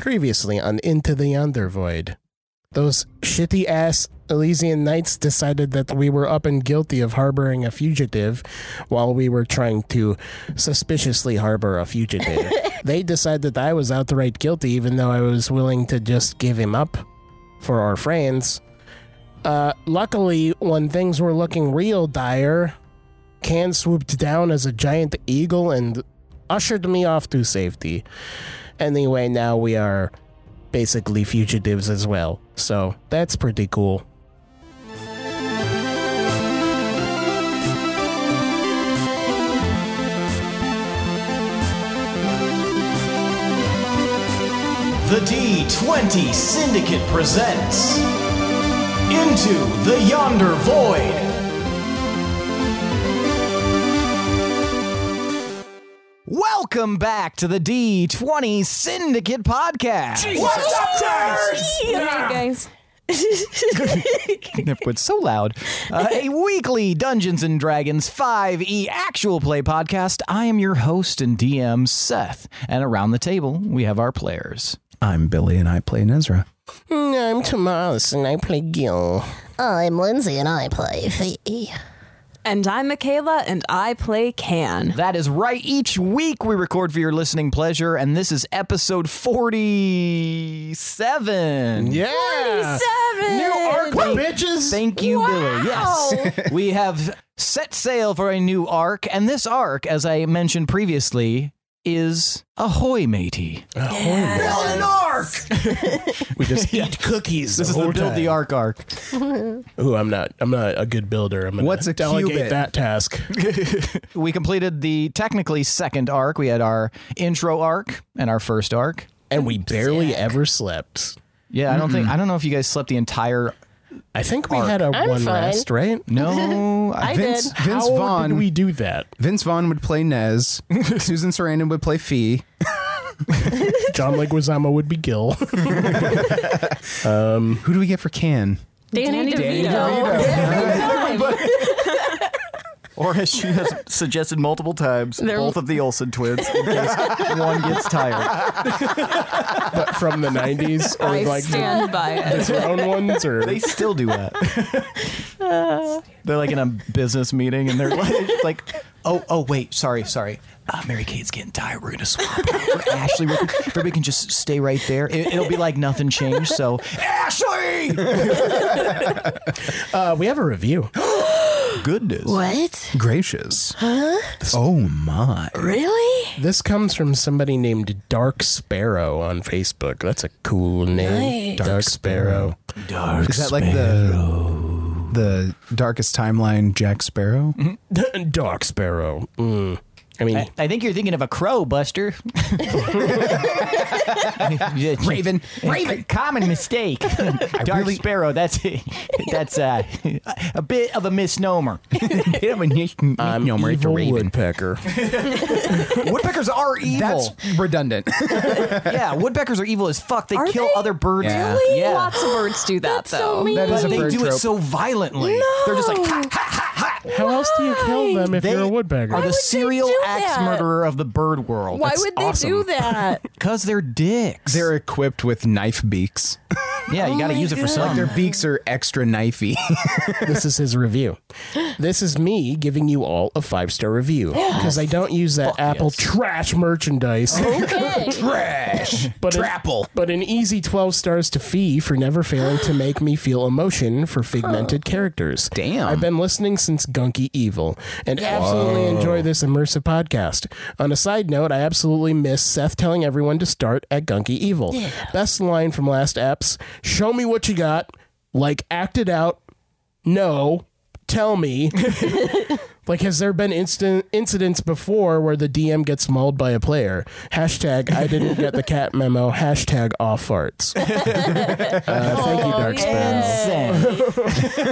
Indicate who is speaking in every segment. Speaker 1: previously on Into the Undervoid. Those shitty ass Elysian Knights decided that we were up and guilty of harboring a fugitive while we were trying to suspiciously harbor a fugitive. they decided that I was outright guilty, even though I was willing to just give him up for our friends. Uh, luckily, when things were looking real dire, Can swooped down as a giant eagle and ushered me off to safety. Anyway, now we are basically fugitives as well. So that's pretty cool.
Speaker 2: The D20 Syndicate presents Into the Yonder Void. Welcome back to the D20 Syndicate podcast. What's up, nerds?
Speaker 3: Hey, guys.
Speaker 2: It's so loud. Uh, a weekly Dungeons and Dragons 5e actual play podcast. I am your host and DM, Seth. And around the table, we have our players.
Speaker 4: I'm Billy and I play Nezra.
Speaker 1: Hmm, I'm Tomas and I play Gil.
Speaker 5: I'm Lindsay and I play Fee.
Speaker 3: And I'm Michaela, and I play Can.
Speaker 2: That is right. Each week we record for your listening pleasure, and this is episode 47.
Speaker 1: Yeah!
Speaker 3: Seven.
Speaker 1: New arc, bitches!
Speaker 2: Thank you, Billy. Yes. we have set sail for a new arc, and this arc, as I mentioned previously, is Ahoy Matey. Build an arc!
Speaker 1: We just eat cookies.
Speaker 2: This is the Build the Arc arc.
Speaker 1: Ooh, I'm not. I'm not a good builder. I'm gonna
Speaker 4: What's a
Speaker 1: delegate
Speaker 4: qubit?
Speaker 1: that task.
Speaker 2: We completed the technically second arc. We had our intro arc and our first arc.
Speaker 1: And we barely ever slept.
Speaker 2: Yeah, I don't think I don't know if you guys slept the entire
Speaker 1: I think we had a
Speaker 5: I'm
Speaker 1: one
Speaker 5: fine.
Speaker 1: rest, right?
Speaker 2: No, I
Speaker 4: Vince,
Speaker 5: did.
Speaker 4: Vince
Speaker 1: How
Speaker 4: Vaughn.
Speaker 1: did we do that?
Speaker 4: Vince Vaughn would play Nez. Susan Sarandon would play Fee.
Speaker 1: John Leguizamo would be Gil.
Speaker 4: Who do we get for Can?
Speaker 5: Danny, DeVito.
Speaker 2: Or as she has suggested multiple times, both of the Olsen twins, in case one gets tired.
Speaker 1: but from the 90s or
Speaker 3: I
Speaker 1: like the,
Speaker 3: stand by it.
Speaker 1: the Tyrone ones or
Speaker 2: They still do that. they're like in a business meeting and they're like, like, oh, oh, wait, sorry, sorry. Uh, Mary Kate's getting tired. We're going to swap out for Ashley. We're, everybody can just stay right there. It, it'll be like nothing changed. So, Ashley!
Speaker 1: uh, we have a review.
Speaker 2: Goodness.
Speaker 5: What?
Speaker 4: Gracious. Huh? Oh my.
Speaker 5: Really?
Speaker 1: This comes from somebody named Dark Sparrow on Facebook. That's a cool name.
Speaker 5: Nice.
Speaker 1: Dark Sparrow.
Speaker 4: Is that like the the darkest timeline Jack Sparrow?
Speaker 1: Dark Sparrow. Mm. I mean,
Speaker 2: I, I think you're thinking of a crow, Buster. Raven, Raven, common mistake. Dark sparrow. That's that's uh, a bit of a misnomer. bit of a
Speaker 1: I'm
Speaker 2: misnomer.
Speaker 1: evil woodpecker.
Speaker 2: Woodpeckers are evil.
Speaker 4: That's redundant.
Speaker 2: yeah, woodpeckers are evil as fuck. They
Speaker 3: Are
Speaker 2: kill
Speaker 3: they?
Speaker 2: other birds.
Speaker 4: Yeah.
Speaker 3: Really?
Speaker 2: Yeah.
Speaker 3: Lots of birds do that,
Speaker 5: That's so
Speaker 3: though.
Speaker 5: mean.
Speaker 4: That is
Speaker 2: But
Speaker 4: a
Speaker 2: they
Speaker 4: bird
Speaker 2: do it
Speaker 4: trope.
Speaker 2: so violently. They're just like ha, ha,
Speaker 1: How else do you kill them if
Speaker 2: They
Speaker 1: you're a woodpecker?
Speaker 2: are the serial
Speaker 3: do
Speaker 2: axe
Speaker 3: that?
Speaker 2: murderer of the bird world.
Speaker 3: Why would they do that?
Speaker 2: Because they're dicks.
Speaker 4: They're equipped with knife beaks.
Speaker 2: yeah, you got to use it for something.
Speaker 4: Their beaks are extra knifey.
Speaker 1: this is his review. This is me giving you all a five star review because I don't use that Apple trash merchandise.
Speaker 5: Okay.
Speaker 4: Trash.
Speaker 1: But an-
Speaker 4: Trapple.
Speaker 1: but an easy 12 stars to Fee for never failing to make me feel emotion for figmented characters.
Speaker 4: Damn.
Speaker 1: I've been listening since Gunky Evil and absolutely enjoy this immersive podcast. On a side note, I absolutely miss Seth telling everyone to start at Gunky Evil. Best line from last apps show me what you got, like act it out, no, tell me. Like, has there been instant incidents before where the DM gets mauled by a player? Hashtag I didn't get the cat memo. Hashtag off farts. Uh, thank you, Dark Sparrow.
Speaker 2: Insane.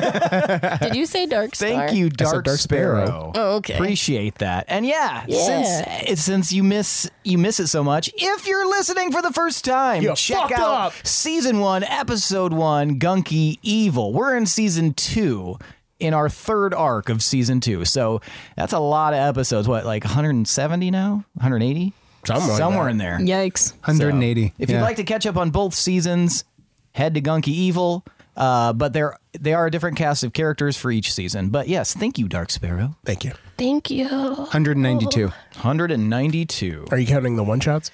Speaker 5: Did you say Dark Star?
Speaker 2: Thank you,
Speaker 1: said
Speaker 2: Dark,
Speaker 1: Dark
Speaker 2: Sparrow.
Speaker 1: Sparrow.
Speaker 5: Oh, okay.
Speaker 2: Appreciate that. And yeah,
Speaker 5: Yeah.
Speaker 2: since since you miss you miss it so much, if you're listening for the first time,
Speaker 1: You
Speaker 2: check
Speaker 1: fucked
Speaker 2: out
Speaker 1: up.
Speaker 2: season one, episode one, Gunky Evil. We're in season two. In our third arc of season two. So that's a lot of episodes. What, like 170 now? 180?
Speaker 1: Somewhere,
Speaker 2: somewhere in there.
Speaker 6: Yikes.
Speaker 7: 180.
Speaker 2: If you'd
Speaker 7: Yeah.
Speaker 2: like to catch up on both seasons, head to Gunky Evil. Uh, but they're they are a different cast of characters for each season. But yes, thank you, Dark Sparrow.
Speaker 1: Thank you.
Speaker 8: Thank you.
Speaker 7: 192.
Speaker 2: 192.
Speaker 1: Are you counting the one shots?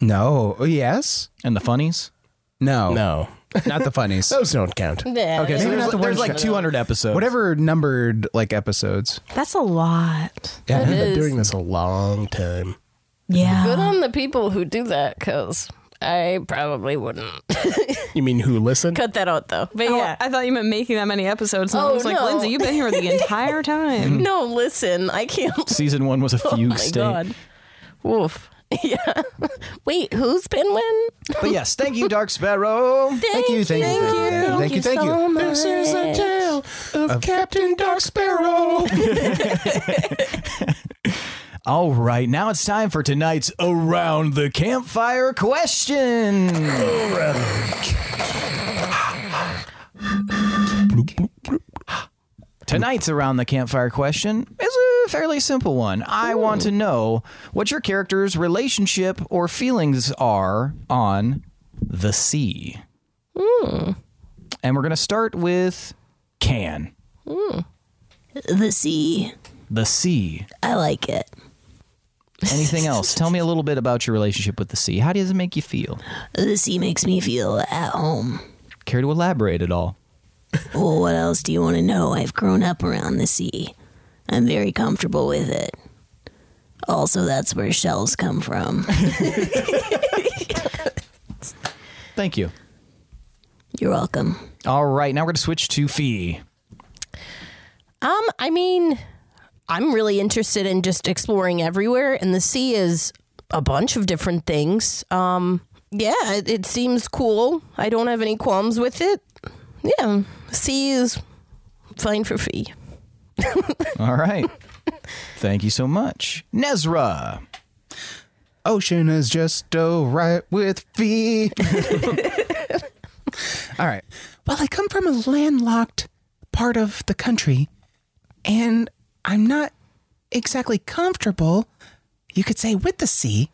Speaker 7: No. Oh, Yes.
Speaker 2: And the funnies?
Speaker 7: No.
Speaker 1: No,
Speaker 7: Not the funnies.
Speaker 1: those don't count.
Speaker 8: Yeah.
Speaker 2: Okay, so
Speaker 7: Maybe
Speaker 2: there's,
Speaker 7: not the
Speaker 2: there's
Speaker 7: one
Speaker 2: like
Speaker 7: shot.
Speaker 2: 200 episodes.
Speaker 7: Whatever numbered like episodes.
Speaker 6: That's a lot.
Speaker 1: Yeah, I've
Speaker 8: It
Speaker 1: been
Speaker 8: is.
Speaker 1: doing this a long time.
Speaker 8: Good
Speaker 6: Yeah.
Speaker 8: on the people who do that, because I probably wouldn't.
Speaker 1: You mean who listened?
Speaker 8: Cut that out, though. But
Speaker 6: Oh,
Speaker 8: yeah.
Speaker 6: I thought you meant making that many episodes. And I
Speaker 8: Oh,
Speaker 6: was like,
Speaker 8: no.
Speaker 6: Lindsay, you've been here the entire
Speaker 7: Hmm.
Speaker 6: time.
Speaker 8: no, listen, I can't.
Speaker 2: Season one was a
Speaker 7: Oh
Speaker 2: fugue
Speaker 8: my
Speaker 2: state.
Speaker 8: God. Woof. Yeah. Wait, who's been when?
Speaker 2: But yes, thank you, Dark Sparrow.
Speaker 7: Thank you. Thank, you. Thank you. Thank you.
Speaker 1: This is a tale of, Captain Dark Sparrow.
Speaker 2: All right, now it's time for tonight's Around the Campfire question. Tonight's Around the Campfire question is a fairly simple one. I want to know what your character's relationship or feelings are on the sea. And we're going to start with Can,
Speaker 8: The sea.
Speaker 2: the sea.
Speaker 8: I like it.
Speaker 2: Anything else? Tell me a little bit about your relationship with the sea. How does it make you feel?
Speaker 8: The sea makes me feel at home.
Speaker 2: Care to elaborate at all?
Speaker 8: Well, what else do you want to know? I've grown up around the sea. I'm very comfortable with it. Also, that's where shells come from.
Speaker 2: Thank you.
Speaker 8: You're welcome.
Speaker 2: All right, now we're going to switch to Fee.
Speaker 9: Um, I mean, I'm really interested in just exploring everywhere, and the sea is a bunch of different things. Um, yeah, it, it seems cool. I don't have any qualms with it. Yeah, sea is fine for fee.
Speaker 2: All right. Thank you so much. Nezra.
Speaker 7: Ocean is just alright with fee. All right. Well, I come from a landlocked part of the country, and I'm not exactly comfortable, you could say, with the sea,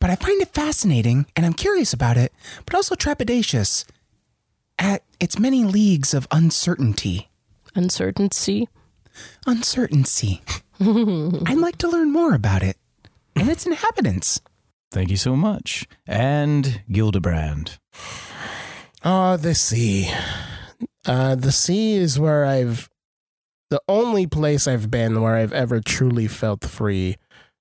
Speaker 7: but I find it fascinating and I'm curious about it, but also trepidatious at its many leagues of uncertainty.
Speaker 9: Uncertainty.
Speaker 7: Uncertainty. I'd like to learn more about it and its inhabitants.
Speaker 2: Thank you so much. And Gildebrand.
Speaker 1: Oh, the sea. Uh, the sea is where I've, the only place I've been where I've ever truly felt free.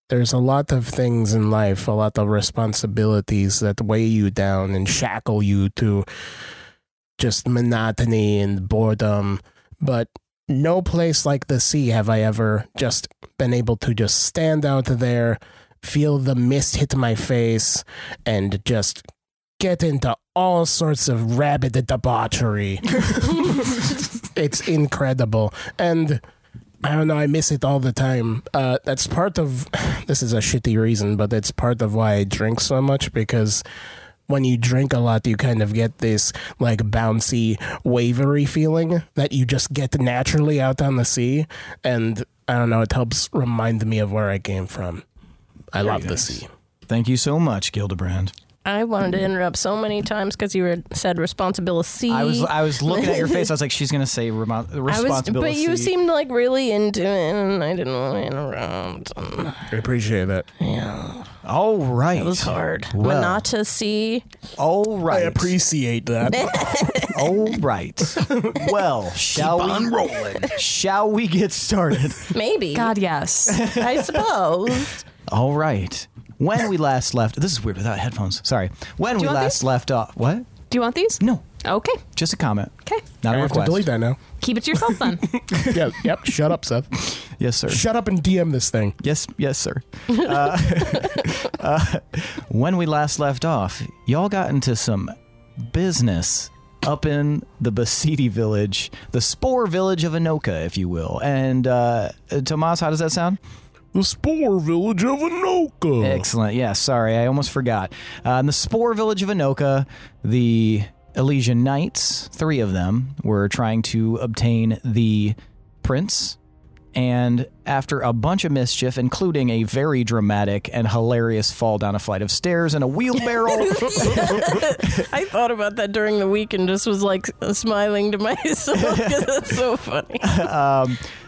Speaker 1: There's a lot of things in life, a lot of responsibilities that weigh you down and shackle you to just monotony and boredom. But no place like the sea have I ever just been able to just stand out there, feel the mist hit my face, and just get into all sorts of rabid debauchery. it's incredible. And I don't know, I miss it all the time. Uh, that's part of this is a shitty reason, but it's part of why I drink so much because when you drink a lot, you kind of get this like bouncy, wavery feeling that you just get naturally out on the sea. And I don't know, it helps remind me of where I came from. I love the sea.
Speaker 2: Thank you so much, Gildebrand.
Speaker 9: I wanted to interrupt so many times because you were, said responsibility.
Speaker 2: Mm-hmm. I was uh, I was looking at your face. I was like, she's going to say remo-
Speaker 9: I was,
Speaker 2: responsibility.
Speaker 9: but you seemed like really into it, and I didn't want to interrupt.
Speaker 1: I appreciate it.
Speaker 2: All right.
Speaker 9: It was hard.
Speaker 2: Well.
Speaker 9: Monotocy.
Speaker 2: All right.
Speaker 1: appreciate that.
Speaker 2: All right. Well, shall we rolling. Shall we get started?
Speaker 9: Maybe.
Speaker 6: God, yes.
Speaker 9: I suppose.
Speaker 2: All right. When we last left, this is weird without headphones. Sorry. When we
Speaker 6: want
Speaker 2: last left off, what?
Speaker 6: Do you want these?
Speaker 2: No,
Speaker 6: Okay.
Speaker 2: just a comment.
Speaker 6: Okay.
Speaker 2: Not
Speaker 1: I
Speaker 2: a
Speaker 1: have to
Speaker 2: request.
Speaker 1: delete that now.
Speaker 6: Keep it to yourself then.
Speaker 1: yeah, yep. Shut up, Seth.
Speaker 2: Yes, sir.
Speaker 1: Shut up and DM this thing.
Speaker 2: Yes, yes, sir. uh, uh, when we last left off, y'all got into some business up in the Basidi village, the spore village of Anoka, if you will. And uh, Tomas, how does that sound?
Speaker 1: The Spore Village of Anoka.
Speaker 2: Excellent. Yeah, sorry, I almost forgot. Uh, in the Spore Village of Anoka, the Elysian Knights, three of them, were trying to obtain the prince And after a bunch of mischief, including a very dramatic and hilarious fall down a flight of stairs and a wheelbarrow,
Speaker 9: I thought about that during the week and just was like smiling to myself because it's so funny.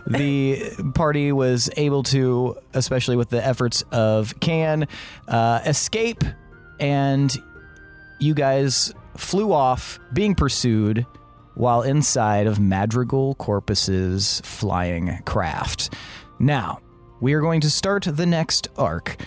Speaker 2: the party was able to, especially with the efforts of Can, uh, escape, and you guys flew off, being pursued while inside of Madrigal Corpus's flying craft. Now, we are going to start the next arc,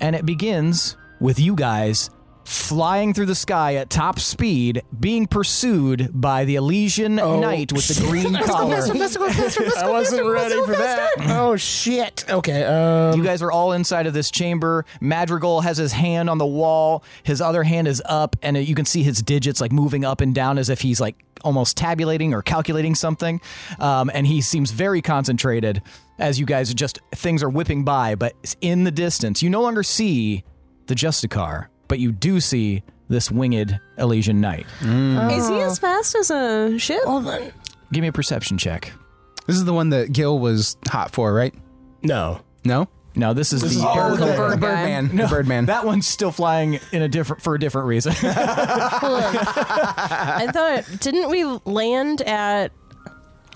Speaker 2: and it begins with you guys flying through the sky at top speed, being pursued by the Elysian Knight with the green collar.
Speaker 1: I wasn't ready for that. Oh shit. Okay. Um,
Speaker 2: You guys are all inside of this chamber. Madrigal has his hand on the wall. His other hand is up, and you can see his digits like moving up and down as if he's like almost tabulating or calculating something. Um, and he seems very concentrated as you guys just things are whipping by. But in the distance, you no longer see the Justicar, but you do see this winged Elysian Knight.
Speaker 3: Is
Speaker 8: Uh.
Speaker 3: he as fast as a ship?
Speaker 2: Give me a perception check.
Speaker 7: This is the one that Gil was hot for, right?
Speaker 1: no.
Speaker 7: No?
Speaker 2: No, this is the
Speaker 7: Oh,
Speaker 2: air-
Speaker 7: the,
Speaker 3: bird
Speaker 7: the
Speaker 3: guy.
Speaker 7: Birdman. The Birdman.
Speaker 2: that one's still flying in a different for a different reason.
Speaker 7: Oh.
Speaker 9: I thought, didn't we land at?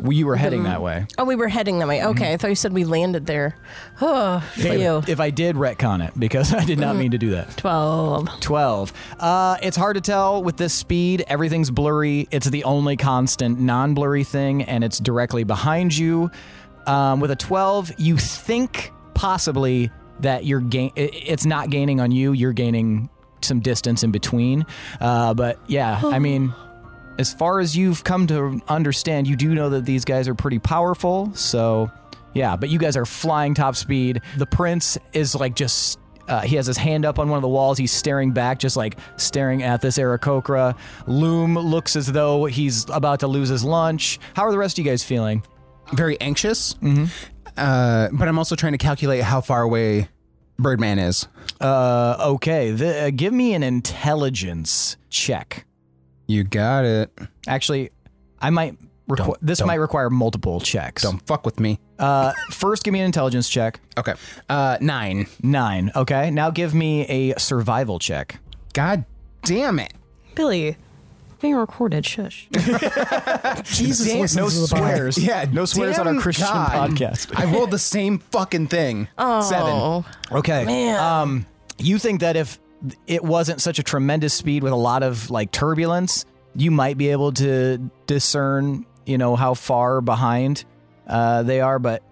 Speaker 2: you were heading that way.
Speaker 9: Oh, we were heading that
Speaker 7: Mm-hmm.
Speaker 9: way. Okay, I thought you said we landed there. Oh,
Speaker 2: If I-
Speaker 9: phew.
Speaker 2: If I did retcon it, because I did not mean to do that.
Speaker 9: Twelve.
Speaker 2: 12. Uh, it's hard to tell with this speed. Everything's blurry. It's the only constant non blurry thing, and it's directly behind you. Um, with a 12, you think possibly that you're gain- i- it's not gaining on you, you're gaining some distance in between. Uh, but yeah, I mean. As far as you've come to understand, you do know that these guys are pretty powerful. So, yeah, but you guys are flying top speed. The prince is like just. Uh, he has his hand up on one of the walls. He's staring back, just like staring at this Aarakocra. Loom looks as though he's about to lose his lunch. How are the rest of you guys feeling?
Speaker 7: Very anxious. Uh, but I'm also trying to calculate how far away Birdman is.
Speaker 2: Uh, okay, the, uh, give me an intelligence check.
Speaker 7: You got it.
Speaker 2: Actually, I might. Requ-
Speaker 7: Don't-
Speaker 2: this
Speaker 7: don't-
Speaker 2: might require multiple checks.
Speaker 7: Don't fuck with me.
Speaker 2: Uh, first, give me an intelligence check.
Speaker 7: Okay. Uh, nine.
Speaker 2: Nine. Okay. Now give me a survival check.
Speaker 7: God damn it.
Speaker 3: Billy, being recorded. Shush.
Speaker 1: Jesus listens
Speaker 2: no
Speaker 1: to the pod.
Speaker 2: swears.
Speaker 7: Yeah,
Speaker 2: No swears on
Speaker 7: damn
Speaker 2: our Christian
Speaker 7: God.
Speaker 2: podcast.
Speaker 7: I rolled the same fucking thing.
Speaker 9: Oh,
Speaker 2: Okay. Um, you think that if it wasn't such a tremendous speed with a lot of like turbulence, you might be able to discern, you know, how far behind uh, they are. But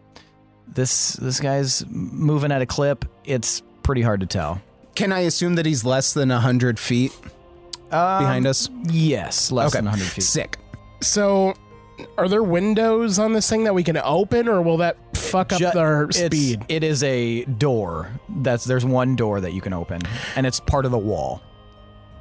Speaker 2: this this guy's moving at a clip. It's pretty hard to tell.
Speaker 7: Can I assume that he's less than 100 feet behind us?
Speaker 2: Um, Yes, less
Speaker 7: Okay.
Speaker 2: than 100 feet.
Speaker 7: Sick.
Speaker 1: So, are there windows on this thing that we can open, or will that fuck up
Speaker 2: Ju-
Speaker 1: our
Speaker 2: it's-
Speaker 1: speed?
Speaker 2: It is a door. That's there's one door that you can open, and it's part of the wall.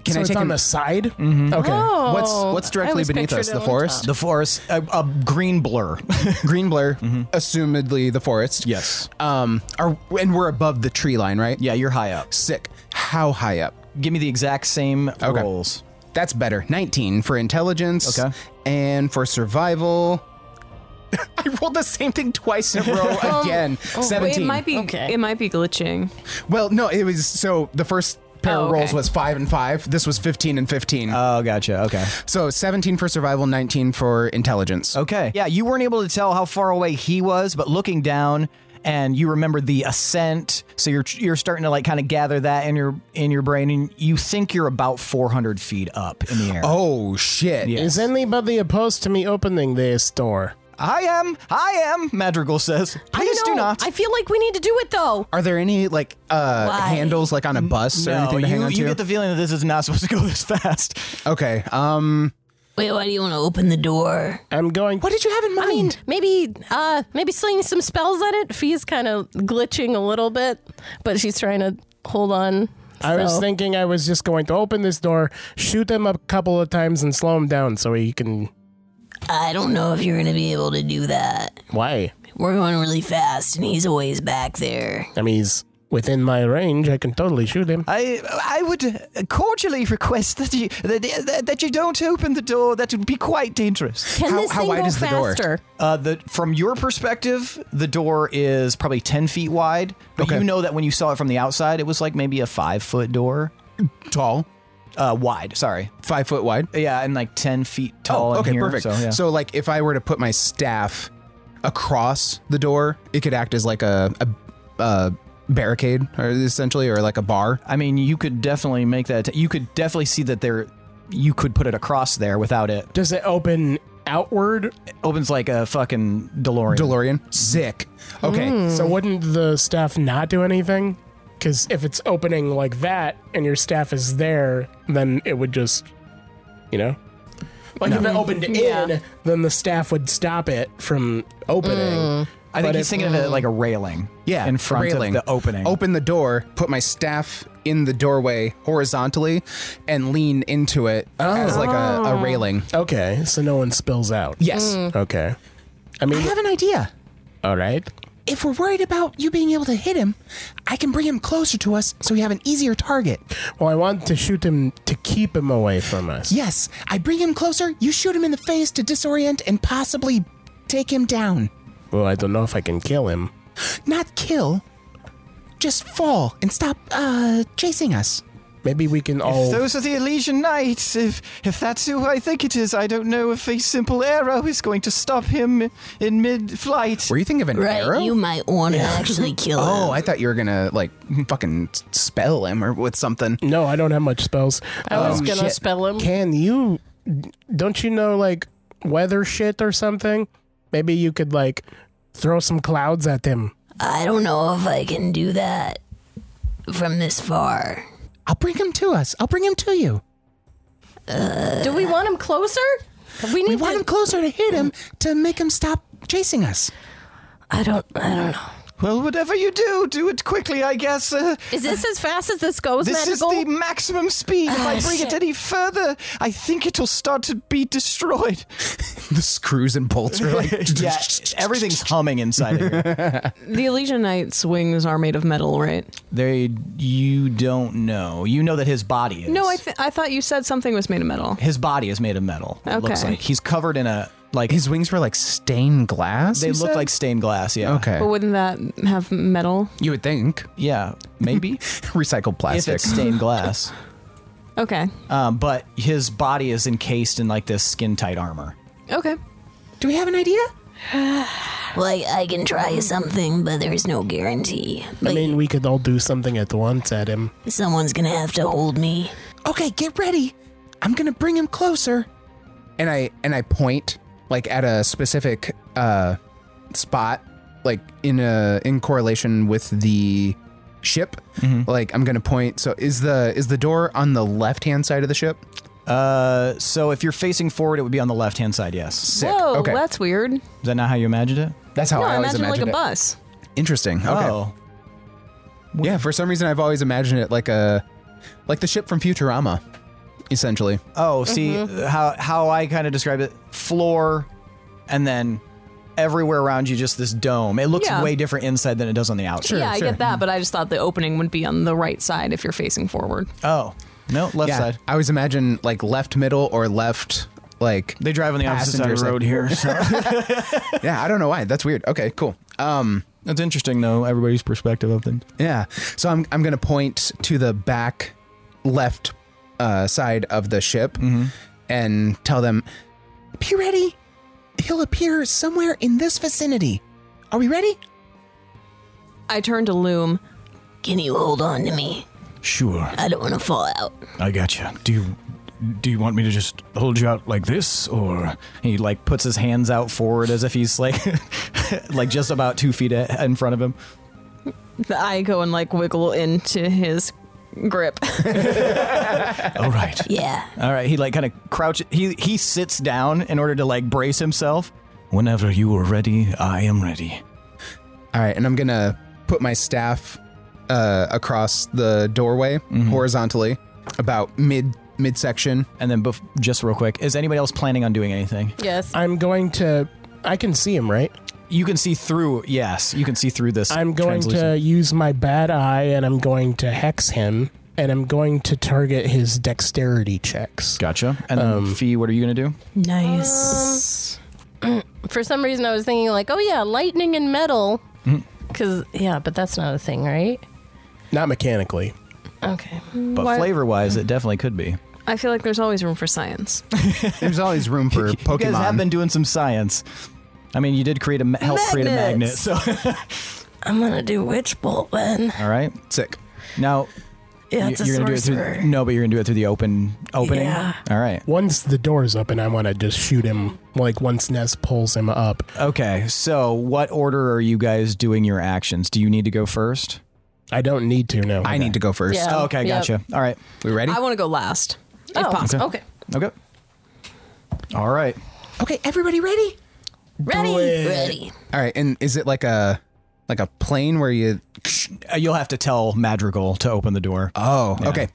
Speaker 7: Can
Speaker 1: so
Speaker 7: I
Speaker 1: it's
Speaker 7: take
Speaker 1: on
Speaker 7: an-
Speaker 1: the side? Okay.
Speaker 9: oh.
Speaker 7: What's what's directly beneath us? The forest?
Speaker 2: The forest, a, a green blur.
Speaker 7: Green blur, assumedly the forest.
Speaker 2: Mm-hmm. yes.
Speaker 7: Um, are, and we're above the tree line, right?
Speaker 2: Yeah, you're high up.
Speaker 7: Sick. How high up?
Speaker 2: Give me the exact same rolls.
Speaker 7: That's better. 19 for intelligence.
Speaker 2: Okay.
Speaker 7: And for survival. I rolled the same thing twice in a
Speaker 2: Oh.
Speaker 7: row again. 17.
Speaker 3: It might be.
Speaker 9: Okay.
Speaker 3: It might be glitching.
Speaker 7: Well, no, it was so the first pair
Speaker 3: Oh,
Speaker 7: of rolls
Speaker 3: okay.
Speaker 7: was 5 and 5. This was 15 and 15.
Speaker 2: Oh, gotcha. Okay.
Speaker 7: so 17 for survival, 19 for intelligence.
Speaker 2: Okay. Yeah, you weren't able to tell how far away he was, but looking down and you remember the ascent, so you're you're starting to like kind of gather that in your in your brain and you think you're about 400 feet up in the air.
Speaker 7: Oh shit.
Speaker 2: Yeah.
Speaker 1: Is anybody opposed to me opening this door?
Speaker 2: I am. I am, Madrigal says.
Speaker 9: I
Speaker 2: Please do
Speaker 9: know.
Speaker 2: not.
Speaker 9: I feel like we need to do it though.
Speaker 7: Are there any like uh handles like on a bus or anything
Speaker 2: you,
Speaker 7: to hang on
Speaker 2: you
Speaker 7: to?
Speaker 2: get the feeling that this is not supposed to go this fast.
Speaker 7: okay. Um
Speaker 5: Wait, why do you want to open the door?
Speaker 1: I'm going.
Speaker 7: what did you have in mind?
Speaker 9: I mean, maybe uh maybe sling some spells at it. Fia's kind of glitching a little bit, but she's trying to hold on.
Speaker 1: I was
Speaker 9: so-
Speaker 1: thinking I was just going to open this door, shoot them a couple of times, and slow him down so he can.
Speaker 5: I don't know if you're going to be able to do that.
Speaker 1: Why?
Speaker 5: We're going really fast, and he's a ways back there.
Speaker 1: I mean, he's within my range, I can totally shoot him.
Speaker 2: I I would cordially request that you that, that, that you don't open the door. That would be quite dangerous.
Speaker 9: Can
Speaker 7: How-
Speaker 9: this
Speaker 7: how
Speaker 9: thing
Speaker 7: wide
Speaker 9: go
Speaker 7: is the door?
Speaker 9: faster?
Speaker 2: Uh, the from your perspective, the door is probably ten feet wide, but
Speaker 7: Okay.
Speaker 2: you know that when you saw it from the outside, it was like maybe a five foot door,
Speaker 7: Tall,
Speaker 2: uh, wide. Sorry,
Speaker 7: five foot wide.
Speaker 2: yeah, and like ten feet tall. in
Speaker 7: Oh, okay,
Speaker 2: here,
Speaker 7: perfect.
Speaker 2: So, yeah.
Speaker 7: like, if I were to put my staff across the door, it could act as like a, a, a barricade, or essentially, or like a bar.
Speaker 2: I mean, you could definitely make that. You could definitely see that there. You could put it across there without it.
Speaker 1: Does it open outward?
Speaker 2: Opens like a fucking DeLorean.
Speaker 7: DeLorean, sick. Okay,
Speaker 1: So wouldn't the staff not do anything? Because if it's opening like that and your staff is there, then it would just, you know. Like if it opened in, then the staff would stop it from opening. But
Speaker 2: I think
Speaker 1: if-
Speaker 2: he's thinking of it like a Oh, railing.
Speaker 7: yeah,
Speaker 2: in front
Speaker 7: railing.
Speaker 2: of the opening.
Speaker 7: Open the door, put my staff in the doorway horizontally, and lean into it as like a, a railing.
Speaker 1: Okay, so no one spills out.
Speaker 7: Yes.
Speaker 1: Okay. I
Speaker 4: I
Speaker 1: mean,
Speaker 4: have an idea.
Speaker 1: all right.
Speaker 4: If we're worried about you being able to hit him, I can bring him closer to us so we have an easier target.
Speaker 1: Well, I want to shoot him to keep him away from us.
Speaker 4: Yes, I bring him closer, you shoot him in the face to disorient and possibly take him down.
Speaker 1: Well, I don't know if I can kill him.
Speaker 4: Not kill, just fall and stop uh, chasing us.
Speaker 1: Maybe we can all.
Speaker 2: If those are the Elysian Knights, if if that's who I think it is, I don't know if a simple arrow is going to stop him in mid-flight.
Speaker 7: Were you thinking of an
Speaker 5: Right,
Speaker 7: arrow?
Speaker 5: you might want to actually kill him.
Speaker 7: oh, I thought you were gonna like fucking spell him or with something.
Speaker 1: no, I don't have much spells.
Speaker 9: I was
Speaker 2: Oh,
Speaker 1: Um,
Speaker 9: gonna
Speaker 7: shit.
Speaker 9: spell him.
Speaker 1: can you? Don't you know like weather shit or something? Maybe you could like throw some clouds at him.
Speaker 5: I don't know if I can do that from this far.
Speaker 4: I'll bring him to us. I'll bring him to you.
Speaker 9: Do we want him closer? We need
Speaker 4: We
Speaker 9: to-
Speaker 4: want him closer to hit him to make him stop chasing us.
Speaker 9: I don't. I don't know.
Speaker 2: Well, whatever you do, do it quickly, I guess. Uh,
Speaker 9: Is this as fast as this goes,
Speaker 2: this is
Speaker 9: Madrigal?
Speaker 2: the maximum speed. If I bring it any further, I think it'll start to be destroyed.
Speaker 7: The screws and bolts are like
Speaker 2: Yeah, everything's humming inside of here.
Speaker 8: The Elysian Knight's wings are made of metal, right?
Speaker 2: They, you don't know. You know that his body is.
Speaker 8: No, I th- I thought you said something was made of metal.
Speaker 2: his body is made of metal. It looks
Speaker 8: Okay.
Speaker 2: like he's covered in a like.
Speaker 7: His wings were like stained glass.
Speaker 2: they
Speaker 7: you
Speaker 2: look
Speaker 7: said?
Speaker 2: like stained glass. Yeah.
Speaker 7: okay.
Speaker 8: But wouldn't that have metal?
Speaker 7: You would think
Speaker 2: Yeah, maybe
Speaker 7: recycled
Speaker 2: if
Speaker 7: plastic.
Speaker 2: it's stained glass.
Speaker 8: Okay.
Speaker 2: Um, but his body is encased in like this skin tight armor.
Speaker 8: Okay.
Speaker 4: Do we have an idea?
Speaker 5: Well, I, I can try something, but there's no guarantee.
Speaker 1: I
Speaker 5: But
Speaker 1: mean, we could all do something at once at him.
Speaker 5: someone's gonna have to hold me.
Speaker 4: Okay, get ready. I'm going to bring him closer.
Speaker 7: and I and I point like at a specific uh spot, like in a in correlation with the ship.
Speaker 2: Mm-hmm.
Speaker 7: Like I'm gonna point. So is the is the door on the left hand side of the ship?
Speaker 2: Uh, so if you're facing forward, it would be on the left hand side. Yes.
Speaker 7: Sick.
Speaker 8: Whoa,
Speaker 7: okay,
Speaker 8: that's weird. No,
Speaker 2: Is that not how you imagined it?
Speaker 7: that's how
Speaker 8: Oh,
Speaker 7: I
Speaker 8: I
Speaker 7: always
Speaker 8: imagine like
Speaker 7: imagined
Speaker 8: a
Speaker 7: it.
Speaker 8: bus.
Speaker 7: Interesting. Okay.
Speaker 2: Oh,
Speaker 7: Yeah, for some reason I've always imagined it like a like the ship from Futurama, essentially.
Speaker 2: oh. See how how I kind of describe it: floor, and then everywhere around you just this dome. It looks
Speaker 8: Yeah.
Speaker 2: way different inside than it does on the outside.
Speaker 8: yeah,
Speaker 7: sure.
Speaker 8: I get that, but I just thought the opening would be on the right side if you're facing forward.
Speaker 2: Oh no, left
Speaker 7: yeah,
Speaker 2: side.
Speaker 7: I always imagine like left middle or left like
Speaker 2: They drive on the opposite side
Speaker 7: Passenger
Speaker 2: of the
Speaker 7: side.
Speaker 2: road here. so-
Speaker 7: yeah. I don't know why. That's weird. Okay, cool. Um,
Speaker 2: That's interesting, though. Everybody's perspective of things.
Speaker 7: yeah. So I'm I'm gonna point to the back left uh, side of the ship
Speaker 2: Mm-hmm.
Speaker 7: and tell them
Speaker 4: Be ready. He'll appear somewhere in this vicinity. Are we ready?
Speaker 8: I turn to Loom.
Speaker 5: Can you hold on to me?
Speaker 10: Sure,
Speaker 5: I don't want to fall out.
Speaker 10: I gotcha. Do you do you want me to just hold you out like this, or
Speaker 2: He like puts his hands out forward as if he's like, like just about two feet a- in front of him.
Speaker 8: I go and like wiggle into his grip.
Speaker 10: all right?
Speaker 5: Yeah.
Speaker 2: All right, he like kind of crouches. He he sits down in order to like brace himself.
Speaker 10: Whenever you are ready, I am ready.
Speaker 7: All right, and I'm gonna put my staff uh, across the doorway horizontally, about mid midsection.
Speaker 2: And then, bef- just real quick, is anybody else planning on doing anything?
Speaker 9: yes.
Speaker 1: I'm going to. I can see him, right?
Speaker 2: you can see through. Yes, you can see through this.
Speaker 1: I'm going to
Speaker 2: translucent-
Speaker 1: use my bad eye and I'm going to hex him and I'm going to target his dexterity checks.
Speaker 2: Gotcha. And then
Speaker 1: Um,
Speaker 2: Fee, what are you going to do?
Speaker 3: Nice.
Speaker 8: Um,
Speaker 9: For some reason, I was thinking like, oh yeah, lightning and metal. Because yeah, but that's not a thing, right?
Speaker 1: Not mechanically.
Speaker 9: Okay.
Speaker 2: But
Speaker 8: Why-
Speaker 2: flavor-wise, it definitely could be.
Speaker 8: I feel like there's always room for science.
Speaker 7: There's always room for Pokemon.
Speaker 2: You guys have been doing some science. I mean, you did create a ma- help create a magnet.
Speaker 3: Magnets.
Speaker 2: So
Speaker 3: I'm gonna do witch bolt then.
Speaker 2: all right,
Speaker 7: Sick.
Speaker 2: now
Speaker 3: Yeah,
Speaker 2: you-
Speaker 3: it's a
Speaker 2: you're gonna do it
Speaker 3: sorcerer.
Speaker 2: through. Mm, No, but you're gonna do it through the open opening.
Speaker 3: Yeah.
Speaker 2: All right.
Speaker 1: Once the door's open, I want to just shoot him. Like once Ness pulls him up,
Speaker 2: Okay. So, what order are you guys doing your actions? Do you need to go first?
Speaker 1: I don't need to know.
Speaker 7: I need to go first.
Speaker 9: Yeah.
Speaker 2: Oh, okay,
Speaker 9: Yep.
Speaker 2: gotcha. All right.
Speaker 7: We ready?
Speaker 8: I want to go last. If
Speaker 9: Oh,
Speaker 8: possible.
Speaker 9: okay.
Speaker 2: Okay. All right.
Speaker 4: Okay, everybody ready?
Speaker 3: Ready?
Speaker 5: Ready.
Speaker 7: All right, and is it like a like a plane where you?
Speaker 2: Uh, You'll have to tell Madrigal to open the door.
Speaker 7: Oh, okay.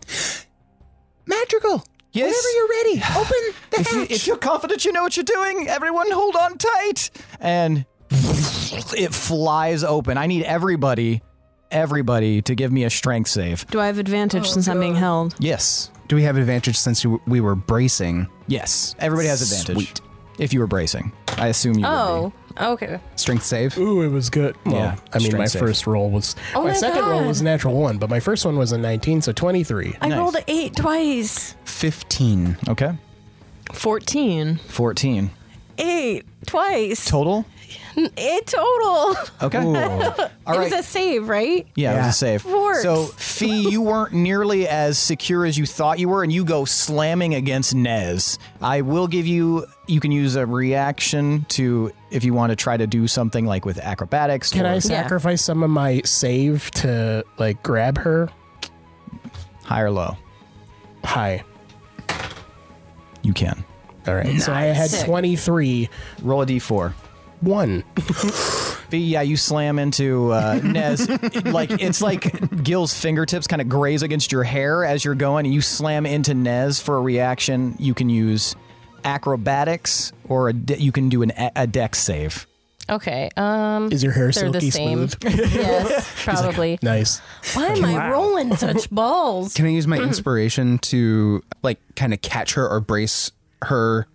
Speaker 4: Madrigal.
Speaker 2: Yes.
Speaker 4: Whenever you're ready, open the
Speaker 2: if, you,
Speaker 4: hatch.
Speaker 2: if you're confident you know what you're doing, everyone hold on tight. And it flies open. I need everybody, everybody to give me a strength save.
Speaker 8: Do I have advantage since I'm being held?
Speaker 2: Yes.
Speaker 7: Do we have advantage since you- we were bracing?
Speaker 2: Yes. Everybody has advantage.
Speaker 7: Sweet.
Speaker 2: If you were bracing. I assume you would
Speaker 9: Oh,
Speaker 2: be.
Speaker 9: okay.
Speaker 7: Strength save.
Speaker 1: Ooh, it was good. Well,
Speaker 2: Yeah,
Speaker 1: I mean, my
Speaker 2: strength save.
Speaker 1: first roll was. my,
Speaker 9: Oh my
Speaker 1: second roll
Speaker 9: God.
Speaker 1: was a natural one, but my first one was a 19, so 23.
Speaker 3: I
Speaker 2: Nice.
Speaker 3: rolled an eight twice.
Speaker 7: Fifteen.
Speaker 2: Okay.
Speaker 8: 14.
Speaker 2: 14.
Speaker 3: Eight twice.
Speaker 2: Total?
Speaker 9: It total.
Speaker 2: Okay. All
Speaker 9: it
Speaker 2: right.
Speaker 9: was a save, right?
Speaker 2: Yeah, it was
Speaker 7: Yeah.
Speaker 2: a save.
Speaker 9: Forks.
Speaker 2: So, Fee, you weren't nearly as secure as you thought you were, and you go slamming against Nez. I will give you, you can use a reaction to, if you want to try to do something like with acrobatics.
Speaker 1: Can
Speaker 2: or-
Speaker 1: I sacrifice some of my save to like grab her?
Speaker 2: High or low?
Speaker 1: Hi.
Speaker 2: You can.
Speaker 1: All right. So I had 23,
Speaker 2: Roll a d4.
Speaker 1: one.
Speaker 2: Fee, yeah, you slam into uh, Nez. It- like, it's like Gil's fingertips kind of graze against your hair as you're going, and you slam into Nez for a reaction. You can use acrobatics, or a de- you can do an a, a dex save.
Speaker 9: Okay. Um.
Speaker 1: Is your hair
Speaker 9: They're the
Speaker 1: silky
Speaker 9: same.
Speaker 1: smooth?
Speaker 9: yes, probably.
Speaker 1: Nice.
Speaker 9: Why am I rolling such balls?
Speaker 7: Can I use my inspiration to like kind of catch her or brace her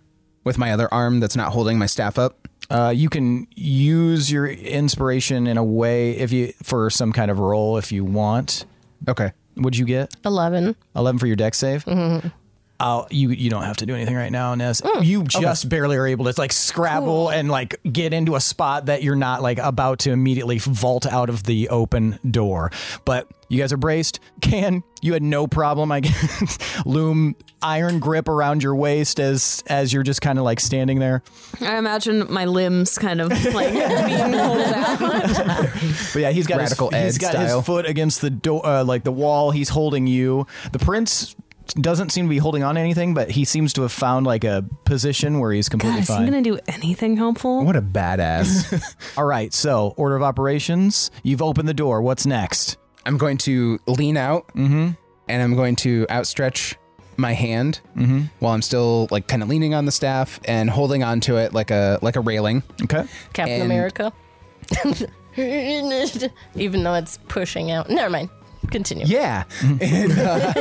Speaker 7: with my other arm that's not holding my staff up?
Speaker 2: Uh, you can use your inspiration in a way if you for some kind of roll if you want.
Speaker 7: Okay.
Speaker 2: Would you get
Speaker 9: Eleven.
Speaker 2: eleven for your deck save? Mm-hmm. Uh, you you don't have to do anything right now, Ness. you just barely are able to like scrabble and like get into a spot that you're not like about to immediately vault out of the open door. But you guys are braced. Can you had no problem? I guess loom iron grip around your waist as as you're just kind of like standing there.
Speaker 8: I imagine my limbs kind of like being held out.
Speaker 2: But yeah, he's got
Speaker 7: Radical
Speaker 2: his,
Speaker 7: Ed
Speaker 2: he's got
Speaker 7: style.
Speaker 2: his foot against the door, uh, like the wall. He's holding you. The prince doesn't seem to be holding on to anything, but he seems to have found like a position where he's completely
Speaker 8: God, is he
Speaker 2: fine.
Speaker 8: gonna do anything helpful?
Speaker 7: What a badass.
Speaker 2: All right, so order of operations. You've opened the door. What's next?
Speaker 7: I'm going to lean out and I'm going to outstretch my hand while I'm still like kind of leaning on the staff and holding onto it like a like a railing.
Speaker 2: Okay.
Speaker 9: Captain
Speaker 7: And-
Speaker 9: America. Even though it's pushing out. Never mind. Continue.
Speaker 7: Yeah. And, uh,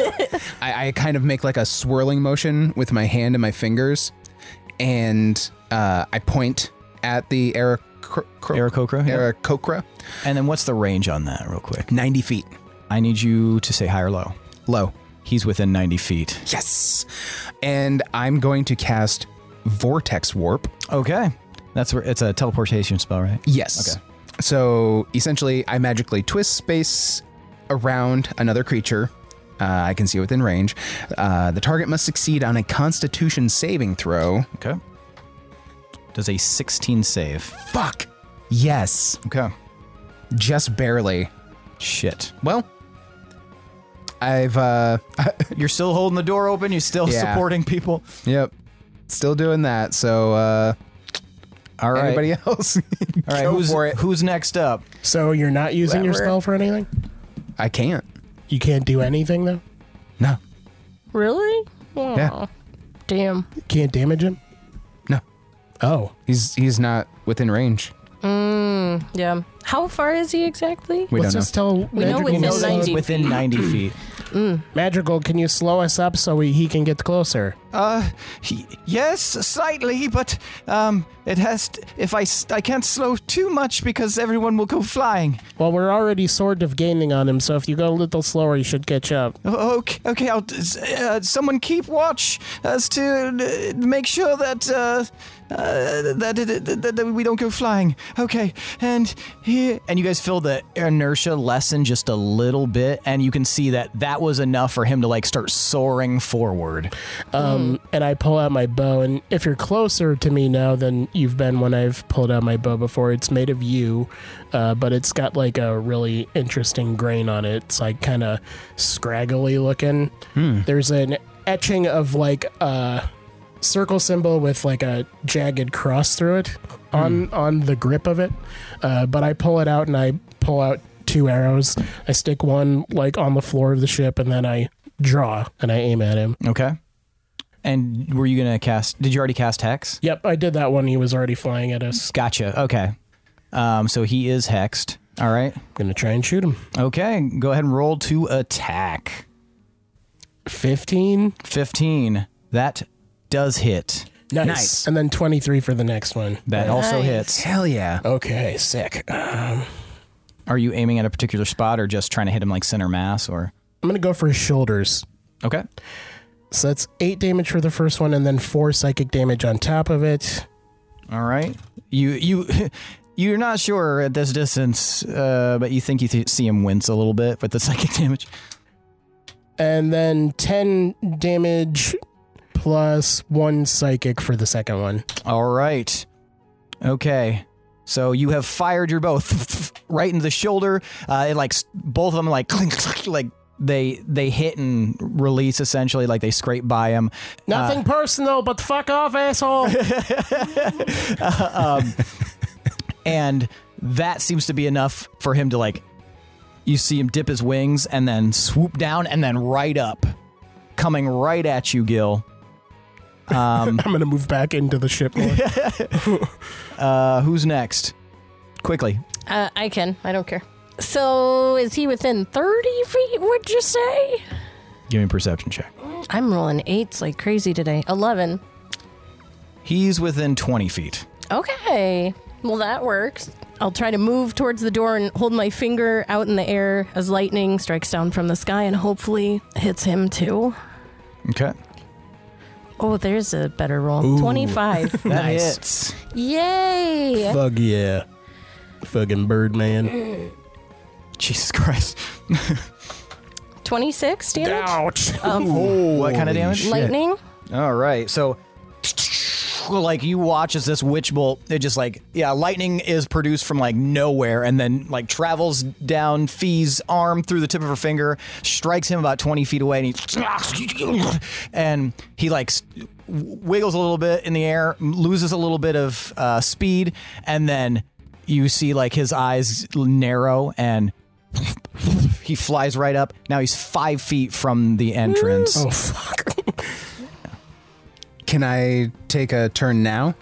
Speaker 7: I, I kind of make like a swirling motion with my hand and my fingers, and uh, I point at the Eric.
Speaker 2: Aarakocra, yeah.
Speaker 7: Aarakocra,
Speaker 2: And then what's the range on that, real quick?
Speaker 7: 90 feet
Speaker 2: I need you to say high or low.
Speaker 7: low.
Speaker 2: He's within 90 feet.
Speaker 7: Yes. And I'm going to cast Vortex Warp.
Speaker 2: Okay. That's where it's a teleportation spell, right?
Speaker 7: Yes.
Speaker 2: Okay.
Speaker 7: So essentially, I magically twist space around another creature. Uh, I can see within range. Uh, the target must succeed on a Constitution saving throw.
Speaker 2: Okay. Does a 16 save.
Speaker 7: Fuck. Yes.
Speaker 2: Okay.
Speaker 7: Just barely.
Speaker 2: Shit.
Speaker 7: Well, I've uh,
Speaker 2: You're still holding the door open. You're still
Speaker 7: Yeah.
Speaker 2: supporting people.
Speaker 7: yep, still doing that. So uh,
Speaker 2: All right.
Speaker 7: anybody else?
Speaker 2: All right.
Speaker 7: Go
Speaker 2: who's,
Speaker 7: for it.
Speaker 2: who's next up?
Speaker 1: So you're not using your spell for anything?
Speaker 7: I can't.
Speaker 1: You can't do anything, though?
Speaker 7: No.
Speaker 9: Really? Aw,
Speaker 7: Yeah.
Speaker 9: Damn.
Speaker 1: You can't damage him?
Speaker 7: No.
Speaker 1: Oh.
Speaker 7: He's he's not within range.
Speaker 9: Mm, yeah. How far is he exactly?
Speaker 7: We
Speaker 1: Let's
Speaker 7: don't know.
Speaker 1: just tell
Speaker 9: We know
Speaker 1: Madrigal
Speaker 9: within
Speaker 1: to slow-
Speaker 9: 90
Speaker 2: within 90 feet.
Speaker 9: Mm.
Speaker 1: Madrigal, can you slow us up so we, he can get closer?
Speaker 2: Uh, he- yes, slightly, but um, it has. T- if I s- I can't slow too much because everyone will go flying.
Speaker 1: Well, we're already sort of gaining on him, so if you go a little slower, you should catch up.
Speaker 2: O- Okay, okay. I'll, t- s- uh, someone keep watch as to uh, make sure that uh, uh, that, it, that that we don't go flying. Okay, and here and you guys feel the inertia lessen just a little bit, and you can see that that was enough for him to like start soaring forward.
Speaker 1: Um, And I pull out my bow, and if you're closer to me now than you've been when I've pulled out my bow before, it's made of yew, uh, but it's got like a really interesting grain on it. It's like kind of scraggly looking.
Speaker 7: Hmm.
Speaker 1: There's an etching of like a circle symbol with like a jagged cross through it on on the grip of it. Uh, but I pull it out and I pull out two arrows. I stick one like on the floor of the ship, and then I draw and I aim at him.
Speaker 2: Okay. And were you gonna cast? Did you already cast hex?
Speaker 1: Yep, I did that one. He was already flying at us.
Speaker 2: Gotcha. Okay. Um, so he is hexed. All right.
Speaker 1: Gonna try and shoot him.
Speaker 2: Okay. Go ahead and roll to attack.
Speaker 1: 15.
Speaker 2: 15. That does hit.
Speaker 1: Nice.
Speaker 7: Nice.
Speaker 1: And then 23 for the next one.
Speaker 2: That also hits.
Speaker 7: Hell yeah.
Speaker 1: Okay, sick. Um,
Speaker 2: Are you aiming at a particular spot or just trying to hit him like center mass or?
Speaker 1: I'm gonna go for his shoulders.
Speaker 2: Okay.
Speaker 1: So that's eight damage for the first one, and then four psychic damage on top of it.
Speaker 2: All right. You, you, you're not sure at this distance, uh, but you think you th- see him wince a little bit with the psychic damage.
Speaker 1: And then 10 damage plus one psychic for the second one.
Speaker 2: All right. Okay. So you have fired your bow right into the shoulder. Uh, it like s- both of them like clink, clink, like they they hit and release essentially like they scrape by him.
Speaker 1: Nothing personal, but fuck off, asshole.
Speaker 2: Um, and that seems to be enough for him to like you see him dip his wings and then swoop down and then right up coming right at you Gil. Um
Speaker 1: I'm gonna move back into the ship. more.
Speaker 2: uh who's next? Quickly.
Speaker 9: Uh, I can. I don't care. So is he within 30 feet, would you say?
Speaker 2: Give me a perception check.
Speaker 9: I'm rolling eights like crazy today. 11.
Speaker 2: He's within 20 feet.
Speaker 9: Okay. Well, that works. I'll try to move towards the door and hold my finger out in the air as lightning strikes down from the sky and hopefully hits him too.
Speaker 2: Okay.
Speaker 9: Oh, there's a better roll. 25.
Speaker 2: That hits.
Speaker 9: Yay!
Speaker 1: Fuck yeah. Fucking Birdman.
Speaker 2: Jesus Christ.
Speaker 9: 26 damage? Um.
Speaker 1: Ouch.
Speaker 2: what kind of damage?
Speaker 9: Lightning?
Speaker 2: All right. So like you watch as this witch bolt it just like yeah lightning is produced from like nowhere and then like travels down fee's arm through the tip of her finger strikes him about 20 feet away and he and he like s- wiggles a little bit in the air loses a little bit of uh, speed and then you see like his eyes narrow and he flies right up now he's five feet from the entrance
Speaker 1: Oh, fuck.
Speaker 7: Can I take a turn now?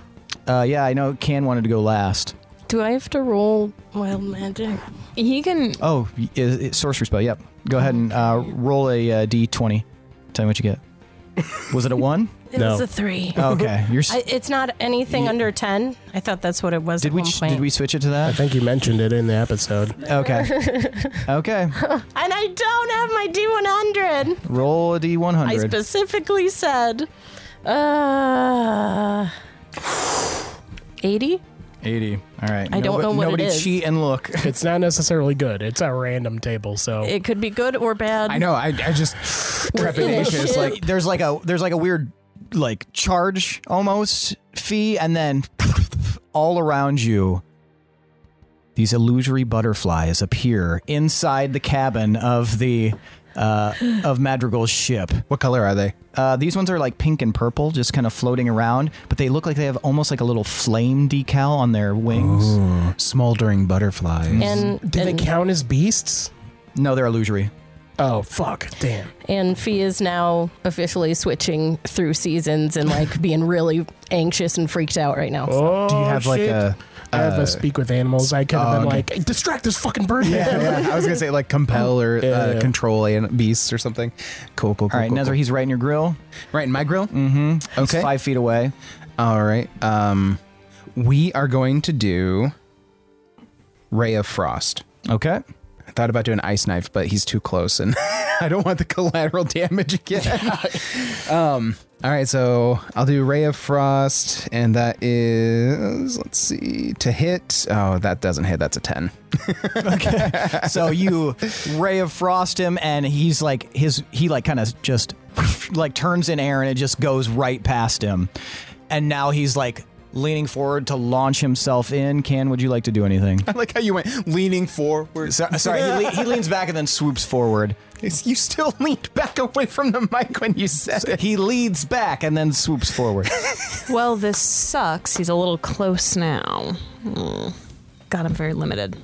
Speaker 2: Uh, yeah, I know. Can wanted to go last.
Speaker 9: Do I have to roll wild magic?
Speaker 8: He can.
Speaker 2: Oh, y- is, is sorcery spell. Yep. Go ahead and uh, roll a uh, d20. Tell me what you get. Was it a one?
Speaker 9: It
Speaker 1: No.
Speaker 9: was a 3.
Speaker 2: Oh, okay. You're. s
Speaker 9: I, it's not anything under 10. I thought that's what it was
Speaker 2: did
Speaker 9: at
Speaker 2: we
Speaker 9: one
Speaker 2: ch-
Speaker 9: point.
Speaker 2: did we switch it to
Speaker 1: I
Speaker 2: that?
Speaker 1: think you mentioned it in the episode.
Speaker 2: Okay. Okay.
Speaker 9: and I don't have my D100.
Speaker 2: Roll a
Speaker 9: I
Speaker 2: d100.
Speaker 9: specifically said, uh, 80?
Speaker 2: 80. All right.
Speaker 9: I don't know what it
Speaker 2: nobody
Speaker 9: is.
Speaker 2: cheat and look.
Speaker 1: It's not necessarily good. It's a random table, so
Speaker 9: It could be good or bad.
Speaker 7: I know. I, I just trepidatious.
Speaker 9: ship.
Speaker 7: like
Speaker 2: there's like a there's like a weird like charge almost fee and then all around you these illusory butterflies appear inside the cabin of the uh, of Madrigal's ship.
Speaker 7: what color are they?
Speaker 2: Uh, these ones are like pink and purple, just kind of floating around, but they look like they have almost like a little flame decal on their wings.
Speaker 7: Oh. Smoldering butterflies.
Speaker 9: And
Speaker 1: do they
Speaker 9: and,
Speaker 1: count as beasts?
Speaker 2: No, they're illusory.
Speaker 1: Oh fuck, damn.
Speaker 9: and Fee is now officially switching through seasons and like being really anxious and freaked out right now.
Speaker 1: Oh,
Speaker 7: Do you have like a
Speaker 1: I have
Speaker 7: Uh,
Speaker 1: a speak with animals. I could have been
Speaker 7: okay.
Speaker 1: like, "Hey, distract this fucking bird.
Speaker 7: yeah, yeah. I was gonna say like compel or
Speaker 1: Yeah, yeah.
Speaker 7: uh, control an- beasts or something. Cool, cool, cool.
Speaker 2: All right,
Speaker 7: cool,
Speaker 2: Nether,
Speaker 7: cool.
Speaker 2: he's right in your grill.
Speaker 7: right in my grill.
Speaker 2: Mm-hmm.
Speaker 7: Okay.
Speaker 2: five feet away.
Speaker 7: All right. Um, we are going to do Ray of Frost.
Speaker 2: Okay.
Speaker 7: I thought about doing ice knife, but he's too close, and I don't want the collateral damage again. um. All right, so I'll do Ray of Frost, and that is let's see to hit. Oh, that doesn't hit. That's a ten.
Speaker 2: so you ray of frost him and he's like his he like kind of just like turns in air and it just goes right past him and now he's like leaning forward to launch himself in can would you like to do anything
Speaker 7: I like how you went leaning forward.
Speaker 2: so, sorry he, le- he leans back and then swoops forward
Speaker 7: You still leaned back away from the mic when you said it.
Speaker 2: he leads back and then swoops forward
Speaker 8: Well, this sucks. He's a little close now. Mm. God, I'm very limited.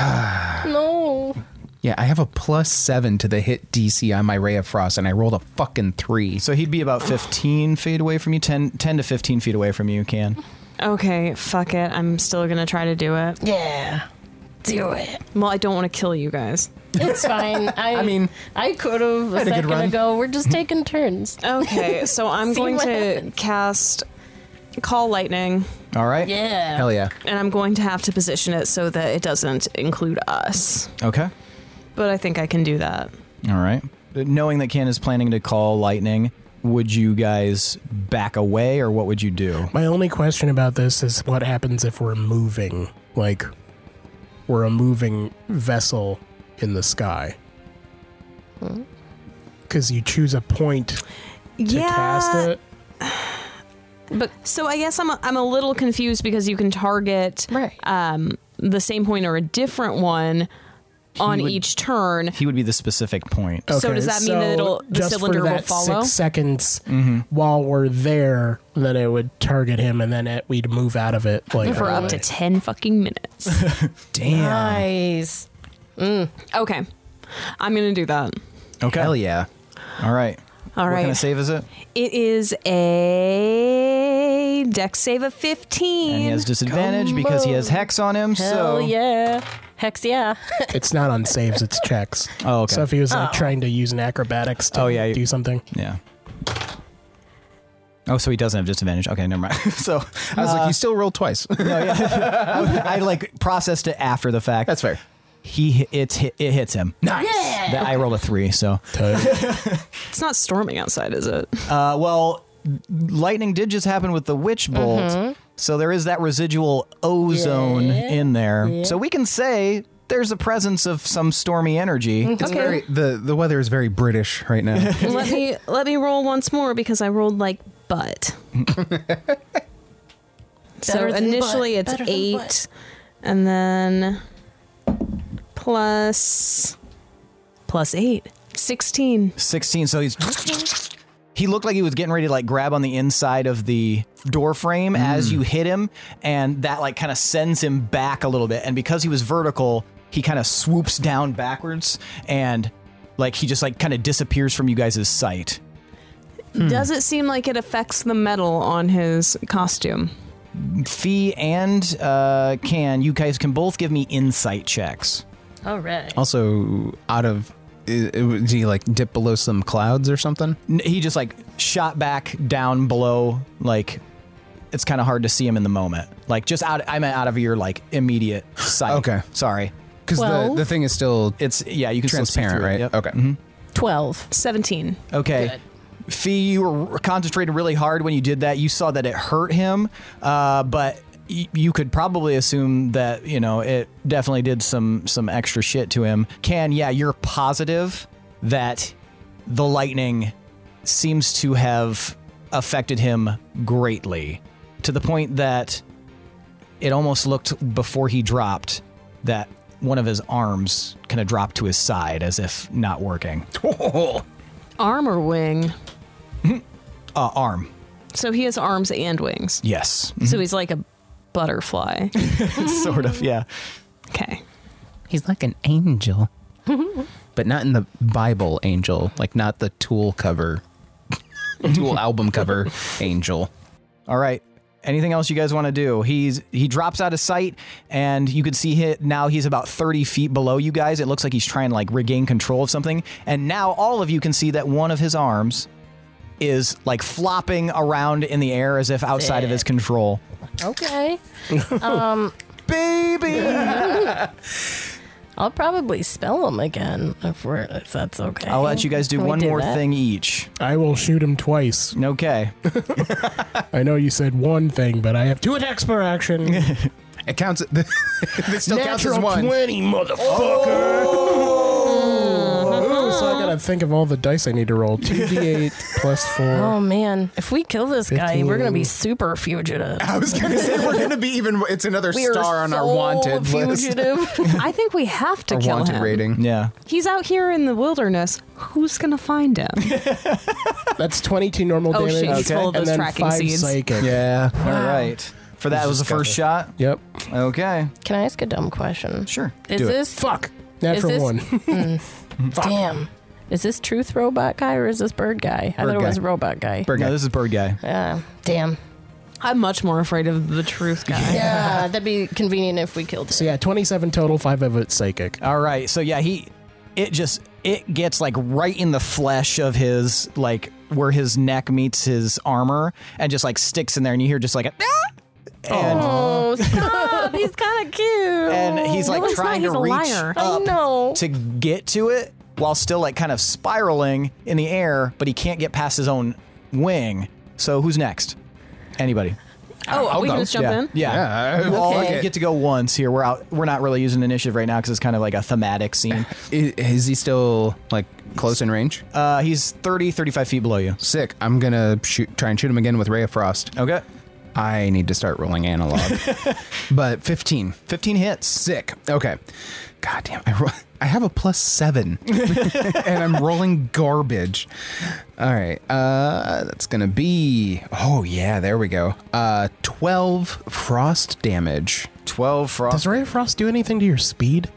Speaker 9: No.
Speaker 7: Yeah, I have a plus seven to the hit DC on my Ray of Frost, and I rolled a fucking three.
Speaker 2: so he'd be about 15 feet away from you 10, 10 to 15 feet away from you can
Speaker 8: Okay, fuck it. I'm still gonna try to do it.
Speaker 9: Yeah.
Speaker 5: Do it.
Speaker 8: Well, I don't want to kill you guys.
Speaker 9: It's fine. I,
Speaker 7: mean,
Speaker 9: I could have a
Speaker 7: had a good
Speaker 9: second
Speaker 7: run.
Speaker 9: ago. We're just taking turns.
Speaker 8: Okay, so I'm
Speaker 9: See
Speaker 8: going
Speaker 9: what
Speaker 8: to
Speaker 9: happens.
Speaker 8: cast call lightning,
Speaker 2: all right
Speaker 9: Yeah.
Speaker 7: Hell yeah.
Speaker 8: and I'm going to have to position it so that it doesn't include us.
Speaker 2: okay
Speaker 8: But I think I can do that.
Speaker 2: All right. Knowing that Ken is planning to call lightning, would you guys back away or what would you do?
Speaker 1: My only question about this is what happens if we're moving? Like, we're a moving vessel in the sky.
Speaker 8: Hmm?
Speaker 1: Because you choose a point to cast it.
Speaker 8: But so I guess I'm a, I'm a little confused because you can target
Speaker 9: Right.
Speaker 8: um, the same point or a different one on
Speaker 2: would-
Speaker 8: each turn.
Speaker 2: He would be the specific
Speaker 1: Uh,
Speaker 2: point.
Speaker 8: So does that mean that it'll- the
Speaker 1: just
Speaker 8: cylinder
Speaker 1: for
Speaker 8: will
Speaker 1: that
Speaker 8: follow?
Speaker 1: Six seconds
Speaker 2: Mm-hmm.
Speaker 1: while we're there, then it would target him, and then it, we'd move out of it. Like
Speaker 8: for up to 10 fucking minutes.
Speaker 2: Damn.
Speaker 9: Nice.
Speaker 8: okay. I'm going to do that.
Speaker 2: Okay.
Speaker 7: Hell yeah.
Speaker 2: All right.
Speaker 8: All
Speaker 2: what
Speaker 8: right.
Speaker 2: kind of save is it?
Speaker 8: It is a deck save of 15.
Speaker 2: And he has disadvantage because he has hex on him.
Speaker 9: Hell
Speaker 2: so
Speaker 9: yeah. Hex yeah.
Speaker 1: it's not on saves; it's checks.
Speaker 2: Oh, okay.
Speaker 1: So if he was like trying to use an acrobatics to
Speaker 2: Oh, yeah, you-
Speaker 1: do something,
Speaker 2: yeah. Oh, so he doesn't have disadvantage. Okay, never mind. so
Speaker 7: I was like, you still rolled twice.
Speaker 2: no, yeah. I like processed it after the fact.
Speaker 7: That's fair.
Speaker 2: He it's it hits him. Nice. That, I rolled a three. So
Speaker 8: It's not storming outside, is it?
Speaker 2: Uh, well, lightning did just happen with the witch bolt, so there is that residual ozone in there. So we can say there's a presence of some stormy energy.
Speaker 8: Mm-hmm.
Speaker 7: It's very the the weather is very British right now.
Speaker 8: let me let me roll once more because I rolled like butt. so
Speaker 5: Better than
Speaker 8: initially
Speaker 5: butt.
Speaker 8: it's
Speaker 5: Better than
Speaker 8: eight, and then plus plus eight. 16.
Speaker 2: 16 so he's he looked like he was getting ready to like grab on the inside of the door frame as you hit him and that like kind of sends him back a little bit and because he was vertical he kind of swoops down backwards and like he just like kind of disappears from you guys' sight Hmm.
Speaker 8: Does it seem like it affects the metal on his costume?
Speaker 2: fee and uh can you guys can both give me insight checks
Speaker 9: All right.
Speaker 7: also, out of i- i- did he like dip below some clouds or something?
Speaker 2: N- he just like shot back down below like it's kind of hard to see him in the moment like just out i meant out of your like immediate sight
Speaker 7: Okay.
Speaker 2: sorry
Speaker 7: Because the,
Speaker 9: Twelve.
Speaker 7: the thing is still Mm-hmm.
Speaker 2: it's yeah you can still see
Speaker 7: transparent,
Speaker 2: through it.
Speaker 7: right?
Speaker 2: Yep.
Speaker 7: Okay.
Speaker 9: 12.
Speaker 8: 17.
Speaker 2: okay fee you were concentrated really hard when you did that you saw that it hurt him uh, but y- you could probably assume that you know it definitely did some some extra shit to him can yeah you're positive that the lightning seems to have affected him greatly to the point that it almost looked before he dropped that one of his arms kind of dropped to his side as if not working.
Speaker 8: Armor wing.
Speaker 2: Uh, arm.
Speaker 8: So he has arms and wings.
Speaker 2: Yes.
Speaker 8: So he's like a butterfly.
Speaker 2: sort of, yeah.
Speaker 8: Okay.
Speaker 7: He's like an angel, but not in the Bible angel, like not the Tool cover, Tool album cover angel.
Speaker 2: All right. Anything else you guys want to do? He's he drops out of sight, and you can see hit now. He's about thirty feet below you guys. It looks like he's trying to like regain control of something, and now all of you can see that one of his arms is like flopping around in the air as if outside of his control.
Speaker 9: Okay. um,
Speaker 2: Baby.
Speaker 9: I'll probably spell him again if we're if that's okay.
Speaker 2: I'll let you guys do
Speaker 9: Can we
Speaker 2: one more
Speaker 9: that?
Speaker 2: thing each.
Speaker 1: I will shoot him twice.
Speaker 2: Okay.
Speaker 1: I know you said one thing, but I have two attacks per action.
Speaker 7: It counts. It still counts as
Speaker 1: Natural
Speaker 7: one.
Speaker 1: 20, motherfucker. Ooh, so I gotta think of all the dice I need to roll. 2d8 plus 4.
Speaker 9: Oh man, if we kill this guy, we're gonna be
Speaker 1: 15.
Speaker 9: super fugitive.
Speaker 7: I was gonna say we're gonna be even. It's another
Speaker 9: We are
Speaker 7: star on our
Speaker 9: so
Speaker 7: wanted list.
Speaker 9: fugitive.
Speaker 8: I think we have to
Speaker 7: Our
Speaker 8: kill
Speaker 7: wanted
Speaker 8: him.
Speaker 7: rating.
Speaker 2: Yeah.
Speaker 8: He's out here in the wilderness. Who's gonna find him?
Speaker 1: That's 22 normal
Speaker 8: Oh,
Speaker 1: damage.
Speaker 8: shit, he's full of
Speaker 1: and
Speaker 8: those
Speaker 1: then
Speaker 8: tracking
Speaker 1: 5
Speaker 8: seeds.
Speaker 1: psychic.
Speaker 2: Yeah. All right. For that was the first shot.
Speaker 1: Yep.
Speaker 2: Okay.
Speaker 9: Can I ask a dumb question?
Speaker 2: Sure.
Speaker 9: Is
Speaker 2: do it.
Speaker 9: this
Speaker 1: Fuck. Natural
Speaker 9: this-
Speaker 1: 1.
Speaker 9: Mm. damn? Is this truth robot guy or is this bird guy? I
Speaker 2: Bird
Speaker 9: thought it was
Speaker 2: guy.
Speaker 9: robot guy.
Speaker 2: Bird guy. No, this is bird guy.
Speaker 9: Uh, damn.
Speaker 8: I'm much more afraid of the truth guy.
Speaker 9: Yeah, that'd be convenient if we killed
Speaker 1: So
Speaker 9: him.
Speaker 1: yeah, 27 total, 5 of it psychic.
Speaker 2: All right. So yeah, he it just it gets like right in the flesh of his like where his neck meets his armor and just like sticks in there and you hear just like a and
Speaker 9: Oh, stop! He's kind of cute.
Speaker 2: and he's like
Speaker 8: No, he's not.
Speaker 2: trying
Speaker 8: He's
Speaker 2: to
Speaker 8: a
Speaker 2: reach
Speaker 8: liar.
Speaker 9: I
Speaker 2: up
Speaker 9: know.
Speaker 2: to get to it while still like kind of spiraling in the air, but he can't get past his own wing. So who's next? Anybody?
Speaker 8: Oh, are we
Speaker 7: go.
Speaker 8: gonna jump
Speaker 2: yeah.
Speaker 8: in?
Speaker 2: Yeah.
Speaker 7: Yeah, I-
Speaker 2: All
Speaker 7: Okay.
Speaker 2: get to go once here. We're out. We're not really using initiative right now because it's kind of like a thematic scene.
Speaker 7: Is, is he still like close in range?
Speaker 2: Uh, he's 30, 35 feet below you.
Speaker 7: Sick. I'm gonna shoot. Try and shoot him again with Ray of Frost.
Speaker 2: Okay.
Speaker 7: I need to start rolling analog. but 15.
Speaker 2: 15 hits.
Speaker 7: Sick. Okay. God damn. I, ro- I have a plus seven and I'm rolling garbage. All right. Uh, that's going to be. Oh, yeah. There we go. Uh, 12 frost damage.
Speaker 2: 12 frost.
Speaker 1: Does Ray of Frost do anything to your speed?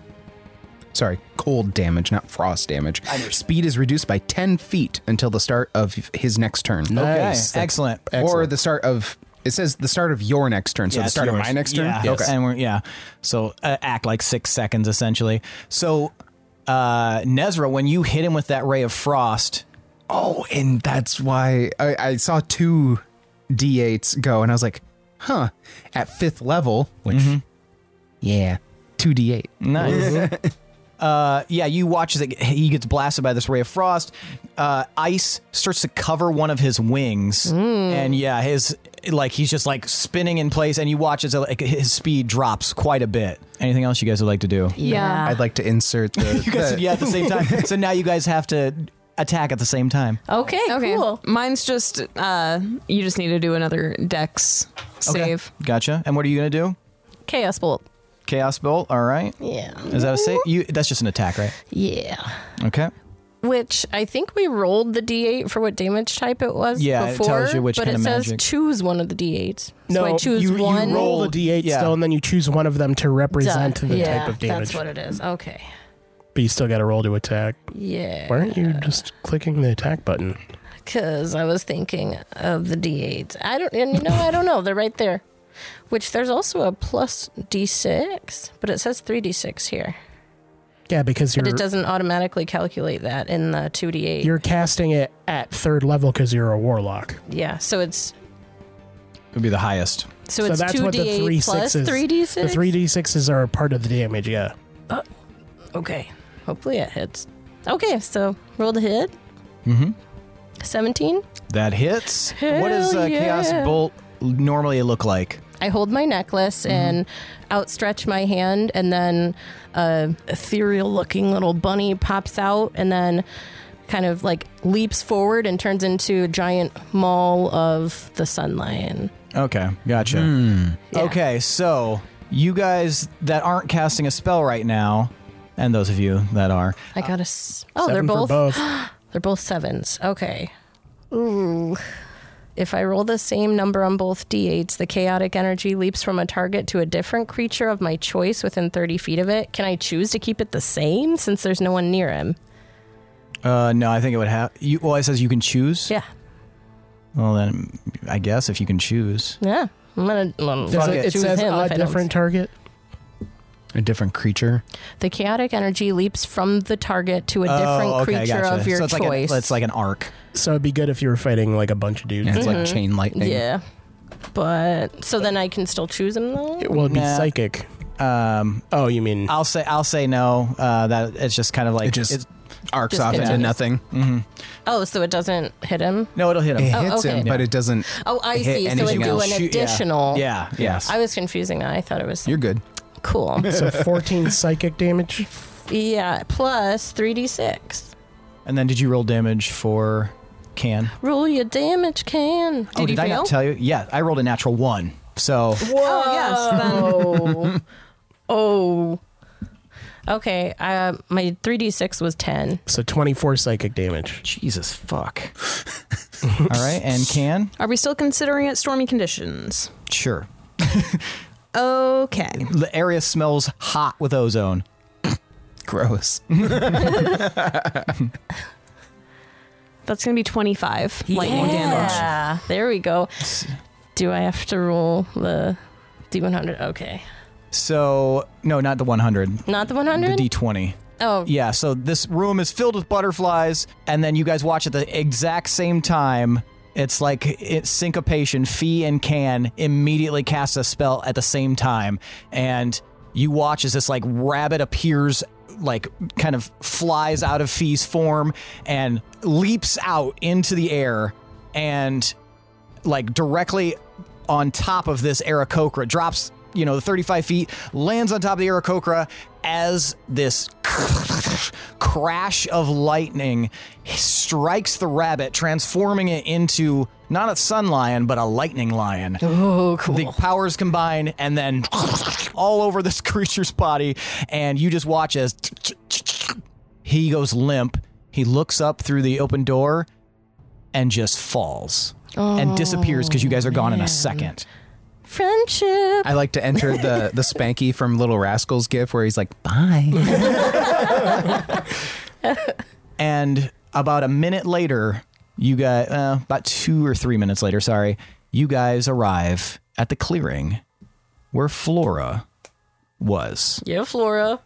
Speaker 7: Sorry, cold damage, not frost damage. Speed is reduced by 10 feet until the start of his next turn.
Speaker 2: Okay.
Speaker 1: Nice.
Speaker 2: Excellent.
Speaker 7: Or
Speaker 1: Excellent.
Speaker 7: the start of. It says the start of your next turn. So
Speaker 2: Yeah,
Speaker 7: the
Speaker 2: it's
Speaker 7: start of
Speaker 2: yours.
Speaker 7: my next turn?
Speaker 2: Yeah.
Speaker 7: Okay.
Speaker 2: And we're, yeah. So uh, act like six seconds essentially. So uh, Nezra, when you hit him with that ray of frost,
Speaker 7: Oh, and that's why I, I saw two D8s go, and I was like, huh, at fifth level, which, yeah, two D8.
Speaker 2: Nice. Uh, yeah, you watch as it, he gets blasted by this ray of frost. Uh, ice starts to cover one of his wings, and yeah, his like he's just like spinning in place. And you watch as like, his speed drops quite a bit. Anything else you guys would like to do?
Speaker 9: Ah.
Speaker 8: Yeah.
Speaker 7: I'd like to insert the.
Speaker 2: You guys said
Speaker 7: the-
Speaker 2: yeah at the same time. so now you guys have to attack at the same time.
Speaker 9: Okay,
Speaker 8: Okay.
Speaker 9: cool.
Speaker 8: Mine's just uh you just need to do another dex save.
Speaker 2: Gotcha. And what are you gonna do?
Speaker 9: Chaos bolt.
Speaker 2: Chaos bolt. All right.
Speaker 9: Yeah.
Speaker 2: Is that a save? You that's just an attack, right?
Speaker 9: Yeah.
Speaker 2: Okay.
Speaker 9: Which I think we rolled the d8 for what damage type it was
Speaker 2: Yeah, it
Speaker 9: before.
Speaker 2: tells you which
Speaker 9: but
Speaker 2: kind
Speaker 9: it
Speaker 2: of
Speaker 9: says
Speaker 2: magic.
Speaker 9: choose one of the d8s. so I choose
Speaker 1: you,
Speaker 9: one.
Speaker 1: you roll the d8
Speaker 2: Yeah.
Speaker 1: still, and then you choose one of them to represent
Speaker 9: Duh.
Speaker 1: the
Speaker 9: yeah,
Speaker 1: type of damage.
Speaker 9: That's what it is. Okay.
Speaker 1: but you still gotta roll to attack. Why
Speaker 9: Yeah.
Speaker 1: aren't you just clicking the attack button?
Speaker 9: Because I was thinking of the d8s. I don't, and you know, I don't know. They're right there. Which there's also a plus d6, but it says 3d6 here.
Speaker 1: Yeah, because you're
Speaker 9: But it doesn't automatically calculate that in the 2d8.
Speaker 1: you're casting it at third level because you're a warlock.
Speaker 9: Yeah, so it's
Speaker 2: It would be the highest.
Speaker 9: so,
Speaker 1: So
Speaker 9: it's
Speaker 1: that's
Speaker 9: two
Speaker 1: what the
Speaker 9: d
Speaker 1: three
Speaker 9: eight plus
Speaker 1: sixes-
Speaker 9: three d six.
Speaker 1: The three d sixes are a part of the damage. Yeah.
Speaker 9: Okay, hopefully it hits. Okay, so roll the hit.
Speaker 2: Mm-hmm.
Speaker 9: Seventeen.
Speaker 2: That hits. what does
Speaker 9: Hell
Speaker 2: uh,
Speaker 9: yeah.
Speaker 2: chaos bolt normally look like?
Speaker 9: I hold my necklace and outstretch my hand, and then a ethereal-looking little bunny pops out, and then kind of like leaps forward and turns into a giant maul of the sun lion.
Speaker 2: Okay, gotcha.
Speaker 9: Hmm. Yeah.
Speaker 2: Okay, so you guys that aren't casting a spell right now, and those of you that are,
Speaker 9: I got a. S- oh,
Speaker 1: Seven
Speaker 9: they're
Speaker 1: for
Speaker 9: both
Speaker 1: both.
Speaker 9: They're both sevens. Okay. Ooh. If I roll the same number on both d8s, the chaotic energy leaps from a target to a different creature of my choice within 30 feet of it. Can I choose to keep it the same since there's no one near him?
Speaker 2: uh, no, I think it would have. You, well, it says you can choose.
Speaker 9: Yeah.
Speaker 2: Well, then I guess if you can choose,
Speaker 9: Yeah. I'm gonna, I'm gonna
Speaker 1: Does
Speaker 2: Fuck
Speaker 1: it,
Speaker 2: it.
Speaker 1: it
Speaker 9: choose
Speaker 1: says
Speaker 9: him
Speaker 1: a
Speaker 9: if I don't-
Speaker 1: different target.
Speaker 7: A different creature.
Speaker 9: The chaotic energy leaps from the target to a different
Speaker 2: Oh, okay,
Speaker 9: creature
Speaker 2: gotcha.
Speaker 9: of your
Speaker 2: so it's Like
Speaker 9: choice.
Speaker 2: a, it's like an arc.
Speaker 1: So it'd be good if you were fighting like a bunch of dudes.
Speaker 7: Yeah, it's like chain lightning.
Speaker 9: Mm-hmm. yeah, but so then I can still choose him though.
Speaker 1: It would be
Speaker 2: Nah.
Speaker 1: psychic.
Speaker 2: Um,
Speaker 1: Oh, you mean
Speaker 2: I'll say I'll say no. Uh, that it's just kind of like
Speaker 7: It just
Speaker 2: it's- mm-hmm.
Speaker 7: arcs
Speaker 9: Just
Speaker 7: off
Speaker 9: gonna-
Speaker 7: into nothing.
Speaker 9: Oh, so it doesn't hit him.
Speaker 2: no, it'll hit him.
Speaker 7: It
Speaker 9: Oh,
Speaker 7: hits
Speaker 9: okay.
Speaker 7: him, but it doesn't.
Speaker 9: Oh, I
Speaker 7: Hit
Speaker 9: see. So it'd
Speaker 7: anything
Speaker 9: do
Speaker 7: else.
Speaker 9: an
Speaker 2: Shoot, yeah.
Speaker 9: additional.
Speaker 2: Yeah. Yes.
Speaker 9: Oh. I was confusing that. I thought it was
Speaker 7: You're good.
Speaker 9: cool.
Speaker 1: so 14 psychic damage?
Speaker 9: yeah, plus three d six.
Speaker 2: And then did you roll damage for can?
Speaker 9: Roll your damage can.
Speaker 2: oh,
Speaker 8: you
Speaker 2: did I
Speaker 8: fail?
Speaker 2: not tell you? Yeah, I rolled a natural one. So
Speaker 9: Oh yes. Then. oh. Okay. Uh, my three d six was ten.
Speaker 1: So 24 psychic damage.
Speaker 2: Jesus fuck. All right, and can
Speaker 8: Are we still considering it stormy conditions?
Speaker 2: sure.
Speaker 8: Okay.
Speaker 2: The area smells hot with ozone.
Speaker 7: Gross.
Speaker 8: That's going to be 25 lightning damage.
Speaker 9: Yeah. There we go. Do I have to roll the D one hundred? Okay.
Speaker 2: So no, not the one hundred.
Speaker 9: Not the one
Speaker 2: The
Speaker 9: hundred.
Speaker 2: D E twenty.
Speaker 9: oh.
Speaker 2: Yeah, so this room is filled with butterflies, and then you guys watch at the exact same time. It's like it's syncopation. Fee and Can immediately cast a spell at the same time, and you watch as this like rabbit appears, like kind of flies out of Fee's form and leaps out into the air, and like directly on top of this Aarakocra, drops, you know, the 35 feet, lands on top of the Aarakocra as this crash of lightning strikes the rabbit, transforming it into not a sun lion, but a lightning lion. Oh, cool. The powers combine and then all over this creature's body, and you just watch as he goes limp. He looks up through the open door and just falls and disappears because you guys are gone in a second.
Speaker 9: Friendship.
Speaker 7: I like to enter the the Spanky from Little Rascals gif where he's like, "Bye."
Speaker 2: And about a minute later, you guys, uh, about two or three minutes later, sorry, you guys arrive at the clearing where Flora was.
Speaker 9: yeah, Flora.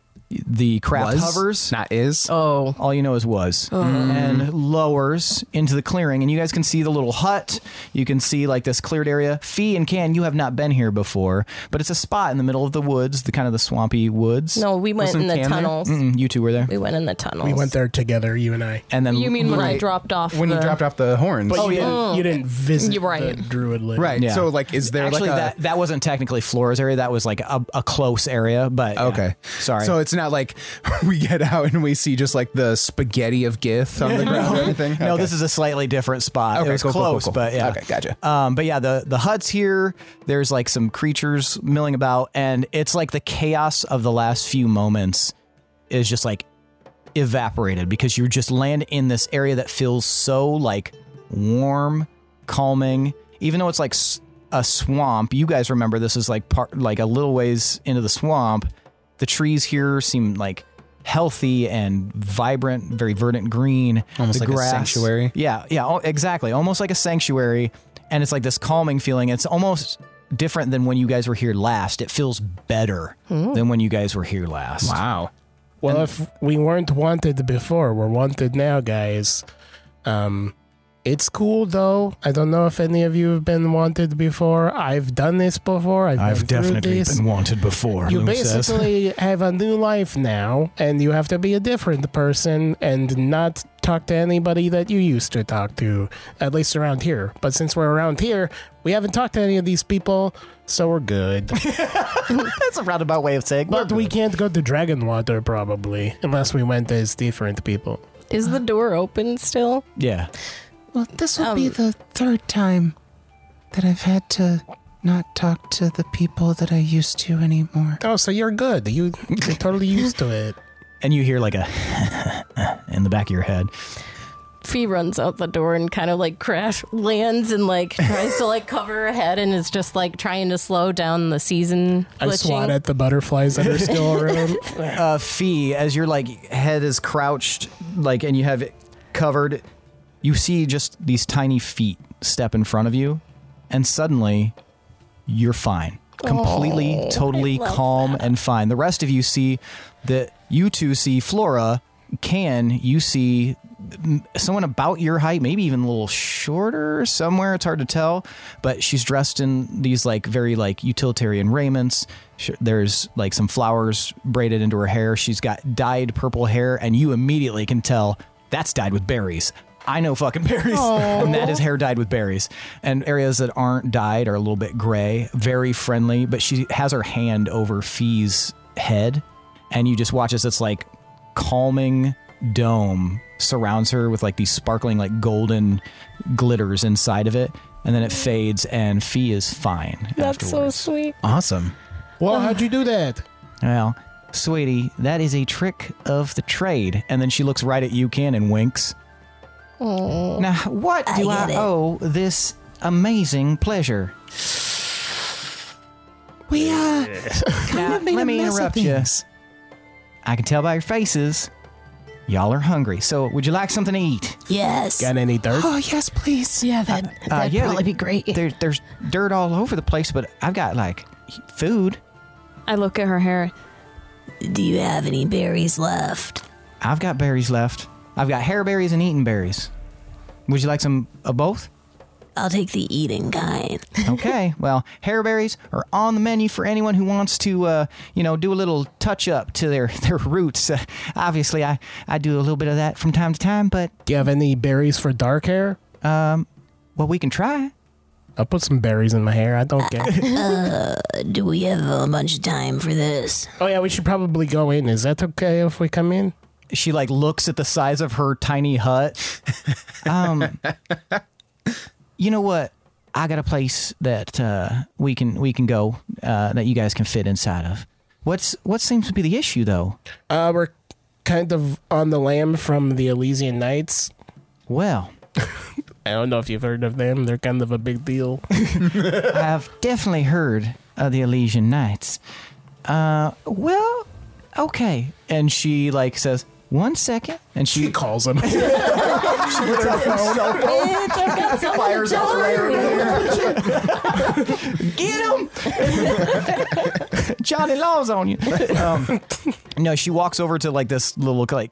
Speaker 2: The craft
Speaker 7: Was,
Speaker 2: hovers.
Speaker 7: not is.
Speaker 9: Oh.
Speaker 2: All you know is was. And lowers into the clearing. And you guys can see the little hut. You can see like this cleared area. Fee and Can, you have not been here before, but it's a spot in the middle of the woods, the kind of the swampy woods.
Speaker 9: No, we went in the tunnels.
Speaker 2: Mm-mm, Mm-hmm. you two were there.
Speaker 9: We went in the tunnels.
Speaker 1: We went there together, you and I.
Speaker 2: And then
Speaker 8: You mean when I
Speaker 7: Right.
Speaker 8: dropped off
Speaker 7: When
Speaker 8: the,
Speaker 7: you dropped off the horns,
Speaker 9: Oh,
Speaker 1: But you,
Speaker 2: yeah.
Speaker 1: didn't, you
Speaker 9: Mm.
Speaker 1: didn't visit
Speaker 8: You're right.
Speaker 1: the druid lady.
Speaker 7: right?
Speaker 2: Yeah.
Speaker 7: So like, is there
Speaker 2: Actually,
Speaker 7: like a
Speaker 2: that that wasn't technically Flora's area. That was like a, a close area, but yeah.
Speaker 7: Okay.
Speaker 2: sorry.
Speaker 7: So it's not like we get out and we see just like the spaghetti of Gith on the ground or anything.
Speaker 2: no,
Speaker 7: Okay.
Speaker 2: this is a slightly different spot.
Speaker 7: Okay,
Speaker 2: it was
Speaker 7: cool, cool, cool,
Speaker 2: close,
Speaker 7: cool.
Speaker 2: but yeah,
Speaker 7: Okay, gotcha.
Speaker 2: Um, but yeah, the the huts here. There's like some creatures milling about, and it's like the chaos of the last few moments is just like evaporated because you just land in this area that feels so like warm, calming. Even though it's like s- a swamp, you guys remember this is like part like a little ways into the swamp. The trees here seem like healthy and vibrant, very verdant green.
Speaker 7: Almost
Speaker 2: The
Speaker 7: like a
Speaker 2: grass-
Speaker 7: sanctuary.
Speaker 2: Yeah, yeah, al- exactly. Almost like a sanctuary, and it's like this calming feeling. It's almost different than when you guys were here last. It feels better than when you guys were here last.
Speaker 7: wow.
Speaker 1: Well, if we weren't wanted before, we're wanted now, guys. Um, it's cool though. I don't know if any of you have been wanted before. I've done this before. I've,
Speaker 10: I've
Speaker 1: been through
Speaker 10: definitely
Speaker 1: this.
Speaker 10: been wanted before.
Speaker 1: You
Speaker 10: Loom says.
Speaker 1: basically have a new life now, and you have to be a different person and not talk to anybody that you used to talk to, at least around here. But since we're around here, we haven't talked to any of these people, so we're good.
Speaker 2: That's a roundabout way of saying.
Speaker 1: but we can't go to Dragon Water probably, unless we went as different people.
Speaker 9: Is the door open still?
Speaker 2: yeah.
Speaker 4: Well, this will be
Speaker 9: Um,
Speaker 4: the third time that I've had to not talk to the people that I used to anymore.
Speaker 1: Oh, so you're good. You, you're totally used to it.
Speaker 2: and you hear like a in the back of your head.
Speaker 9: Fee runs out the door and kind of like crash lands and like tries to like cover her head and is just like trying to slow down the season.
Speaker 1: I
Speaker 9: glitching.
Speaker 1: swat at the butterflies that are still around.
Speaker 2: Uh, Fee, as your like head is crouched, like and you have it covered, you see just these tiny feet step in front of you, and suddenly you're fine. Completely, totally calm and fine. The rest of you see that you two see Flora. Can you see m- someone about your height, maybe even a little shorter somewhere? It's hard to tell, but she's dressed in these like very like utilitarian raiments. Sh- There's like some flowers braided into her hair. She's got dyed purple hair, and you immediately can tell that's dyed with berries. I know fucking berries. and that is hair dyed with berries. And areas that aren't dyed are a little bit gray, very friendly, but she has her hand over Fee's head. And you just watch as this like calming dome surrounds her with like these sparkling, like golden glitters inside of it. And then it fades, and Fee is fine.
Speaker 11: That's so
Speaker 2: afterwards.
Speaker 11: sweet.
Speaker 7: Awesome.
Speaker 1: Well, how'd you do that?
Speaker 2: Well, sweetie, that is a trick of the trade. And then she looks right at you, Ken, and winks. Now, what do
Speaker 5: I
Speaker 2: I,
Speaker 5: get it.
Speaker 2: owe this amazing pleasure?
Speaker 4: We, uh, kind
Speaker 2: Now,
Speaker 4: of made
Speaker 2: let
Speaker 4: a
Speaker 2: me
Speaker 4: mess
Speaker 2: interrupt
Speaker 4: of
Speaker 2: you.
Speaker 4: things.
Speaker 2: I can tell by your faces, y'all are hungry. So, would you like something to eat?
Speaker 5: Yes.
Speaker 1: Got any dirt?
Speaker 4: Oh, yes, please.
Speaker 5: Yeah, that,
Speaker 2: Uh, yeah,
Speaker 5: probably be great.
Speaker 2: There, there's dirt all over the place, but I've got like food.
Speaker 8: I look at her hair.
Speaker 5: Do you have any berries left?
Speaker 2: I've got berries left. I've got hair berries and eating berries. Would you like some of both?
Speaker 5: I'll take the eating kind.
Speaker 2: Okay, well, hairberries are on the menu for anyone who wants to, uh, you know, do a little touch up to their their roots. Uh, obviously, I I do a little bit of that from time to time, but
Speaker 1: Do you have any berries for dark hair?
Speaker 2: well, we can try.
Speaker 1: I'll put some berries in my hair. I don't care.
Speaker 5: Uh, Do we have a bunch of time for this?
Speaker 1: oh yeah, we should probably go in. Is that okay if we come in?
Speaker 2: She like looks at the size of her tiny hut. Um, you know what? I got a place that uh, we can we can go uh, that you guys can fit inside of. What's what seems to be the issue though?
Speaker 1: Uh, we're kind of on the lamb from the Elysian Knights.
Speaker 2: Well,
Speaker 1: I don't know if you've heard of them. They're kind of a big deal.
Speaker 2: I've definitely heard of the Elysian Knights. Uh, well, okay. And she like says, one second, and she
Speaker 1: calls them.
Speaker 7: Fires out
Speaker 2: get him. Johnny Law's on you. Um, no, she walks over to like this little like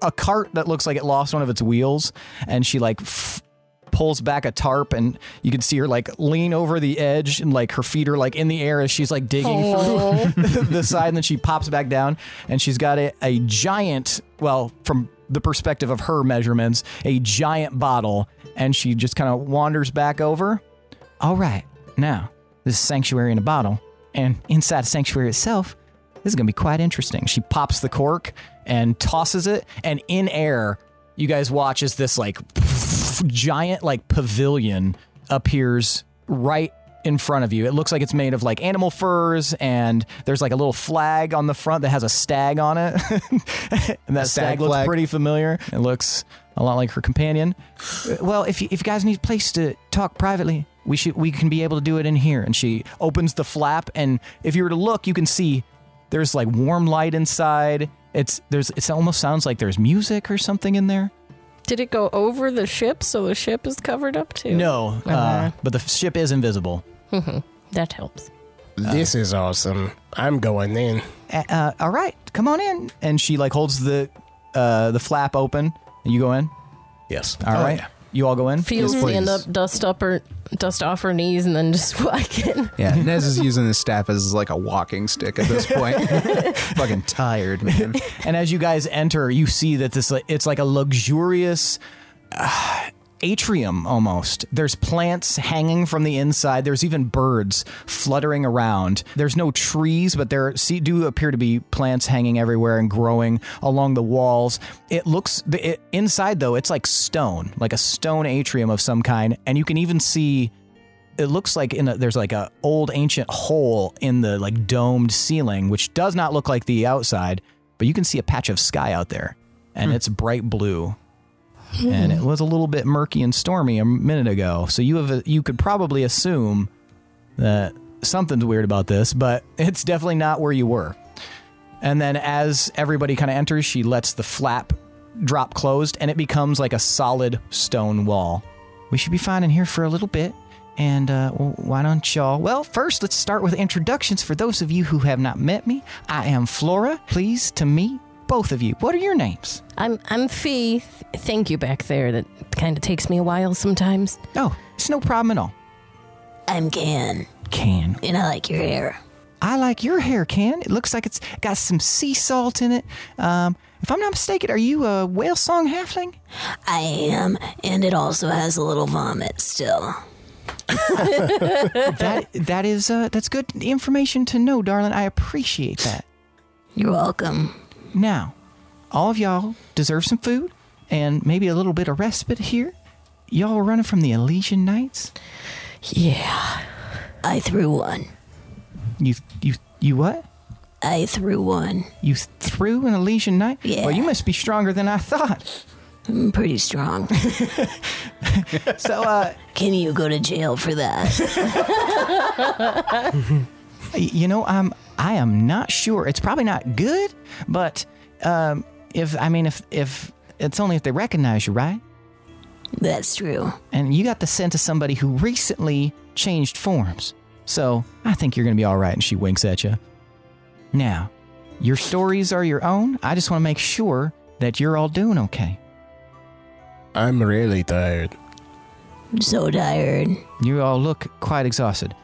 Speaker 2: a cart that looks like it lost one of its wheels, and she like. F- pulls back a tarp and you can see her like lean over the edge and like her feet are like in the air as she's like digging through the side and then she pops back down and she's got a, a giant well from the perspective of her measurements a giant bottle and she just kind of wanders back over all right, now, this is Sanctuary in a Bottle. And inside Sanctuary itself, this is going to be quite interesting. She pops the cork and tosses it. And in air, you guys watch as this like giant like pavilion appears right in front of you. It looks like it's made of like animal furs and there's like a little flag on the front that has a stag on it. and that stag,
Speaker 7: stag
Speaker 2: looks
Speaker 7: flag.
Speaker 2: pretty familiar. It looks a lot like her companion. Uh, Well, if you, if you guys need a place to talk privately, we should we can be able to do it in here. And she opens the flap, and if you were to look, you can see there's like warm light inside. It's there's it almost sounds like there's music or something in there.
Speaker 11: Did it go over the ship so the ship is covered up too?
Speaker 2: No, uh, but the ship is invisible.
Speaker 9: That helps.
Speaker 1: this is awesome. I'm going in.
Speaker 2: Uh, uh, all right, come on in. And she like holds the uh, the flap open, and you go in.
Speaker 1: Yes.
Speaker 7: Oh,
Speaker 2: All right, you all go in.
Speaker 9: Feel
Speaker 7: Yes,
Speaker 9: stand
Speaker 7: please.
Speaker 9: up, dust up her, dust off her knees, and then just walk in.
Speaker 7: Yeah, Nez is using his staff as like a walking stick at this point. Fucking tired, man.
Speaker 2: And as you guys enter, you see that this like, it's like a luxurious uh, atrium almost. There's plants hanging from the inside. There's even birds fluttering around. There's no trees, but there see, do appear to be plants hanging everywhere and growing along the walls. It looks the- it, inside though, it's like stone, like a stone atrium of some kind, and you can even see it looks like in a, there's like a old ancient hole in the like domed ceiling, which does not look like the outside, but you can see a patch of sky out there, and it's bright blue. And it was a little bit murky and stormy a minute ago, so you have you could probably assume that something's weird about this, but it's definitely not where you were. And then as everybody kind of enters, she lets the flap drop closed and it becomes like a solid stone wall. We should be fine in here for a little bit. And uh, w- why don't y'all? Well, first, let's start with introductions for those of you who have not met me. I am Flora. Pleased to meet both of you. What are your names?
Speaker 9: I'm I'm Fee. Th- Thank you back there. That kind of takes me a while sometimes.
Speaker 2: Oh, it's no problem at all.
Speaker 5: I'm Can.
Speaker 2: Can.
Speaker 5: And I like your hair.
Speaker 2: I like your hair, Can. It looks like it's got some sea salt in it. Um, if I'm not mistaken, are you a whale song halfling?
Speaker 5: I am, and it also has a little vomit still.
Speaker 2: that that is uh, that's good information to know, darling. I appreciate that.
Speaker 5: You're welcome.
Speaker 2: Now, all of y'all deserve some food and maybe a little bit of respite here. Y'all were running from the Elysian Knights.
Speaker 5: Yeah. I threw one.
Speaker 2: You you you what?
Speaker 5: I threw one.
Speaker 2: You threw an Elysian Knight?
Speaker 5: Yeah.
Speaker 2: Well, you must be stronger than I thought.
Speaker 5: I'm pretty strong.
Speaker 2: so, uh.
Speaker 5: Can you go to jail for that?
Speaker 2: You know, I'm I am not sure. It's probably not good, but um, if I mean if if it's only if they recognize you, right?
Speaker 5: That's true.
Speaker 2: And you got the scent of somebody who recently changed forms. So I think you're gonna be all right. And she winks at you. Now, your stories are your own. I just want to make sure that you're all doing okay.
Speaker 1: I'm really tired.
Speaker 5: I'm so tired.
Speaker 2: You all look quite exhausted.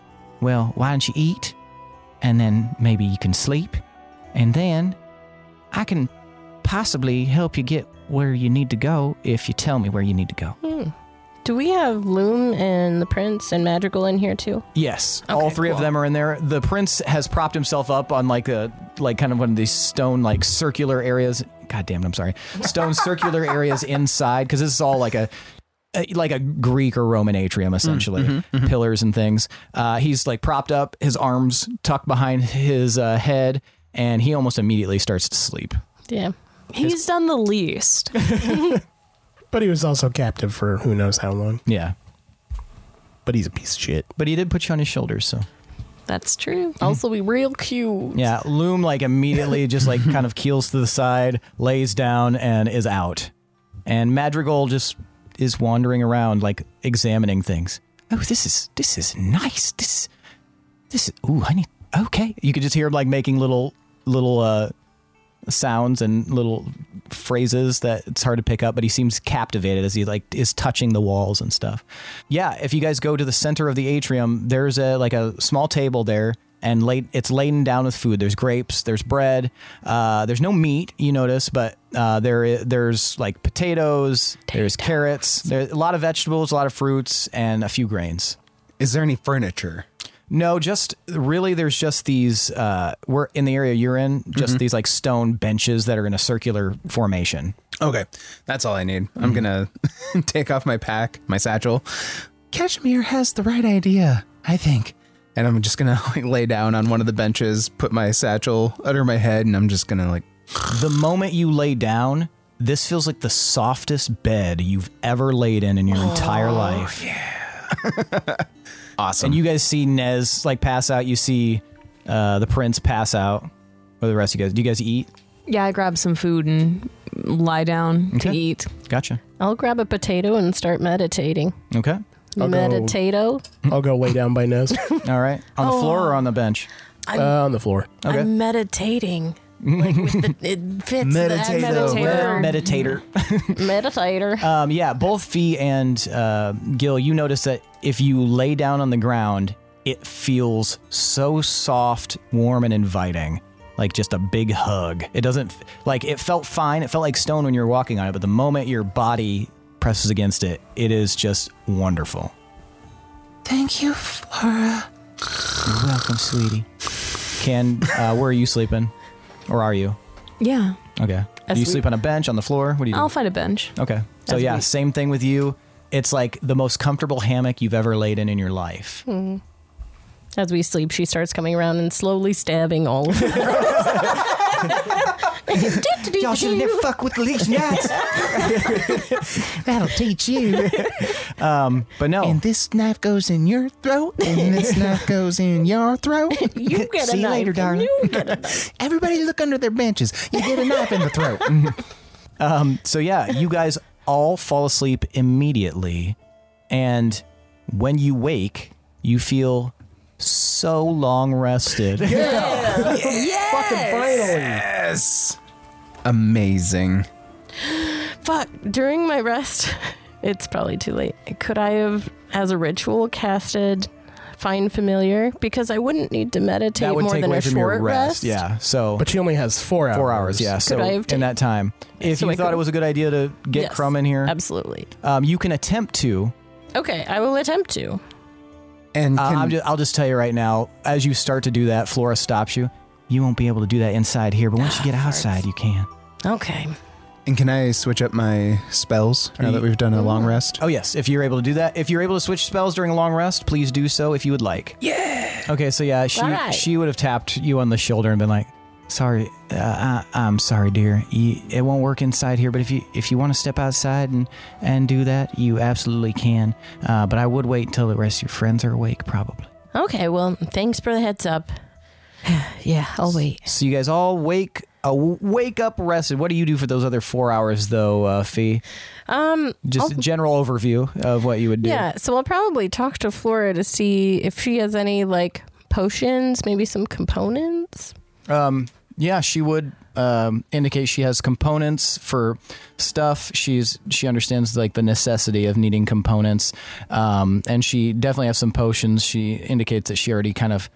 Speaker 2: Well, why don't you eat? And then maybe you can sleep. And then I can possibly help you get where you need to go if you tell me where you need to go.
Speaker 9: Hmm. Do we have Loom and the Prince and Madrigal in here too?
Speaker 2: Yes, all three of them are in there. The prince has propped himself up on like a like kind of one of these stone like circular areas. God damn it, I'm sorry. Stone circular areas inside because this is all like a a- like a Greek or Roman atrium, essentially,
Speaker 7: mhm, mhm.
Speaker 2: pillars and things. Uh, he's like propped up, his arms tucked behind his uh, head, and he almost immediately starts to sleep.
Speaker 11: Damn. He's done the least.
Speaker 1: But he was also captive for who knows how long.
Speaker 2: Yeah.
Speaker 1: But he's a piece of shit.
Speaker 2: But he did put you on his shoulders, so.
Speaker 11: That's true. Also, we real cute.
Speaker 2: Yeah, Loom like immediately just like kind of keels to the side, lays down, and is out. And Madrigal just is wandering around, like examining things. Oh, this is this is nice. This this is ooh, honey. Okay, you could just hear him like making little little uh sounds and little phrases that it's hard to pick up but he seems captivated as he like is touching the walls and stuff yeah if you guys go to the center of the atrium there's a like a small table there and laid, it's laden down with food there's grapes there's bread uh, there's no meat you notice but uh, there i- there's like potatoes there's carrots there's a lot of vegetables a lot of fruits and a few grains
Speaker 7: is there any furniture
Speaker 2: no, just really, there's just these. Uh, we're in the area you're in, just
Speaker 7: Mhm.
Speaker 2: these like stone benches that are in a circular formation.
Speaker 7: Okay, that's all I need. I'm gonna take off my pack, my satchel,
Speaker 4: Kashmir has the right idea, I think.
Speaker 7: and I'm just gonna like lay down on one of the benches, put my satchel under my head, and I'm just gonna like.
Speaker 2: The moment you lay down, this feels like the softest bed you've ever laid in in your entire life.
Speaker 7: awesome.
Speaker 2: And you guys see Nez like pass out. You see uh, the prince pass out. Or the rest of you guys. Do you guys eat?
Speaker 11: Yeah, I grab some food and lie down to eat.
Speaker 2: Gotcha.
Speaker 9: I'll grab a potato and start meditating.
Speaker 2: Okay.
Speaker 1: I'll go-
Speaker 9: Meditato.
Speaker 1: I'll go way down by nose.
Speaker 2: All right. On the
Speaker 9: Oh.
Speaker 2: floor or on the bench?
Speaker 9: I'm-
Speaker 1: uh, on the floor.
Speaker 9: I'm meditating. like with the, it fits
Speaker 2: Meditator.
Speaker 9: the
Speaker 2: Meditator.
Speaker 9: meditator.
Speaker 2: Um, yeah, both Fee and uh, Gil, you notice that if you lay down on the ground, it feels so soft, warm, and inviting. Like just a big hug. It doesn't, like, it felt fine. It felt like stone when you were walking on it, but the moment your body presses against it, it is just wonderful.
Speaker 4: Thank you, Flora.
Speaker 2: You're welcome, sweetie. Can, uh, where are you sleeping? Or are you?
Speaker 11: Yeah.
Speaker 2: Okay.
Speaker 11: I
Speaker 2: Do you
Speaker 11: sleep-
Speaker 2: sleep on a bench, on the floor? What do you do?
Speaker 11: I'll find a bench.
Speaker 2: Okay. So
Speaker 11: That's
Speaker 2: yeah,
Speaker 11: sweet.
Speaker 2: same thing with you. It's like the most comfortable hammock you've ever laid in in your life.
Speaker 9: Hmm. As we sleep, she starts coming around and slowly stabbing all of them.
Speaker 2: Y'all should never fuck with leech nuts.
Speaker 4: That'll teach you.
Speaker 2: Um, but no.
Speaker 4: And this knife goes in your throat, and this knife goes in your throat.
Speaker 9: You get a
Speaker 4: See you
Speaker 9: knife
Speaker 4: later,
Speaker 9: and
Speaker 4: darling.
Speaker 9: you
Speaker 4: Everybody look under their benches. You get a knife in the throat.
Speaker 2: Mm-hmm. um, so yeah, you guys all fall asleep immediately, and When you wake, you feel so long rested.
Speaker 7: Yeah.
Speaker 2: Yes.
Speaker 7: Amazing.
Speaker 11: Fuck, during my rest, it's probably too late. Could I have, as a ritual, casted Find Familiar? Because I wouldn't need to meditate
Speaker 2: That would
Speaker 11: more
Speaker 2: take
Speaker 11: than
Speaker 2: away
Speaker 11: a
Speaker 2: from
Speaker 11: short
Speaker 2: your rest. Yeah. So But
Speaker 1: she only has four hours.
Speaker 2: Four hours, yeah.
Speaker 11: Could
Speaker 2: so
Speaker 11: I have
Speaker 2: in
Speaker 11: taken-
Speaker 2: that time. If
Speaker 11: So
Speaker 2: you
Speaker 11: I
Speaker 2: thought
Speaker 11: could-
Speaker 2: it was a good idea to get
Speaker 11: Yes,
Speaker 2: Crumb in here.
Speaker 11: Absolutely.
Speaker 2: Um, you can attempt to.
Speaker 11: Okay, I will attempt to.
Speaker 7: And
Speaker 2: uh, I'm ju- I'll just tell you right now, as you start to do that, Flora stops you. You won't be able to do that inside here, but once you get outside, you can.
Speaker 11: Okay.
Speaker 7: And can I switch up my spells now that we've done a long rest?
Speaker 2: Oh yes, if you're able to do that, if you're able to switch spells during a long rest, please do so if you would like. Yeah. Okay, so yeah, she
Speaker 11: All right.
Speaker 2: she would have tapped you on the shoulder and been like, "Sorry, uh, I, I'm sorry, dear. You, it won't work inside here, but if you if you want to step outside and and do that, you absolutely can. Uh, but I would wait until the rest of your friends are awake, probably."
Speaker 9: Okay, well, thanks for the heads up. yeah, I'll Oh, wait.
Speaker 2: So you guys all wake uh, wake up rested. What do you do for those other four hours though, uh, Fee?
Speaker 11: Um,
Speaker 2: Just
Speaker 11: I'll-
Speaker 2: a general overview of what you would do.
Speaker 11: Yeah, so I'll probably talk to Flora to see if she has any like potions, maybe some components.
Speaker 2: Um, yeah, she would um, indicate she has components for stuff. She's she understands like the necessity of needing components, um, and she definitely has some potions. She indicates that she already kind of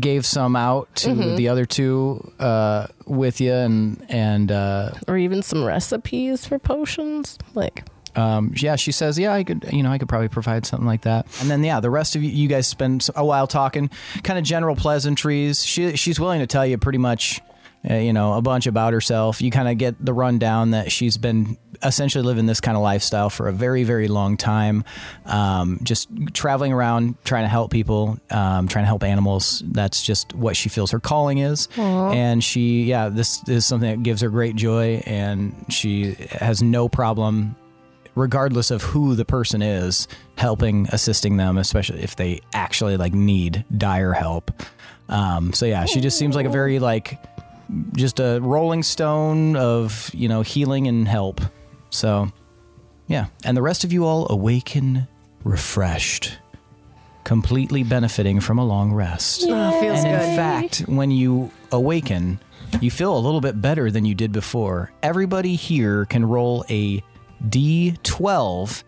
Speaker 2: gave some out to
Speaker 11: Mhm.
Speaker 2: the other two uh, with you, and and uh,
Speaker 11: or even some recipes for potions. Like,
Speaker 2: um, yeah, she says, yeah, I could, you know, I could probably provide something like that. And then, yeah, the rest of you, you guys spend s- a while talking, kind of general pleasantries. She, she's willing to tell you pretty much, uh, you know, a bunch about herself. You kind of get the rundown that she's been essentially living this kind of lifestyle for a very, very long time. Um, just traveling around, trying to help people, um, trying to help animals. That's just what she feels her calling is.
Speaker 11: Aw.
Speaker 2: And she, yeah, this is something that gives her great joy, and she has no problem regardless of who the person is helping assisting them especially if they actually like need dire help um, so yeah she just seems like a very like just a rolling stone of you know healing and help so yeah and the rest of you all awaken refreshed completely benefiting from a long rest
Speaker 8: Oh, feels
Speaker 2: and
Speaker 8: good.
Speaker 2: in fact when you awaken you feel a little bit better than you did before everybody here can roll a d12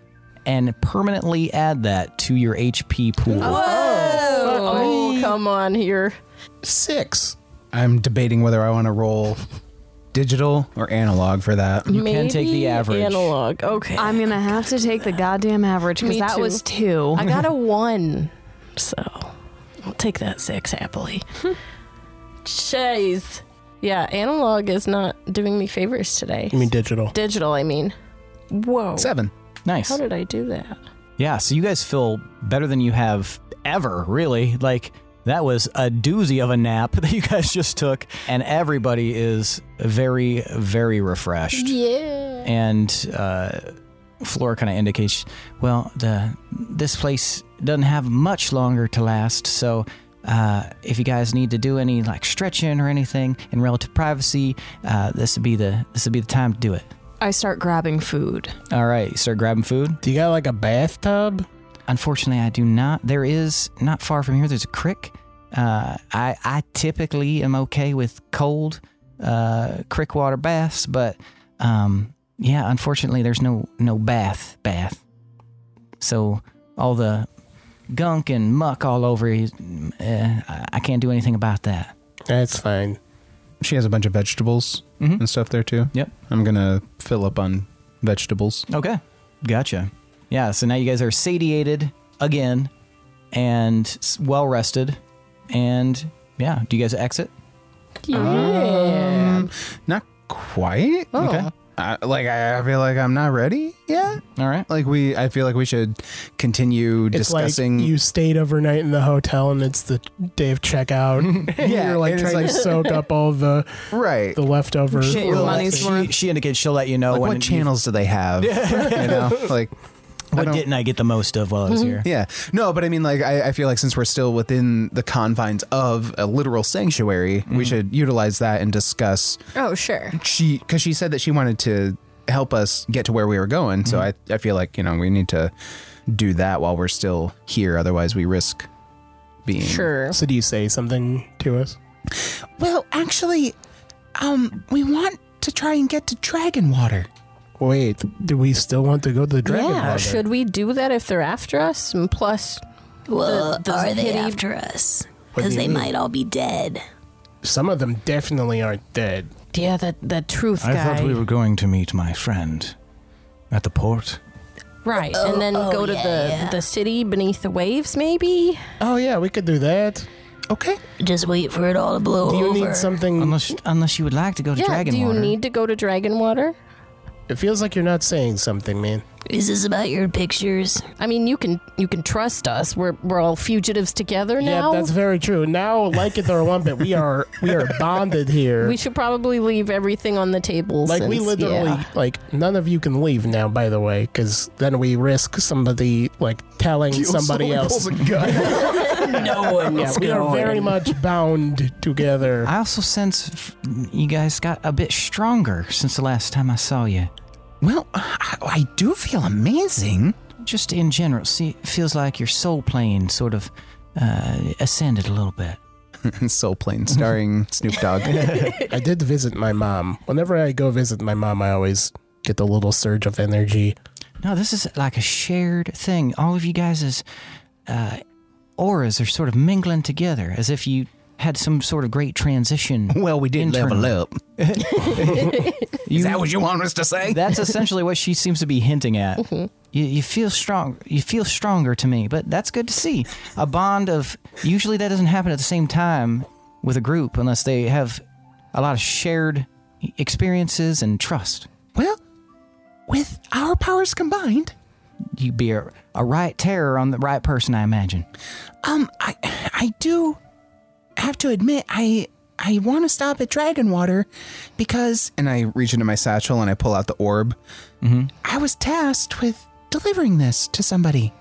Speaker 2: and permanently add that to your hp pool
Speaker 11: oh, come on here.
Speaker 1: Six.
Speaker 7: I'm debating whether I want to roll digital or analog for that.
Speaker 11: Maybe Analog. Okay.
Speaker 8: I'm gonna have to take the goddamn average because
Speaker 11: Me
Speaker 8: that
Speaker 11: too.
Speaker 8: was two.
Speaker 11: I got a one, so I'll take that six happily. Jeez. Yeah, analog is not doing me favors today.
Speaker 1: You mean digital?
Speaker 11: Digital, I mean.
Speaker 9: Oh.
Speaker 11: Whoa.
Speaker 7: Seven.
Speaker 2: Nice.
Speaker 11: How did I do that?
Speaker 2: Yeah, so you guys feel better than you have ever, really. Like, that was a doozy of a nap that you guys just took, and everybody is very, very refreshed.
Speaker 11: Yeah.
Speaker 2: And uh, Flora kind of indicates, well, the this place doesn't have much longer to last, so. Uh, if you guys need to do any like stretching or anything in relative privacy, uh, this would be the this would be the time to do it.
Speaker 8: I start grabbing food.
Speaker 2: All right, you start grabbing food.
Speaker 1: Do you got like a bathtub?
Speaker 2: Unfortunately, I do not. There is not far from here. There's a creek. Uh, I I typically am okay with cold uh, creek water baths, but um, yeah, unfortunately, there's no no bath bath. So all the gunk and muck all over. is- Uh, I- I can't do anything about that.
Speaker 1: That's fine.
Speaker 7: She has a bunch of vegetables and stuff there too.
Speaker 2: Yep.
Speaker 7: I'm gonna fill up on vegetables.
Speaker 2: Okay. Gotcha. Yeah. So now you guys are satiated again and well rested. And yeah, do you guys exit?
Speaker 10: Oh.
Speaker 11: Yeah.
Speaker 7: Um, Not quite.
Speaker 11: Oh.
Speaker 7: Okay. I, like I feel like I'm not ready yet.
Speaker 2: All right.
Speaker 7: Like we, I feel like we should continue
Speaker 1: It's
Speaker 7: discussing.
Speaker 1: like you stayed overnight in the hotel and it's the day of checkout.
Speaker 7: Yeah,
Speaker 1: You're like
Speaker 7: and it's
Speaker 1: trying to
Speaker 7: like-
Speaker 1: soak up all the
Speaker 7: right.
Speaker 1: the leftover.
Speaker 8: Shit, your
Speaker 1: Well,
Speaker 8: money's worth.
Speaker 2: She, she indicates she'll let you know
Speaker 7: Like,
Speaker 2: when
Speaker 7: what
Speaker 2: you-
Speaker 7: channels do they have? you know, like I
Speaker 2: what
Speaker 7: don't-
Speaker 2: didn't I get the most of while I
Speaker 9: Mm-hmm.
Speaker 2: was here?
Speaker 7: Yeah. No, but I mean, like, I, I feel like since we're still within the confines of a literal sanctuary, we should utilize that and discuss.
Speaker 11: Oh, sure.
Speaker 7: She, because she said that she wanted to help us get to where we were going. So I, I feel like, you know, we need to do that while we're still here. Otherwise, we risk being
Speaker 1: So do you say something to us?
Speaker 4: Well, actually, um, we want to try and get to Dragon Water.
Speaker 1: Wait, do we still want to go to the dragon?
Speaker 9: yeah,
Speaker 1: Water?
Speaker 9: should we do that if they're after us? And plus,
Speaker 5: Well,
Speaker 9: the- the
Speaker 5: are they
Speaker 9: kitty-
Speaker 5: after us?
Speaker 1: What do
Speaker 5: Because
Speaker 1: you
Speaker 5: they
Speaker 1: mean?
Speaker 5: might all be dead.
Speaker 1: Some of them definitely aren't dead.
Speaker 9: Yeah, that that truth
Speaker 10: I
Speaker 9: guy.
Speaker 10: thought we were going to meet my friend at the port.
Speaker 9: right, and then
Speaker 5: oh,
Speaker 9: go to
Speaker 5: yeah,
Speaker 9: the
Speaker 5: yeah.
Speaker 9: the city beneath the waves, maybe.
Speaker 1: Oh yeah, we could do that.
Speaker 4: Okay.
Speaker 5: Just wait for it all to blow
Speaker 1: Do you
Speaker 5: over.
Speaker 1: need something?
Speaker 2: Unless, unless you would like to go to
Speaker 9: yeah,
Speaker 2: Dragon
Speaker 9: do you
Speaker 2: Water.
Speaker 9: need to go to Dragon Water?
Speaker 1: It feels like you're not saying something, man.
Speaker 5: Is this about your pictures?
Speaker 9: I mean, you can you can trust us. We're we're all fugitives together now.
Speaker 1: Yeah, that's very true. Now, like it or lump it, we are we are bonded here.
Speaker 9: we should probably leave everything on the table.
Speaker 1: like we
Speaker 9: since-
Speaker 1: literally
Speaker 9: yeah.
Speaker 1: like none of you can leave now. By the way, because then we risk somebody like telling somebody else.
Speaker 5: No one
Speaker 1: Yeah, we are very much bound together.
Speaker 2: I also sense f- you guys got a bit stronger since the last time I saw you.
Speaker 4: Well, I, I do feel amazing.
Speaker 2: Just in general, see, it feels like your soul plane sort of uh, ascended a little bit.
Speaker 7: Soul Plane, starring Snoop Dogg.
Speaker 1: I did visit my mom. Whenever I go visit my mom, I always get the little surge of energy.
Speaker 2: No, this is like a shared thing. All of you guys' uh, auras are sort of mingling together as if you had some sort of great transition.
Speaker 7: well, we did level
Speaker 2: Internal.
Speaker 7: up. Is that what you want us to say?
Speaker 2: That's essentially what she seems to be hinting at.
Speaker 4: Mm-hmm.
Speaker 2: You, you feel strong. You feel stronger to me, but that's good to see. A bond of usually that doesn't happen at the same time with a group unless they have a lot of shared experiences and trust.
Speaker 4: Well, with our powers combined,
Speaker 2: You'd be a, a right terror on the right person, I imagine.
Speaker 4: um, I I do have to admit I I want to stop at Dragon Water because
Speaker 7: And I reach into my satchel and I pull out the orb.
Speaker 4: I was tasked with delivering this to somebody.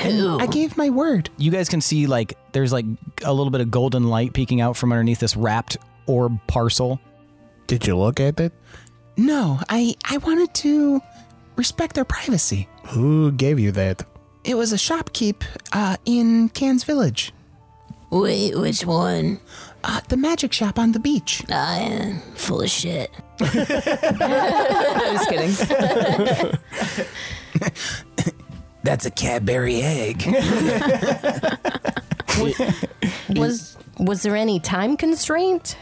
Speaker 5: Who?
Speaker 4: I gave my word.
Speaker 2: You guys can see like there's like a little bit of golden light peeking out from underneath this wrapped orb parcel.
Speaker 1: Did you look at it?
Speaker 4: No, I I wanted to respect their privacy.
Speaker 1: Who gave you that?
Speaker 4: It was a shopkeep uh, in Cannes Village,
Speaker 5: Wait, which one?
Speaker 4: uh, the magic shop on the beach.
Speaker 5: I am full of shit.
Speaker 8: I'm just kidding.
Speaker 4: That's a Cadbury egg.
Speaker 9: was was there any time constraint?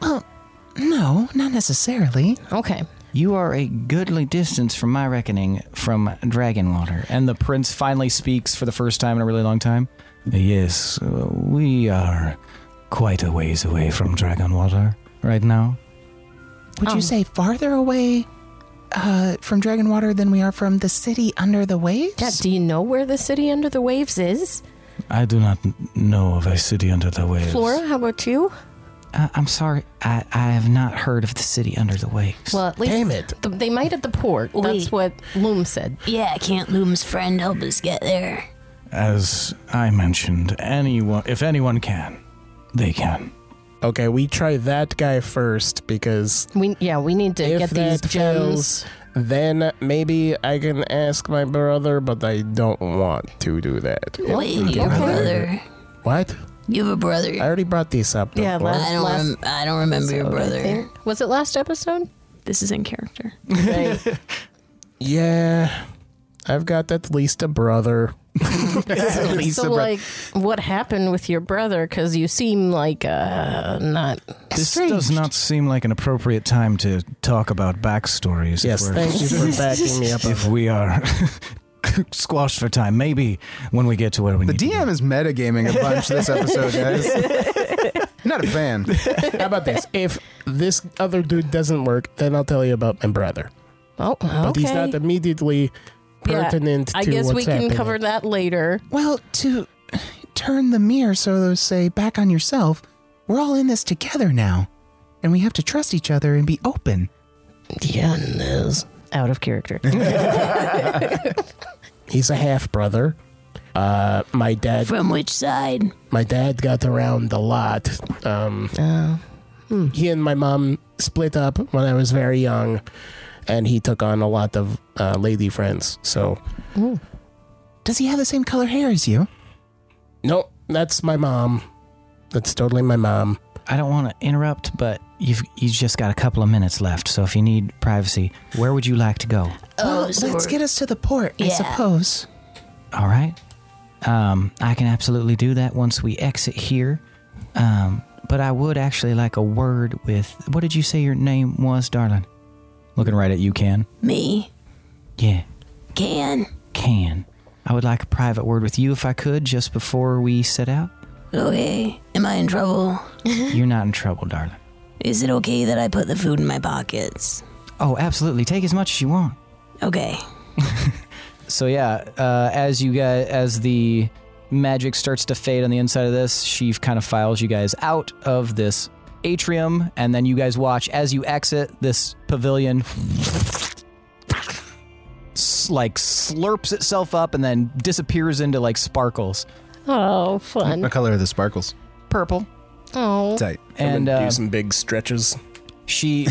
Speaker 4: Well, no, not necessarily.
Speaker 9: Okay,
Speaker 2: You are a goodly distance from my reckoning from Dragonwater. And the prince finally speaks for the first time in a really long time. Yes, uh, we are quite a ways away from Dragonwater right now.
Speaker 4: Would
Speaker 9: Um.
Speaker 4: you say farther away uh, from Dragonwater than we are from the city under the waves?
Speaker 9: yeah. Do you know where the city under the waves is,
Speaker 10: I do not n- know of a city under the waves.
Speaker 9: Flora? How about you?
Speaker 2: I Uh, I'm sorry, I, I have not heard of the city under the waves.
Speaker 9: Well, at least
Speaker 1: Damn it.
Speaker 9: th- they might at the port. That's
Speaker 5: Wait.
Speaker 9: what Loom said.
Speaker 5: Yeah, can't Loom's friend help us get there?
Speaker 10: As I mentioned, anyone, if anyone can, they can.
Speaker 1: Okay, we try that guy first because
Speaker 9: We yeah, we need to
Speaker 1: If
Speaker 9: get these
Speaker 1: that
Speaker 9: gems.
Speaker 1: fails- then maybe I can ask my brother, but I don't want to do that.
Speaker 5: Wait, your
Speaker 1: Okay.
Speaker 5: brother.
Speaker 1: What?
Speaker 5: You have a brother.
Speaker 1: I already brought this up.
Speaker 9: Yeah,
Speaker 1: before.
Speaker 9: last-
Speaker 5: I don't. Rem- I don't remember your
Speaker 9: I
Speaker 5: brother.
Speaker 9: think. Was it last episode?
Speaker 8: This is in character.
Speaker 1: yeah. I've got at least a brother.
Speaker 9: so like, what happened with your brother? Because you seem like uh, not.
Speaker 10: This does not seem like an appropriate time to talk about backstories. if
Speaker 1: Yes,
Speaker 10: we're-
Speaker 1: thank you for backing me up. on
Speaker 10: If we are squashed for time, maybe when we get to where we
Speaker 7: The
Speaker 10: need to
Speaker 7: DM
Speaker 10: be.
Speaker 7: is metagaming a bunch this episode, guys. Not a fan.
Speaker 1: How about this? If this other dude doesn't work, then I'll tell you about my brother.
Speaker 9: Oh, okay.
Speaker 1: But he's not immediately
Speaker 9: Yeah,
Speaker 1: pertinent
Speaker 9: I
Speaker 1: to
Speaker 9: guess
Speaker 1: what's
Speaker 9: we can
Speaker 1: happening.
Speaker 9: cover that later.
Speaker 4: Well, to turn the mirror, so to say, back on yourself, we're all in this together now. And we have to trust each other and be open.
Speaker 9: Yeah, Liz. Out of character.
Speaker 1: He's a half brother. Uh, my dad,
Speaker 5: From which side?
Speaker 1: my dad got around a lot. Um,
Speaker 9: Oh.
Speaker 1: he and my mom split up when I was very young, and he took on a lot of uh, lady friends. So
Speaker 4: Does he have the same color hair as you?
Speaker 1: Nope, that's my mom. That's totally my mom.
Speaker 2: I don't want to interrupt, but you've you just got a couple of minutes left. So if you need privacy, where would you like to go?
Speaker 4: well,
Speaker 5: Oh,
Speaker 4: Oh, let's get us to the port, I
Speaker 2: Yeah.
Speaker 4: suppose.
Speaker 2: All right. Um, I can absolutely do that once we exit here. Um, but I would actually like a word with. What did you say your name was, darling? Looking right at you, Can.
Speaker 5: Me,
Speaker 2: Yeah,
Speaker 5: can.
Speaker 2: Can. I would like a private word with you if I could just before we set out.
Speaker 5: Okay, am I in trouble?
Speaker 2: You're not in trouble, darling.
Speaker 5: Is it okay that I put the food in my pockets?
Speaker 2: Oh, absolutely. Take as much as you want.
Speaker 5: Okay.
Speaker 2: So yeah, uh, as you guys, as the magic starts to fade on the inside of this, she kind of files you guys out of this atrium, and then you guys watch as you exit this pavilion. s- Like slurps itself up and then disappears into like sparkles.
Speaker 9: Oh, fun.
Speaker 7: What color are the sparkles?
Speaker 2: Purple.
Speaker 9: Oh.
Speaker 7: Tight.
Speaker 2: And uh,
Speaker 1: big stretches.
Speaker 2: she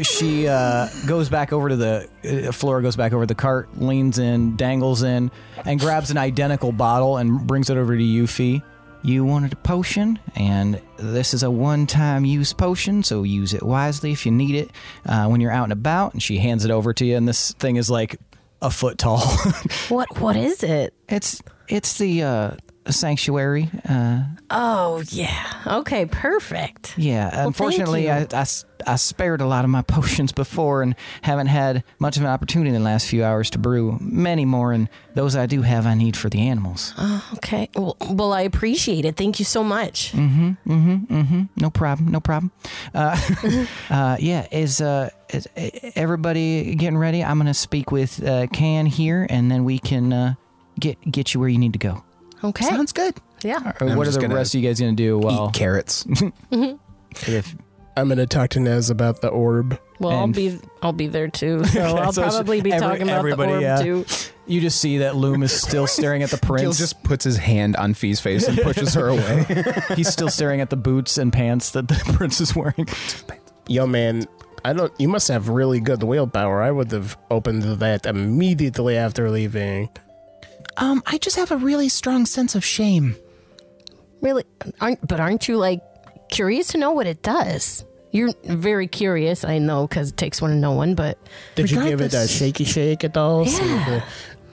Speaker 2: she uh, goes back over to the uh, Flora goes back over to the cart, leans in, dangles in, and grabs an identical bottle and brings it over to you, Fee. You wanted a potion, and this is a one-time use potion, so use it wisely if you need it uh, when you're out and about. And she hands it over to you, and this thing is like a foot tall.
Speaker 9: What what is it?
Speaker 2: It's it's the uh, sanctuary. Uh,
Speaker 9: Oh yeah. Okay, perfect.
Speaker 2: Yeah,
Speaker 9: Well,
Speaker 2: unfortunately, I,
Speaker 9: thank
Speaker 2: I s- I spared a lot of my potions before and haven't had much of an opportunity in the last few hours to brew many more, and those I do have, I need for the animals.
Speaker 9: Oh, okay. Well, well, I appreciate it. Thank you so much.
Speaker 2: Mm-hmm, mm-hmm, mm-hmm. No problem, no problem. Uh, uh, yeah, is, uh, is e- everybody getting ready? I'm going to speak with uh, Can here, and then we can uh, get get you where you need to go.
Speaker 9: Okay.
Speaker 4: Sounds good.
Speaker 9: Yeah.
Speaker 2: Or
Speaker 7: I'm
Speaker 2: what are
Speaker 7: just
Speaker 2: the
Speaker 7: gonna
Speaker 2: rest of you guys going to do? Well,
Speaker 7: Eat carrots.
Speaker 9: Mm-hmm.
Speaker 1: I'm gonna talk to Nez about the orb.
Speaker 9: Well, I'll
Speaker 2: And-
Speaker 9: be I'll be there too. So I'll
Speaker 2: So it's
Speaker 9: probably be
Speaker 2: every-
Speaker 9: talking about the
Speaker 2: everybody,
Speaker 9: orb
Speaker 2: yeah.
Speaker 9: too.
Speaker 2: you just see that Loom is still staring at the prince.
Speaker 7: Gil just puts his hand on Fee's face and pushes her away.
Speaker 2: He's still staring at the boots and pants that the prince is wearing.
Speaker 1: Yo, man, I don't. You must have really good willpower. I would have opened that immediately after leaving.
Speaker 4: Um, I just have a really strong sense of shame.
Speaker 9: Really? Aren't but aren't you like curious to know what it does? You're very curious, I know, because it takes one to know one. But
Speaker 1: Did you give it a
Speaker 4: Regardless-
Speaker 1: shaky shake at all? Some, of the-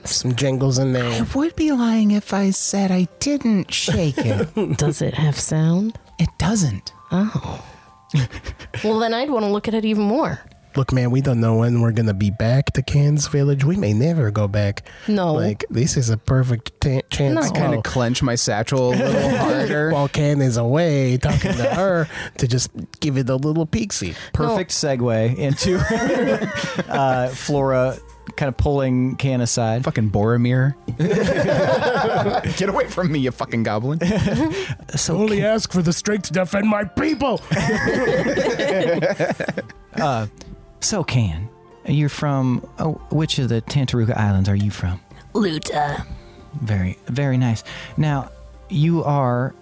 Speaker 1: some jingles in
Speaker 4: I
Speaker 1: there.
Speaker 4: would be lying if I said I didn't shake it.
Speaker 9: does it have sound?
Speaker 4: it doesn't.
Speaker 9: Oh. well, then I'd want to look at it even more.
Speaker 1: Look, man, we don't know when we're gonna be back to Can's Village. We may never go back.
Speaker 9: No.
Speaker 1: Like this is a perfect ta- chance.
Speaker 9: No.
Speaker 7: I kind
Speaker 1: while-
Speaker 7: of clench my satchel a little harder.
Speaker 1: While Can is away talking to her to just give it a little peeksy.
Speaker 2: Perfect segue into uh, Flora kind of pulling Can aside.
Speaker 7: fucking Boromir. Get away from me, you fucking goblin.
Speaker 2: So
Speaker 1: Only ask for the strength to defend my people.
Speaker 2: So Can, you're from oh, which of the Tantaruga Islands are you from?
Speaker 5: Luta.
Speaker 2: Very, very nice. Now, you are.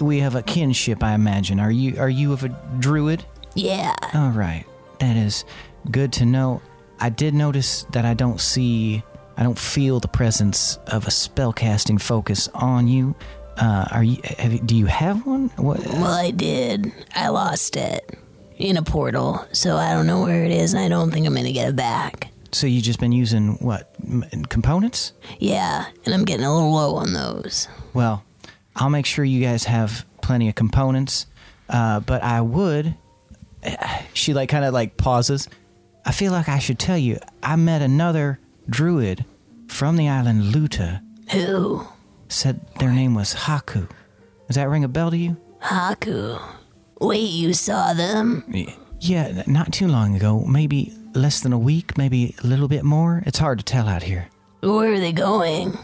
Speaker 2: We have a kinship, I imagine. Are you are you of a druid?
Speaker 5: Yeah.
Speaker 2: All right. That is good to know. I did notice that I don't see, I don't feel the presence of a spellcasting focus on you. Uh, are you? Have, you- do you have one? What?
Speaker 5: Well, I did. I lost it in a portal, so I don't know where it is. I don't think I'm gonna get it back.
Speaker 2: So you just been using what m- components?
Speaker 5: Yeah, and I'm getting a little low on those.
Speaker 2: Well, I'll make sure you guys have plenty of components. Uh, but I would. She like kind of like pauses. I feel like I should tell you. I met another druid from the island Luta.
Speaker 5: Who?
Speaker 2: said their name was Haku. Does that ring a bell to you?
Speaker 5: Haku. Wait, you saw them?
Speaker 2: Yeah, n- not too long ago. Maybe less than a week, maybe a little bit more. It's hard to tell out here.
Speaker 5: Where are they going?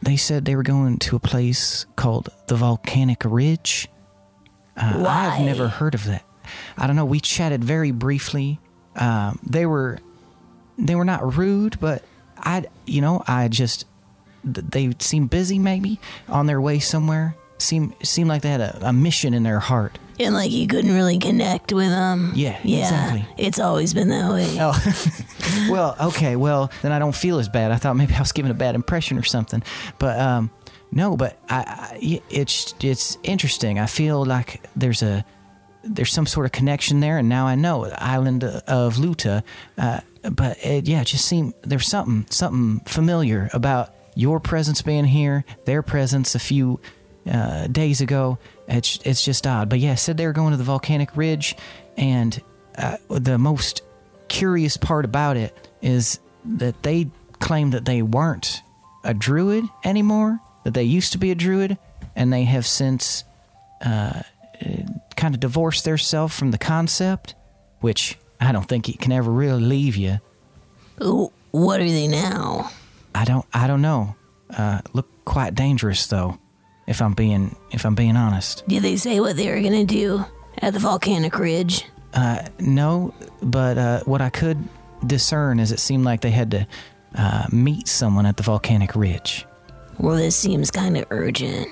Speaker 2: They said they were going to a place called the Volcanic Ridge. Uh, I've
Speaker 5: Why?
Speaker 2: never heard of that. I don't know. We chatted very briefly. Um, they were, they were not rude, but I, you know, I just th- they seemed busy. Maybe on their way somewhere. Seem seemed like they had a, a mission in their heart.
Speaker 5: And like you couldn't really connect with them.
Speaker 2: Yeah,
Speaker 5: Yeah.
Speaker 2: exactly.
Speaker 5: It's always been that way.
Speaker 2: Oh, well, okay. Well, then I don't feel as bad. I thought maybe I was giving a bad impression or something, but um, no. But I, I, it's it's interesting. I feel like there's a there's some sort of connection there, and now I know island of Luta. Uh, but it, yeah, it just seemed there's something something familiar about your presence being here, their presence a few uh, days ago. It's it's just odd. But yeah, said they were going to the volcanic ridge, and uh, the most curious part about it is that they claim that they weren't a druid anymore, that they used to be a druid, and they have since uh, kind of divorced themselves from the concept, which I don't think it can ever really leave you.
Speaker 5: Wh- What are they now?
Speaker 2: I don't I don't know. Uh, look quite dangerous though, if I'm being if I'm being honest.
Speaker 5: Did they say what they were gonna do at the volcanic ridge?
Speaker 2: Uh, no, but uh, what I could discern is it seemed like they had to uh, meet someone at the volcanic ridge.
Speaker 5: Well, this seems kind of urgent.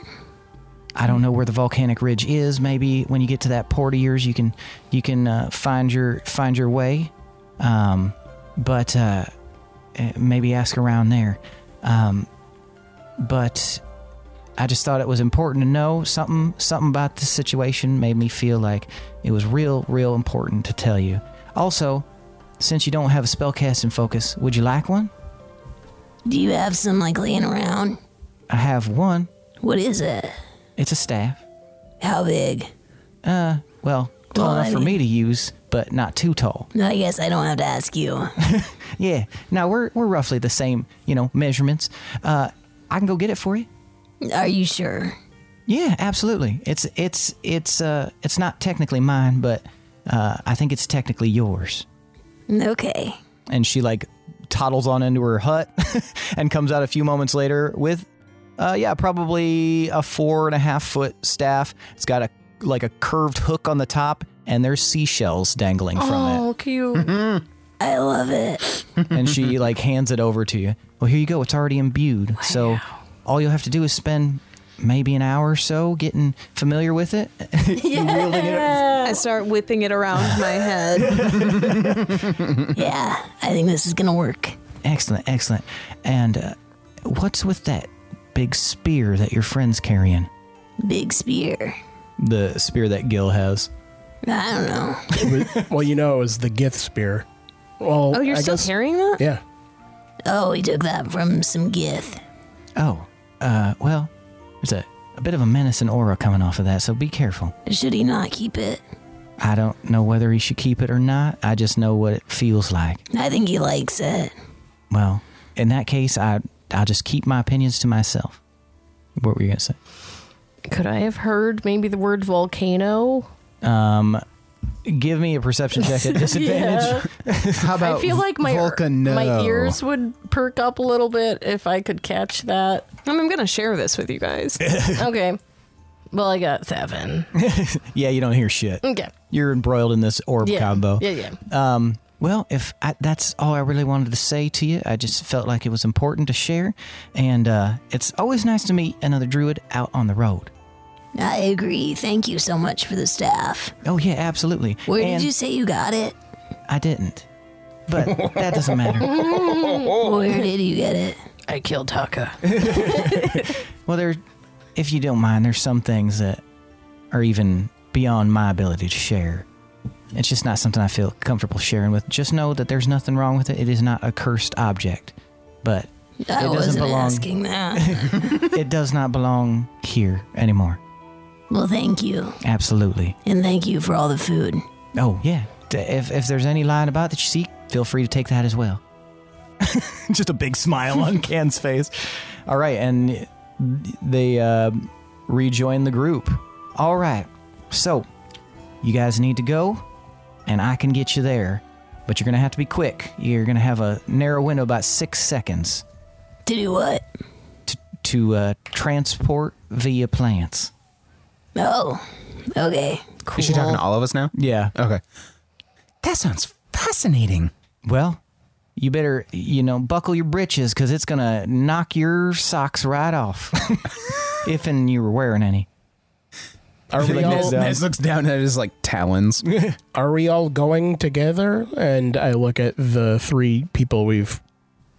Speaker 2: I don't know where the volcanic ridge is. Maybe when you get to that port of yours, you can you can uh, find your find your way. Um, but uh, eh, maybe ask around there. Um, but I just thought it was important to know something something about this situation made me feel like it was real real important to tell you. Also, since you don't have a spellcasting focus, would you like one?
Speaker 5: Do you have some like laying around?
Speaker 2: I have one.
Speaker 5: What is it?
Speaker 2: It's a staff.
Speaker 5: How big?
Speaker 2: Uh, well, tall
Speaker 5: Well,
Speaker 2: enough
Speaker 5: I
Speaker 2: for
Speaker 5: mean-
Speaker 2: me to use, but not too tall.
Speaker 5: No, I guess I don't have to ask you.
Speaker 2: Yeah. Now we're we're roughly the same, you know, measurements. Uh, I can go get it for you.
Speaker 5: Are you sure?
Speaker 2: Yeah, absolutely. It's it's it's uh it's not technically mine, but uh, I think it's technically yours.
Speaker 5: Okay.
Speaker 2: And she like toddles on into her hut and comes out a few moments later with, uh, yeah, probably a four and a half foot staff. It's got a like a curved hook on the top, and there's seashells dangling from it.
Speaker 5: cute. I love it.
Speaker 2: and she like hands it over to you. Well, here you go. It's already imbued. So all you'll have to do is spend maybe an hour or so getting familiar with it.
Speaker 8: I start whipping it around my head.
Speaker 5: yeah, I think this is gonna work.
Speaker 2: excellent, excellent. And uh, what's with that big spear that your friend's carrying?
Speaker 5: Big spear.
Speaker 2: The spear that Gil has.
Speaker 5: I don't know.
Speaker 1: well, you know, it was the Gith spear. Well,
Speaker 5: Oh, you're
Speaker 1: I
Speaker 5: still
Speaker 1: guess-
Speaker 5: carrying that?
Speaker 1: Yeah.
Speaker 5: Oh, he took that from some gith.
Speaker 2: Oh, uh, well, there's a, a bit of a menacing aura coming off of that, so be careful.
Speaker 5: Should he not keep it?
Speaker 2: I don't know whether he should keep it or not. I just know what it feels like.
Speaker 5: I think he likes it.
Speaker 2: Well, in that case, I I'll just keep my opinions to myself. What were you gonna say?
Speaker 9: Could I have heard maybe the word volcano?
Speaker 2: Um, give me a perception check at disadvantage. How
Speaker 9: I feel like my my ears would perk up a little bit if I could catch that.
Speaker 8: I'm gonna share this with you guys.
Speaker 9: okay. Well, I got seven.
Speaker 2: yeah, you don't hear shit.
Speaker 9: Okay.
Speaker 2: You're embroiled in this orb
Speaker 9: Yeah.
Speaker 2: combo.
Speaker 9: Yeah, yeah.
Speaker 2: Um, well, if I, that's all I really wanted to say to you, I just felt like it was important to share, and uh, it's always nice to meet another druid out on the road.
Speaker 5: I agree. Thank you so much for the staff.
Speaker 2: Oh yeah, absolutely.
Speaker 5: Where
Speaker 2: And
Speaker 5: did you say you got it?
Speaker 2: I didn't, but that doesn't matter.
Speaker 5: Where did you get it?
Speaker 9: I killed Taka.
Speaker 2: Well, there, if you don't mind, there's some things that are even beyond my ability to share. It's just not something I feel comfortable sharing with. Just know that there's nothing wrong with it. It is not a cursed object, but
Speaker 5: I
Speaker 2: it doesn't
Speaker 5: wasn't
Speaker 2: belong.
Speaker 5: asking that.
Speaker 2: It does not belong here anymore.
Speaker 5: well, thank you.
Speaker 2: Absolutely.
Speaker 5: And thank you for all the food.
Speaker 2: Oh yeah. D- If if there's any line about that you see, feel free to take that as well. just a big smile on Can's face. All right, and they uh, rejoin the group. All right, so you guys need to go, and I can get you there, but you're gonna have to be quick. You're gonna have a narrow window, about six seconds,
Speaker 5: To do what?
Speaker 2: to uh, transport via plants.
Speaker 5: Oh, okay.
Speaker 7: Is she talking to all of us now?
Speaker 2: Yeah.
Speaker 7: Okay.
Speaker 4: That sounds fascinating.
Speaker 2: Well, you better, you know, buckle your britches because it's going to knock your socks right off. if and you were wearing any.
Speaker 1: Are we all-
Speaker 7: Nez, Nez looks down at his like talons.
Speaker 1: Are we all going together? And I look at the three people we've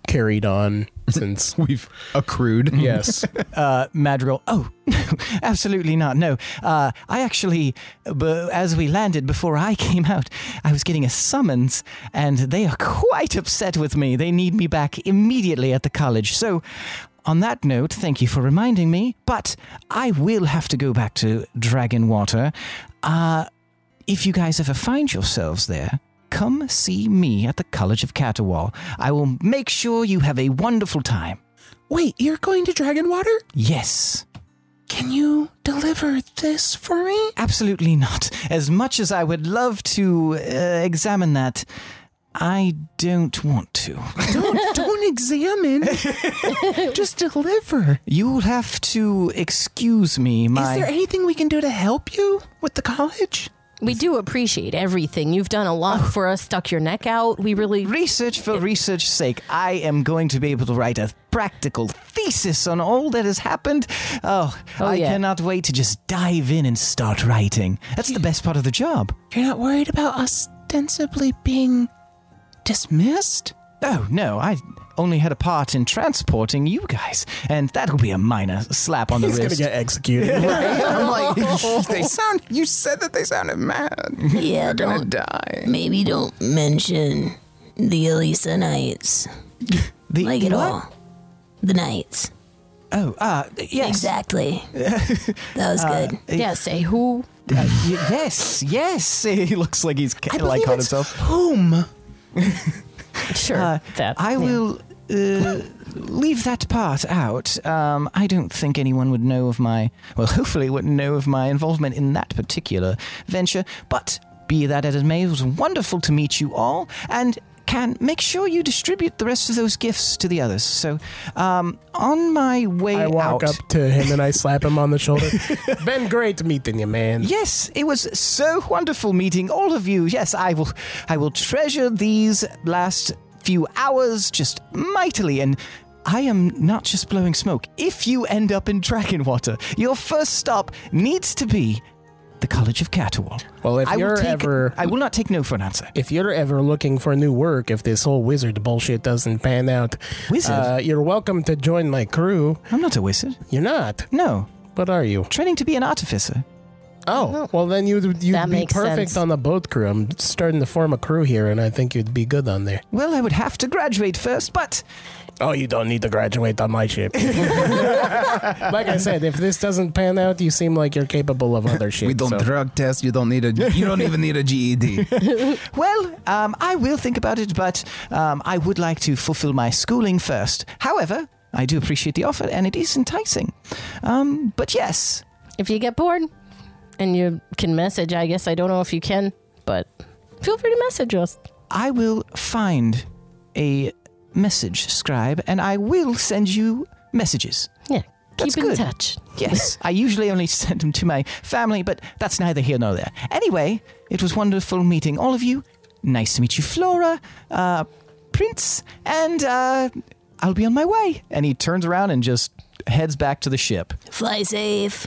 Speaker 1: carried on since
Speaker 7: we've accrued.
Speaker 1: Yes.
Speaker 2: uh, Madrigal. Oh, absolutely not. No, uh, I actually, b- as we landed before I came out, I was getting a summons, and they are quite upset with me. They need me back immediately at the college. So. On that note, thank you for reminding me, but I will have to go back to Dragonwater. Uh, if you guys ever find yourselves there, come see me at the College of Catawal. I will make sure you have a wonderful time.
Speaker 4: Wait, you're going to Dragonwater?
Speaker 2: Yes.
Speaker 4: Can you deliver this for me?
Speaker 2: Absolutely not. As much as I would love to uh, examine that, I don't want to.
Speaker 4: Don't don't examine. Just deliver.
Speaker 2: You'll have to excuse me, my.
Speaker 4: Is there anything we can do to help you with the college?
Speaker 9: We do appreciate everything. You've done a lot for us, stuck your neck out. We really.
Speaker 2: Research for research's sake, I am going to be able to write a practical thesis on all that has happened. Oh, I cannot wait to just dive in and start writing. That's the best part of the job.
Speaker 4: You're not worried about ostensibly being dismissed?
Speaker 2: Oh, no, I only had a part in transporting you guys, and that'll be a minor slap on the
Speaker 1: He's gonna
Speaker 2: wrist.
Speaker 1: get executed.
Speaker 7: Right? I'm like, they sound. You said that they sounded mad. They're
Speaker 5: Yeah,
Speaker 7: gonna
Speaker 5: don't-
Speaker 7: die.
Speaker 5: Maybe don't mention the Elisa Knights.
Speaker 2: The,
Speaker 5: like
Speaker 2: the
Speaker 5: at
Speaker 2: what?
Speaker 5: all. The Knights.
Speaker 2: Oh, uh, yes.
Speaker 5: Exactly. that was
Speaker 2: Uh,
Speaker 5: good.
Speaker 9: Yeah, say who?
Speaker 2: Uh, y- yes, yes. He looks like he's ca- like caught himself.
Speaker 4: Whom?
Speaker 9: Sure.
Speaker 2: Uh,
Speaker 9: that.
Speaker 2: I
Speaker 9: yeah.
Speaker 2: will uh, leave that part out. Um, I don't think anyone would know of my well, hopefully wouldn't know of my involvement in that particular venture. But be that as it may, it was wonderful to meet you all, and can make sure you distribute the rest of those gifts to the others. So, um, on my way
Speaker 1: I walk
Speaker 2: out,
Speaker 1: up to him and I slap him on the shoulder. Been great meeting you, man.
Speaker 2: Yes, it was so wonderful meeting all of you. Yes, I will I will treasure these last few hours just mightily and I am not just blowing smoke. If you end up in Dragonwater, your first stop needs to be the College of Catawal.
Speaker 1: Well, if
Speaker 2: I will
Speaker 1: you're
Speaker 2: take-
Speaker 1: ever
Speaker 2: I will not take no for an answer.
Speaker 1: if you're ever looking for new work, if this whole wizard bullshit doesn't pan out,
Speaker 2: Wizard?
Speaker 1: uh, you're welcome to join my crew.
Speaker 2: I'm not a wizard.
Speaker 1: You're not.
Speaker 2: No.
Speaker 1: What are you?
Speaker 2: Training to be an artificer.
Speaker 1: Oh, well then you'd you'd
Speaker 9: That
Speaker 1: be
Speaker 9: makes
Speaker 1: perfect
Speaker 9: sense.
Speaker 1: on the boat crew. I'm starting to form a crew here, and I think you'd be good on there.
Speaker 2: Well, I would have to graduate first, but
Speaker 1: Oh, you don't need to graduate on my ship. like I said, if this doesn't pan out, you seem like you're capable of other shit.
Speaker 7: We don't
Speaker 1: so-
Speaker 7: drug test. You don't need a. You don't even need a E GED.
Speaker 2: Well, um, I will think about it, but um, I would like to fulfill my schooling first. However, I do appreciate the offer, and it is enticing. Um, but yes,
Speaker 9: If you get bored and you can message, I guess I don't know if you can, but feel free to message us.
Speaker 2: I will find a message scribe, and I will send you messages.
Speaker 9: Yeah.
Speaker 2: That's
Speaker 9: Keep in
Speaker 2: good.
Speaker 9: touch.
Speaker 2: Yes, I usually only send them to my family, but that's neither here nor there. Anyway, it was wonderful meeting all of you. Nice to meet you, Flora, uh, Prince, and uh, I'll be on my way. And he turns around and just heads back to the ship.
Speaker 5: Fly safe.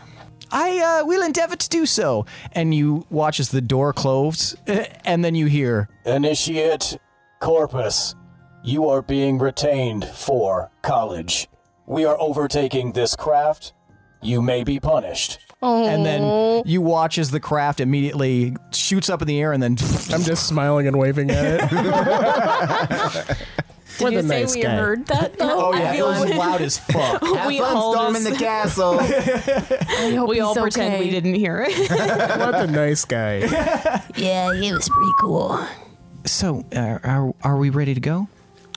Speaker 2: I uh, will endeavor to do so. And you watch as the door closes, and then you hear
Speaker 12: Initiate Corpus, you are being retained for college. We are overtaking this craft. You may be punished.
Speaker 2: and then you watch as the craft immediately shoots up in the air and then
Speaker 1: I'm just smiling and waving at it. Did
Speaker 11: you say we heard that though?
Speaker 2: oh yeah it was loud as fuck
Speaker 8: We all just-
Speaker 7: castle.
Speaker 8: we all pretend we didn't hear it.
Speaker 1: What a nice guy.
Speaker 5: Yeah, it was pretty cool.
Speaker 2: so uh, are, are we ready to go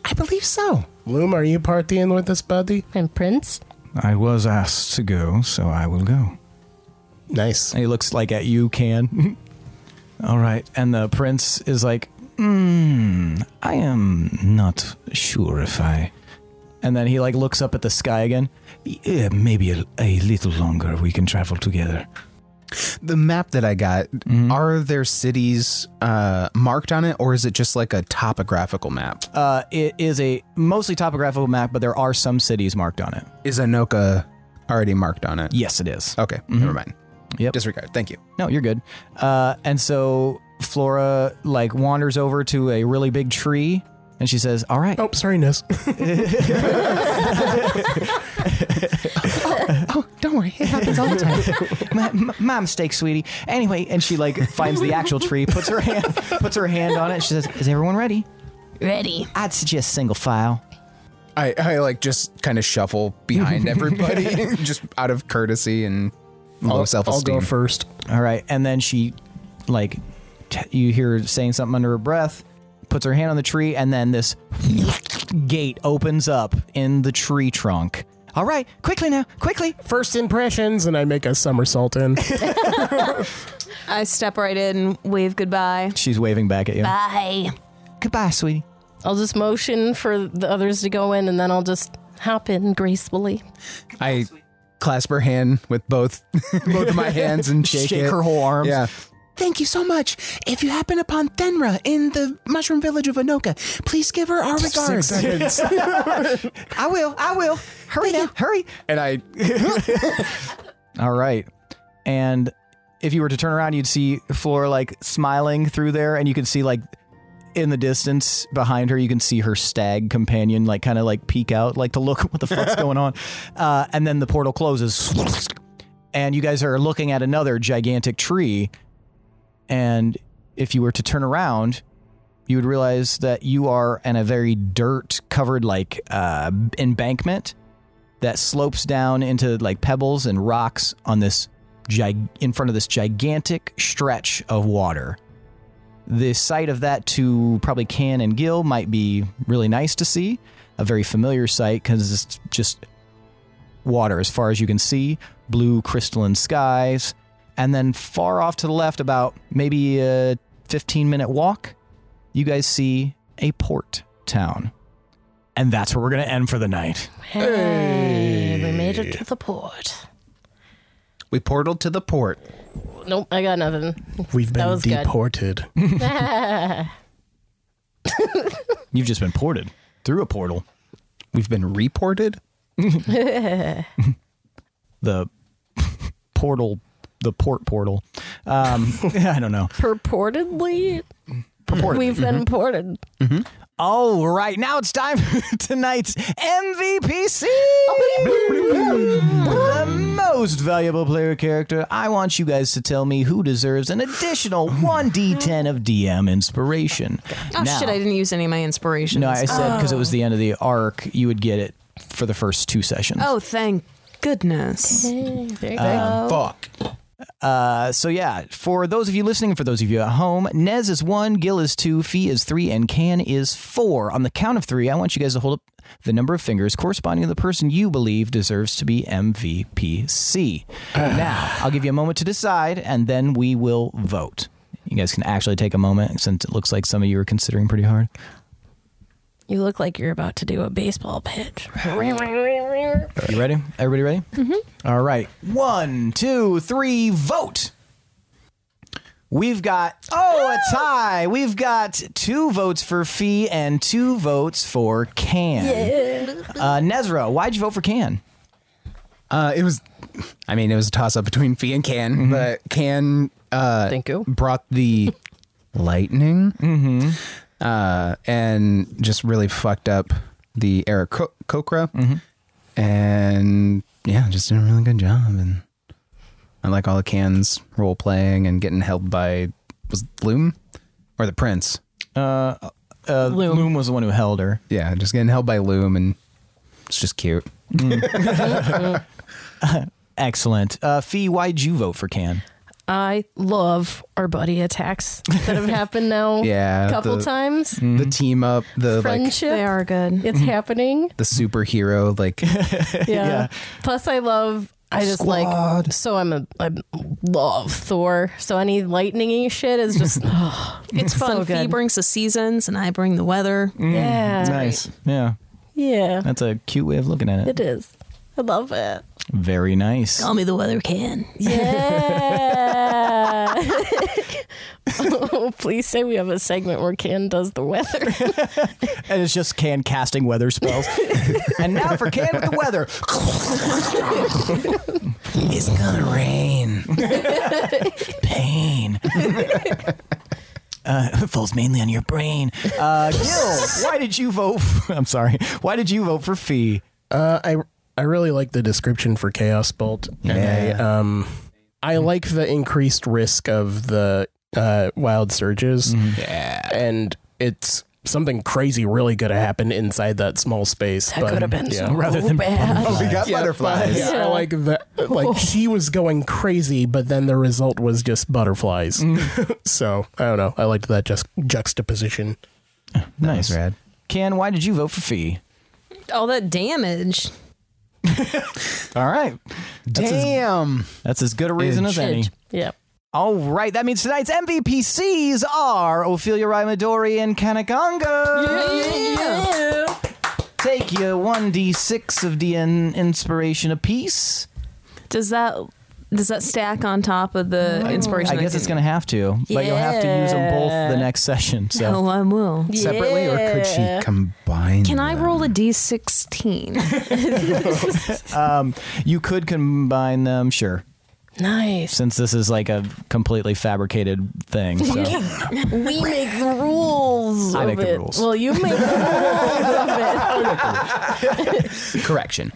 Speaker 4: I believe so.
Speaker 1: Loom, are you partying with us, buddy?
Speaker 9: And Prince?
Speaker 10: I was asked to go, so I will go.
Speaker 1: Nice.
Speaker 2: and he looks like at you can all right and the prince is like hmm i am not sure if i and then he like looks up at the sky again yeah, maybe a, a little longer we can travel together
Speaker 7: The map that I got.
Speaker 4: Mm-hmm.
Speaker 7: Are there cities uh, marked on it, or is it just like a topographical map?
Speaker 2: uh, it is a mostly topographical map but there are some cities marked on it
Speaker 7: Is Anoka already marked on it?
Speaker 2: yes it is
Speaker 7: Okay, never mind.
Speaker 2: Mm-hmm. Yep.
Speaker 7: Disregard. Thank you.
Speaker 2: No, you're good. Uh, and so Flora like wanders over to a really big tree and she says, All right.
Speaker 1: Oh, sorry, Ness.
Speaker 2: oh,
Speaker 4: don't worry. It happens all the time.
Speaker 2: my, my, my mistake, sweetie. Anyway, and she like finds the actual tree, puts her hand puts her hand on it. and She says, "Is everyone ready?"
Speaker 5: Ready.
Speaker 2: I'd suggest single file.
Speaker 7: I, I like just kind of shuffle behind everybody, just out of courtesy and low self esteem.
Speaker 2: I'll go first. All right, and then she, like, t- you hear her saying something under her breath, puts her hand on the tree, and then this gate opens up in the tree trunk. All right, quickly now, quickly.
Speaker 1: First impressions, and I make a somersault in.
Speaker 3: I step right in, wave goodbye.
Speaker 2: She's waving back at you.
Speaker 3: Bye.
Speaker 2: Goodbye, sweetie.
Speaker 9: I'll just motion for the others to go in, and then I'll just hop in gracefully.
Speaker 7: I clasp her hand with both both of my hands and shake,
Speaker 2: Shake
Speaker 7: it.
Speaker 2: her whole arms.
Speaker 7: Yeah.
Speaker 4: Thank you so much. If you happen upon Thenra in the mushroom village of Anoka, please give her
Speaker 2: Oh
Speaker 4: our
Speaker 7: Six
Speaker 4: regards.
Speaker 7: seconds.
Speaker 2: I will. I will. Hurry now. Hurry.
Speaker 7: And I.
Speaker 2: All right. And if you were to turn around, you'd see Flora like smiling through there, and you can see like in the distance behind her, you can see her stag companion like kind of like peek out, like to look what the fuck's going on. Uh, and then the portal closes, and you guys are looking at another gigantic tree. And if you were to turn around, you would realize that you are in a very dirt covered like uh, embankment that slopes down into like pebbles and rocks on this gig- in front of this gigantic stretch of water. The sight of that to probably Can and Gill might be really nice to see, a very familiar sight because it's just water as far as you can see, blue crystalline skies, and then far off to the left, about maybe a 15 minute walk, you guys see a port town. And that's where we're going to end for the night.
Speaker 9: Hey, we made it to the port.
Speaker 7: We portaled to the port.
Speaker 9: Nope, I got nothing.
Speaker 1: We've
Speaker 9: That
Speaker 1: been
Speaker 9: was good.
Speaker 1: deported.
Speaker 2: You've just been ported through a portal.
Speaker 7: We've been reported?
Speaker 2: the portal, the port portal. Um, I don't know.
Speaker 9: Purportedly,
Speaker 2: Purported.
Speaker 9: we've been ported.
Speaker 2: All right, now it's time for tonight's MVPC. the most valuable player character. I want you guys to tell me who deserves an additional 1d10 of DM inspiration.
Speaker 3: Oh
Speaker 2: Now-
Speaker 3: shit! I didn't use any of my inspirations.
Speaker 2: No, I said because
Speaker 3: oh.
Speaker 2: it was the end of the arc, you would get it for the first two sessions.
Speaker 3: Oh, thank goodness.
Speaker 9: there you
Speaker 2: Um, Uh, so yeah, for those of you listening, for those of you at home, Nez is one, Gil is two, Fee is three, and Can is four. On the count of three, I want you guys to hold up the number of fingers corresponding to the person you believe deserves to be MVPC. now, I'll give you a moment to decide, and then we will vote. You guys can actually take a moment since it looks like some of you are considering pretty hard.
Speaker 9: You look like you're about to do a baseball pitch.
Speaker 2: You ready? Everybody ready? Mm-hmm. right. One, two, three, vote. We've got, oh, a tie. We've got two votes for Fee and two votes for Can. Uh, Nezra, why'd you vote for Can?
Speaker 7: Uh, it was, I mean, it was a toss up between Fee and Can,
Speaker 2: Mm-hmm.
Speaker 7: but Can uh,
Speaker 9: Thank you.
Speaker 7: brought the lightning mm-hmm. uh, and just really fucked up the Eric Kokra. Mm-hmm. And yeah, just did a really good job. And I like all the Can's role playing and getting helped by, was it Loom or the Prince?
Speaker 2: Uh, uh, Loom. was the one who held her.
Speaker 7: Yeah, just getting held by Loom, and it's just cute.
Speaker 2: Excellent. Uh, Fee, why'd you vote for Can?
Speaker 9: I love our buddy attacks that have happened now.
Speaker 7: Yeah,
Speaker 9: a couple
Speaker 7: the-
Speaker 9: times.
Speaker 7: The team up, the
Speaker 9: Friendship.
Speaker 3: They are good.
Speaker 9: It's happening.
Speaker 7: like the superhero, like
Speaker 9: Yeah. Plus, I love. I just like. So I'm a. I love Thor. So any lightningy shit is just. oh,
Speaker 5: It's
Speaker 9: so
Speaker 5: fun.
Speaker 9: good.
Speaker 5: Fee brings the seasons, and I bring the weather.
Speaker 9: yeah.
Speaker 2: Nice. Yeah.
Speaker 9: Yeah.
Speaker 2: That's a cute way of looking at it.
Speaker 9: It is. I love it.
Speaker 2: Very nice.
Speaker 5: Call me the weather can.
Speaker 9: Yeah. oh, please say we have a segment where Can does the weather.
Speaker 2: And it's just Can casting weather spells. and now for Can with the weather. it's gonna rain. Pain. Uh, it falls mainly on your brain. Uh, Gil, why did you vote? For, I'm sorry. Why did you vote for Fee?
Speaker 1: Uh, I I really like the description for Chaos Bolt, and I um I like the increased risk of the uh, wild surges. Yeah, and it's something crazy really could have happened inside that small space.
Speaker 9: That
Speaker 1: but,
Speaker 9: could have been
Speaker 1: yeah.
Speaker 9: so bad.
Speaker 7: Oh, we got
Speaker 1: Yeah,
Speaker 7: butterflies.
Speaker 1: but- yeah, I like that. Like she was going crazy, but then the result was just butterflies. so I don't know. I liked that just juxtaposition.
Speaker 2: Nice. Rad. Can, why did you vote for Fee?
Speaker 3: All that damage.
Speaker 2: All right. Damn. That's as, good a reason as any.
Speaker 9: Yep.
Speaker 2: All right, that means tonight's MVPCs are Ophelia Raimadori and Kanakonga. Take your 1d6 of DN inspiration apiece.
Speaker 8: Does that does that stack on top of the Oh.
Speaker 2: Oh.
Speaker 8: inspiration?
Speaker 2: I guess it's going to have to, but you'll have to use them both the next session. So.
Speaker 8: Oh, I will.
Speaker 7: Separately, or could she combine?
Speaker 8: Can I roll a d16?
Speaker 2: um, you could combine them, sure.
Speaker 9: Nice.
Speaker 2: Since this is like a completely fabricated thing. So.
Speaker 9: we make the rules.
Speaker 2: I
Speaker 9: of
Speaker 2: make the
Speaker 9: it.
Speaker 2: rules.
Speaker 9: Well, you make the rules of
Speaker 2: Correction.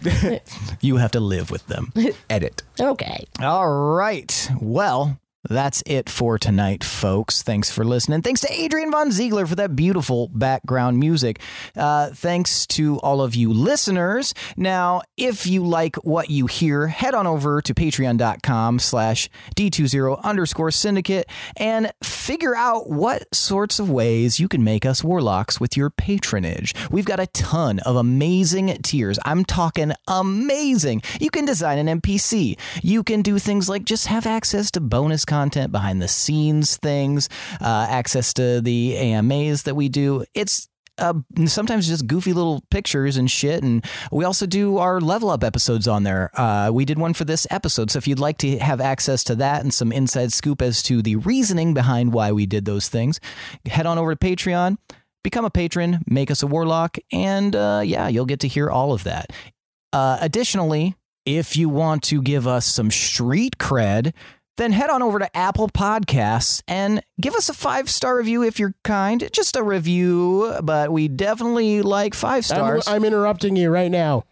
Speaker 2: you have to live with them. Edit.
Speaker 9: it. Okay.
Speaker 2: All right. Well, that's it for tonight, folks. Thanks for listening. Thanks to Adrian Von Ziegler for that beautiful background music. Uh, thanks to all of you listeners. Now, if you like what you hear, head on over to patreon.com slash D20 underscore syndicate and figure out what sorts of ways you can make us warlocks with your patronage. We've got a ton of amazing tiers. I'm talking amazing. You can design an NPC. You can do things like just have access to bonus content, behind the scenes things, uh, access to the AMAs that we do. It's uh, sometimes just goofy little pictures and shit. And we also do our level up episodes on there. Uh, we did one for this episode. So if you'd like to have access to that and some inside scoop as to the reasoning behind why we did those things, head on over to Patreon, become a patron, make us a warlock, and uh, yeah, you'll get to hear all of that. Uh, additionally, if you want to give us some street cred, then head on over to Apple Podcasts and give us a five star review if you're kind. Just a review, but we definitely like five
Speaker 1: I'm,
Speaker 2: stars.
Speaker 1: I'm interrupting you right now.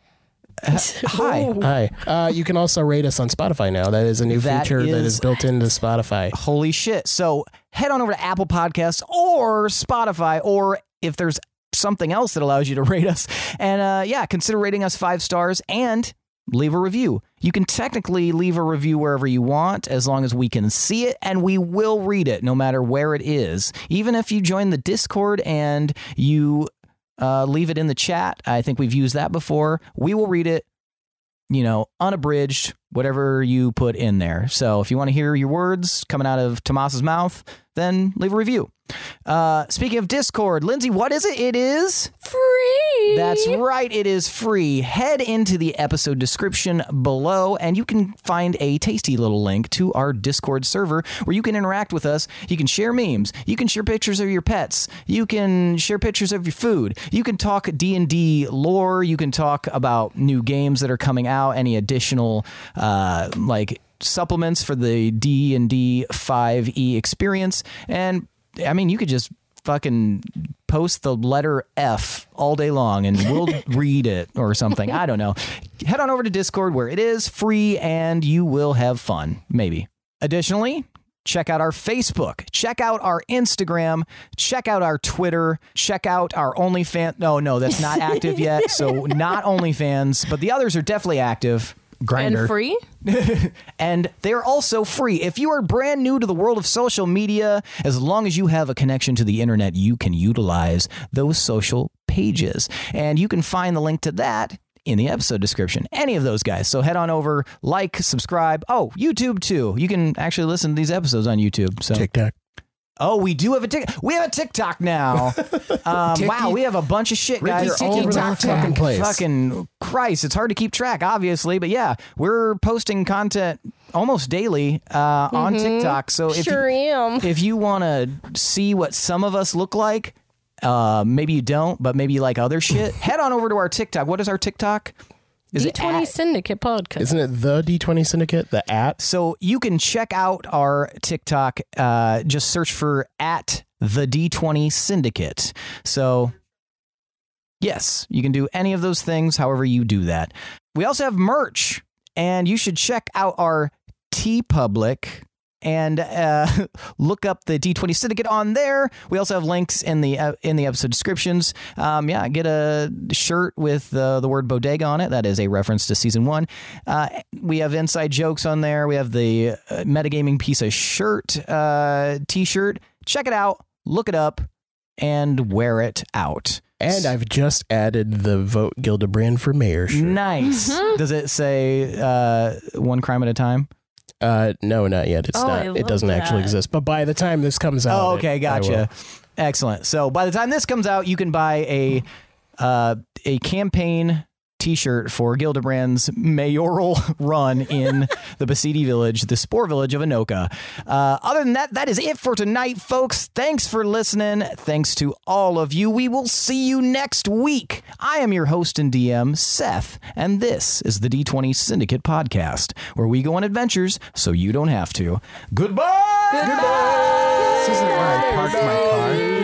Speaker 2: Hi.
Speaker 1: Hi. Uh, you can also rate us on Spotify now. That is a new
Speaker 2: That
Speaker 1: feature that
Speaker 2: is-
Speaker 1: is built into Spotify.
Speaker 2: Holy shit. So head on over to Apple Podcasts or Spotify, or if there's something else that allows you to rate us. And uh, yeah, consider rating us five stars and leave a review. You can technically leave a review wherever you want as long as we can see it and we will read it no matter where it is. Even if you join the Discord and you uh, leave it in the chat, I think we've used that before. We will read it you know, unabridged, whatever you put in there. So if you want to hear your words coming out of Tomas's mouth, then leave a review. Uh, speaking of Discord, Lindsay, what is it? It is
Speaker 3: Free.
Speaker 2: that's right. It is free. Head into the episode description below, and you can find a tasty little link to our Discord server where you can interact with us. You can share memes. You can share pictures of your pets. You can share pictures of your food. You can talk D and D lore. You can talk about new games that are coming out. Any additional uh, like supplements for the D and D five E experience, and I mean, you could just fucking post the letter F all day long and we'll read it or something. I don't know. Head on over to Discord where it is free and you will have fun, maybe. Additionally, check out our Facebook, check out our Instagram, check out our Twitter, check out our OnlyFans. No, no, that's not active yet. So not OnlyFans, but the others are definitely active.
Speaker 8: and free?
Speaker 2: And they're also free. If you are brand new to the world of social media, as long as you have a connection to the internet, you can utilize those social pages. And you can find the link to that in the episode description. Any of those guys. So head on over, like, subscribe. Oh, YouTube too. You can actually listen to these episodes on YouTube. So
Speaker 1: TikTok.
Speaker 2: Oh, we do have a tick. We have a TikTok now. Um,
Speaker 1: Tiki-
Speaker 2: wow, we have a bunch of shit,
Speaker 1: Ricky's
Speaker 2: guys.
Speaker 1: Tiki all over the
Speaker 2: TikTok.
Speaker 1: fucking place.
Speaker 2: Fucking Christ, it's hard to keep track, obviously, but yeah, we're posting content almost daily uh, on
Speaker 9: Mhm.
Speaker 2: TikTok. So if
Speaker 9: Sure
Speaker 2: you,
Speaker 9: am.
Speaker 2: If you want to see what some of us look like, uh, maybe you don't, but maybe you like other shit. head on over to our TikTok. What is our TikTok? Is it
Speaker 9: D20 Syndicate podcast.
Speaker 1: Isn't it the D20 Syndicate? The at?
Speaker 2: So you can check out our TikTok. Uh, just search for at the D20 Syndicate. So, yes, you can do any of those things, however, you do that. We also have merch, and you should check out our T Public and uh, look up the D20 Syndicate on there. We also have links in the uh, in the episode descriptions. Um, yeah, get a shirt with uh, the word bodega on it. That is a reference to season one. Uh, we have inside jokes on there. We have the uh, metagaming piece of shirt uh, T-shirt. Check it out. Look it up and wear it out.
Speaker 1: And I've just added the vote Gildebrand for mayor shirt.
Speaker 2: Nice. Does it say uh, one crime at a time?
Speaker 1: Uh, no, not yet. It's
Speaker 2: Oh, I
Speaker 1: not. It
Speaker 2: love
Speaker 1: doesn't actually
Speaker 2: that.
Speaker 1: exist. But by the time this comes out,
Speaker 2: Oh,
Speaker 1: it- I
Speaker 2: okay, gotcha.
Speaker 1: will.
Speaker 2: Excellent. So by the time this comes out, you can buy a uh, a campaign T-shirt for Gildebrand's mayoral run in the Basidi village, the spore village of Anoka. Uh, other than that, that is it for tonight, folks. Thanks for listening. Thanks to all of you. We will see you next week. I am your host and DM, Seth, and this is the D20 Syndicate podcast, where we go on adventures so you don't have to. Goodbye. Goodbye.
Speaker 7: This isn't where I parked my car.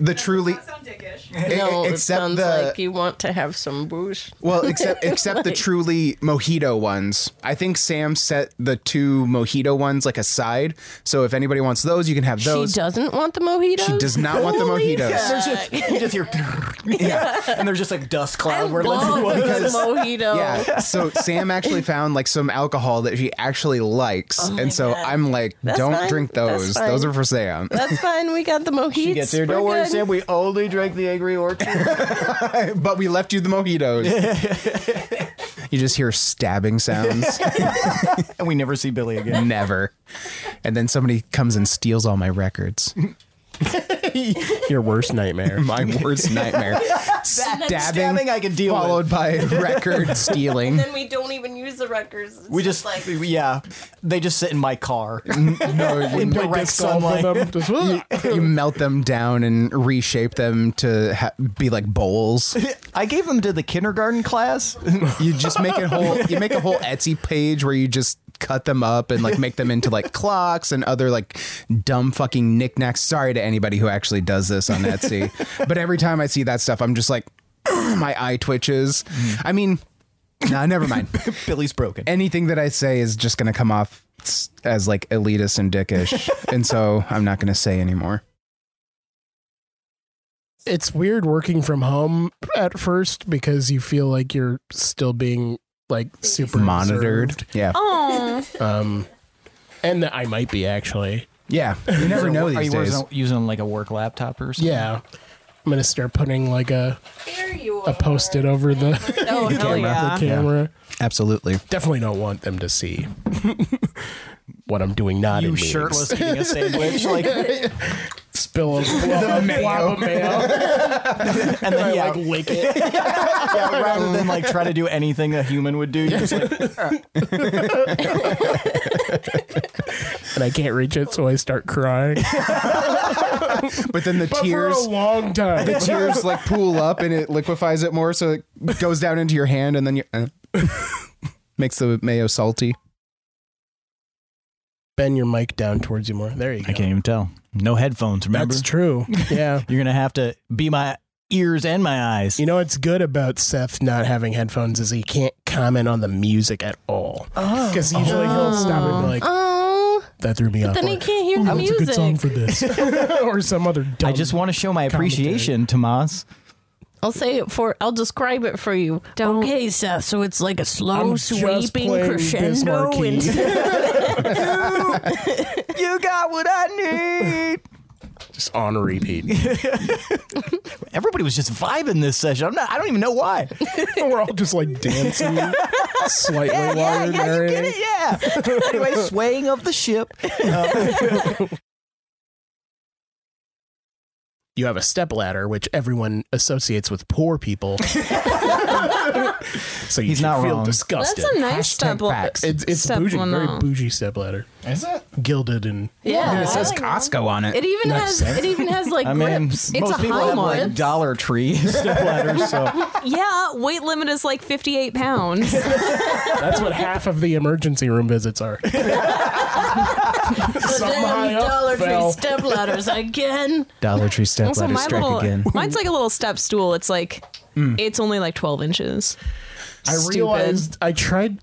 Speaker 7: The truly.
Speaker 9: No,
Speaker 7: E-
Speaker 9: it
Speaker 7: except
Speaker 9: sounds
Speaker 7: the-
Speaker 9: like you want to have some booze.
Speaker 7: Well, except except the
Speaker 9: Like-
Speaker 7: truly mojito ones. I think Sam set the two mojito ones like aside. So if anybody wants those, you can have those.
Speaker 9: She doesn't want the mojitos.
Speaker 7: She does not want the
Speaker 9: Holy
Speaker 7: mojitos.
Speaker 9: fuck.
Speaker 7: There's
Speaker 2: you just hear, yeah, and there's just like dust cloud. where
Speaker 9: love
Speaker 2: Lindsay
Speaker 9: the
Speaker 2: was.
Speaker 9: mojito.
Speaker 7: Yeah. So Sam actually found like some alcohol that she actually likes,
Speaker 9: Oh my
Speaker 7: and so I'm like,
Speaker 9: That's
Speaker 7: don't
Speaker 9: fine.
Speaker 7: drink
Speaker 9: That's
Speaker 7: those.
Speaker 9: fine.
Speaker 7: Those are for Sam.
Speaker 9: That's fine. We got the mojitos. She
Speaker 7: gets here, "Don't worry, Sam,
Speaker 2: We only drank the Angry Orchard.
Speaker 7: but we left you the mojitos. you just hear stabbing sounds.
Speaker 2: and we never see Billy again.
Speaker 7: Never. And then somebody comes and steals all my records.
Speaker 1: Your worst nightmare.
Speaker 7: my worst nightmare.
Speaker 2: Stabbing, I can deal
Speaker 7: followed
Speaker 2: with.
Speaker 7: by record
Speaker 9: And
Speaker 7: stealing.
Speaker 9: then we don't even use the records. It's
Speaker 2: We just,
Speaker 9: like
Speaker 2: yeah, they just sit in my car.
Speaker 7: No, you,
Speaker 2: Direct sunlight.
Speaker 7: you melt them down and reshape them to ha- be like bowls.
Speaker 2: I gave them to the kindergarten class.
Speaker 7: You just make a whole you make a whole Etsy page where you just cut them up and like make them into like clocks and other like dumb fucking knickknacks. Sorry to anybody who actually does this on Etsy. but every time I see that stuff, I'm just like my eye twitches. I mean, nah, never mind.
Speaker 2: Billy's broken.
Speaker 7: Anything that I say is just going to come off s- as like elitist and dickish. and so I'm not going to say anymore.
Speaker 1: It's weird working from home at first because you feel like you're still being like super
Speaker 7: Monitored.
Speaker 1: observed.
Speaker 7: Yeah.
Speaker 8: Oh,
Speaker 1: Um, and that I might be actually.
Speaker 7: Yeah. You never know
Speaker 2: Are
Speaker 7: these
Speaker 2: you
Speaker 7: days.
Speaker 2: Using, using like a work laptop or something?
Speaker 1: Yeah, I'm gonna start putting like a a post it over the,
Speaker 8: Oh,
Speaker 1: the
Speaker 8: hell
Speaker 1: camera.
Speaker 8: yeah.
Speaker 1: The camera.
Speaker 7: Absolutely.
Speaker 1: Definitely don't want them to see what I'm doing. Not
Speaker 2: You
Speaker 1: in
Speaker 2: shirtless
Speaker 1: meetings.
Speaker 2: eating a sandwich, like, and
Speaker 1: spill a blob of blob of mayo.
Speaker 2: then
Speaker 1: I
Speaker 2: yeah,
Speaker 1: like lick it.
Speaker 2: yeah, rather than like try to do anything a human would do, you just like
Speaker 1: and I can't reach it, so I start crying.
Speaker 7: But then the
Speaker 1: But
Speaker 7: tears.
Speaker 1: for a long time.
Speaker 7: the tears like pool up and it liquefies it more so it goes down into your hand and then you uh, makes the mayo salty
Speaker 1: Bend your mic down towards you more. There you go.
Speaker 2: I can't even tell. No headphones. Remember,
Speaker 1: That's true. Yeah.
Speaker 2: you're gonna have to be my ears and my eyes.
Speaker 1: you know what's good about Seth not having headphones is he can't comment on the music at all.
Speaker 2: Oh,
Speaker 4: Oh.
Speaker 1: Because usually he'll stop and be like,
Speaker 9: oh,
Speaker 1: that threw me
Speaker 9: But
Speaker 1: off.
Speaker 9: then
Speaker 1: or,
Speaker 9: he can't hear
Speaker 1: "Ooh, that
Speaker 9: the
Speaker 1: was a good song for
Speaker 9: music."
Speaker 1: this. or some other dumb
Speaker 2: I just want to show my appreciation, Tomas.
Speaker 9: I'll say it for. I'll describe it for you.
Speaker 5: Okay, Seth. So it's like a slow,
Speaker 9: I'm just
Speaker 5: sweeping
Speaker 9: playing
Speaker 5: crescendo.
Speaker 9: Bismarcky.
Speaker 2: You got what I need.
Speaker 1: Just on repeat.
Speaker 2: Everybody was just vibing this session. I'm not. I don't even know why.
Speaker 1: We're all just like dancing slightly
Speaker 2: yeah,
Speaker 1: while
Speaker 2: yeah,
Speaker 1: you're
Speaker 2: you get it, yeah. anyway, swaying of the ship. Uh,
Speaker 1: You have a stepladder, which everyone associates with poor people. so you
Speaker 2: He's
Speaker 1: should
Speaker 2: not
Speaker 1: feel
Speaker 2: wrong.
Speaker 1: disgusted.
Speaker 8: That's a nice
Speaker 1: Hashtag
Speaker 8: step-
Speaker 1: facts. It's, it's
Speaker 8: step
Speaker 1: bougie,
Speaker 8: one,
Speaker 1: very
Speaker 9: oh.
Speaker 8: though.
Speaker 1: bougie stepladder.
Speaker 7: Is it?
Speaker 1: Gilded and
Speaker 8: Yeah,
Speaker 7: And it
Speaker 8: I
Speaker 7: says
Speaker 8: like
Speaker 7: Costco on it.
Speaker 8: It even
Speaker 1: Nice.
Speaker 8: has it even has like
Speaker 2: I mean,
Speaker 8: grips. It's
Speaker 2: most
Speaker 8: a
Speaker 2: people
Speaker 8: high
Speaker 2: have
Speaker 8: one.
Speaker 2: like Dollar Tree step ladders, so
Speaker 8: yeah, weight limit is like 58 pounds.
Speaker 1: that's what half of the emergency room visits are.
Speaker 9: Some
Speaker 1: high up
Speaker 9: Dollar
Speaker 1: fell.
Speaker 9: Tree stepladders again.
Speaker 2: Dollar Tree step
Speaker 8: also,
Speaker 2: ladder
Speaker 8: my
Speaker 2: strike
Speaker 8: little,
Speaker 2: again. Hmm.
Speaker 8: mine's like a little step stool. It's like it's only like 12 inches.
Speaker 1: I
Speaker 8: Stupid.
Speaker 1: realized I tried.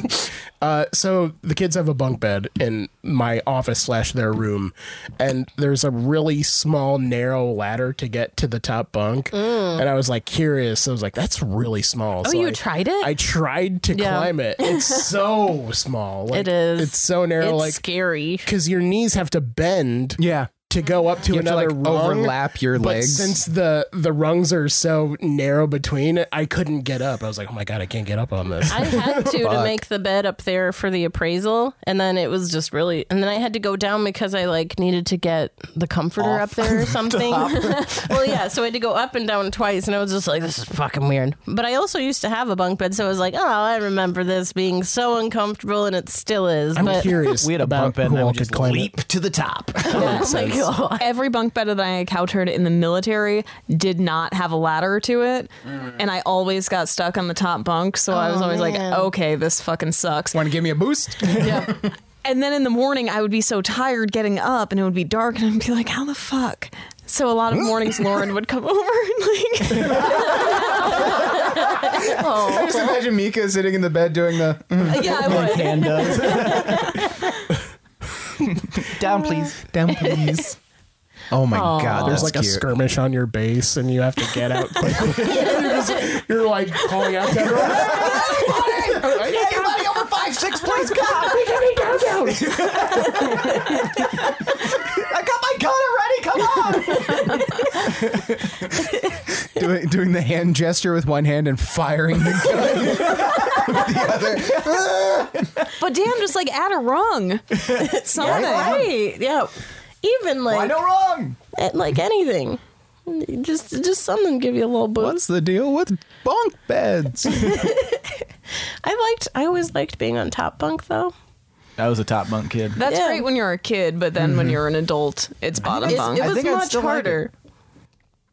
Speaker 1: uh, so the kids have a bunk bed in my office slash their room, and there's a really small narrow ladder to get to the top bunk. And I was like curious. I was like, "That's really small."
Speaker 9: Mm. Oh, you
Speaker 1: I,
Speaker 9: tried it?
Speaker 1: I tried to
Speaker 9: Yeah.
Speaker 1: climb it. It's so small. Like,
Speaker 9: It is.
Speaker 1: It's so narrow.
Speaker 9: It's
Speaker 1: like
Speaker 9: scary.
Speaker 1: because your knees have to bend.
Speaker 7: Yeah.
Speaker 1: To go up to
Speaker 7: You have to,
Speaker 1: another
Speaker 7: like,
Speaker 1: rung,
Speaker 7: overlap your
Speaker 1: but
Speaker 7: legs.
Speaker 1: since the the rungs are so narrow between, I couldn't get up. I was like, oh my god, I can't get up on this.
Speaker 9: I had to to
Speaker 1: Fuck.
Speaker 9: make the bed up there for the appraisal, and then it was just really. And then I had to go down because I like needed to get the comforter up there or something. well, yeah, so I had to go up and down twice, and I was just like, "This is fucking weird." But I also used to have a bunk bed, so I was like, "Oh, I remember this being so uncomfortable, and it still is."
Speaker 1: I'm
Speaker 9: but
Speaker 1: curious
Speaker 2: We had a
Speaker 1: about
Speaker 2: bunk bed
Speaker 1: who
Speaker 2: and I
Speaker 1: all
Speaker 2: would
Speaker 1: could
Speaker 2: just
Speaker 1: claim
Speaker 2: leap to the top.
Speaker 9: oh my god,
Speaker 8: Every bunk bed that I encountered in the military did not have a ladder to it, and I always got stuck on the top bunk. So I was
Speaker 9: Oh,
Speaker 8: always
Speaker 9: man.
Speaker 8: like, "Okay, this fucking sucks."
Speaker 7: Want to give me a boost?
Speaker 8: And then in the morning, I would be so tired getting up, and it would be dark, and I'd be like, "How the fuck?" So a lot of mornings, Lauren would come over and like,
Speaker 7: I just imagine Mika sitting in the bed doing the. mm,
Speaker 8: "Yeah, I would."
Speaker 2: Hand Down, please.
Speaker 7: Down, please. Oh my
Speaker 9: Aw.
Speaker 7: god,
Speaker 1: There's
Speaker 7: that's
Speaker 1: like a
Speaker 7: cute.
Speaker 1: skirmish on your base, and you have to get out quickly. you're, just- you're, like calling out to everyone.
Speaker 2: Anybody over five six, please come. I got my gun already. Come on.
Speaker 7: doing, doing the hand gesture with one hand and firing the gun with the other.
Speaker 8: But damn, just like add a rung, something.
Speaker 9: right? Yeah, even like
Speaker 2: wrong?
Speaker 9: at- like anything. Just, just something give you a little boost.
Speaker 7: What's the deal with bunk beds?
Speaker 9: I liked. I always liked being on top bunk though.
Speaker 2: I was a top bunk kid.
Speaker 8: That's
Speaker 9: Yeah.
Speaker 8: great when you're a kid, but then when you're an adult, it's bottom
Speaker 9: It's-
Speaker 8: bunk.
Speaker 9: it was
Speaker 2: think I'd
Speaker 9: much
Speaker 2: still like it.
Speaker 9: harder.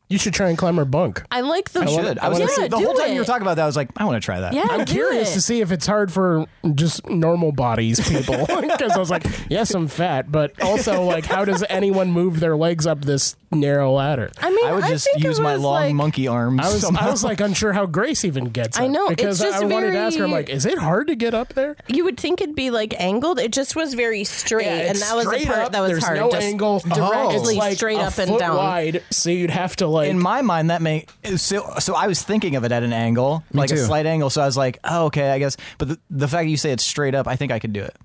Speaker 1: You should try and climb our bunk.
Speaker 9: I like the.
Speaker 2: I should. I was
Speaker 9: yeah,
Speaker 2: the
Speaker 9: do
Speaker 2: whole time
Speaker 9: it.
Speaker 2: you were talking about that. I was like, I want to try that.
Speaker 9: Yeah,
Speaker 1: I'm
Speaker 9: do
Speaker 1: curious
Speaker 9: it.
Speaker 1: to see if it's hard for just normal bodies people because I was like, yes, I'm fat, but also like, how does anyone move their legs up this narrow ladder?
Speaker 9: I mean,
Speaker 2: I would just
Speaker 9: think it
Speaker 2: use my
Speaker 9: was,
Speaker 2: long
Speaker 9: like-
Speaker 2: monkey arms.
Speaker 1: I was,
Speaker 2: somehow.
Speaker 1: I was like unsure how Grace even gets.
Speaker 9: I
Speaker 1: up,
Speaker 9: know, it's
Speaker 1: because
Speaker 9: just
Speaker 1: I wanted to ask her. I'm
Speaker 9: very-
Speaker 1: like, is it hard to get up there?
Speaker 9: You would think it'd be like angled. It just was very straight,
Speaker 1: Yeah,
Speaker 9: and
Speaker 1: it's
Speaker 9: that was the
Speaker 1: straight
Speaker 9: part
Speaker 1: up.
Speaker 9: that was
Speaker 1: There's
Speaker 9: hard.
Speaker 1: No
Speaker 9: just
Speaker 1: angle.
Speaker 2: Oh,
Speaker 9: directly
Speaker 1: It's like
Speaker 9: straight
Speaker 1: a
Speaker 9: up and
Speaker 1: foot
Speaker 9: down.
Speaker 1: wide, so you'd have to like.
Speaker 2: in my mind that may so so I was thinking of it at an angle, like a
Speaker 7: too.
Speaker 2: slight angle. So I was like, oh, okay, I guess. But the, the fact that you say it's straight up, I think I could do it.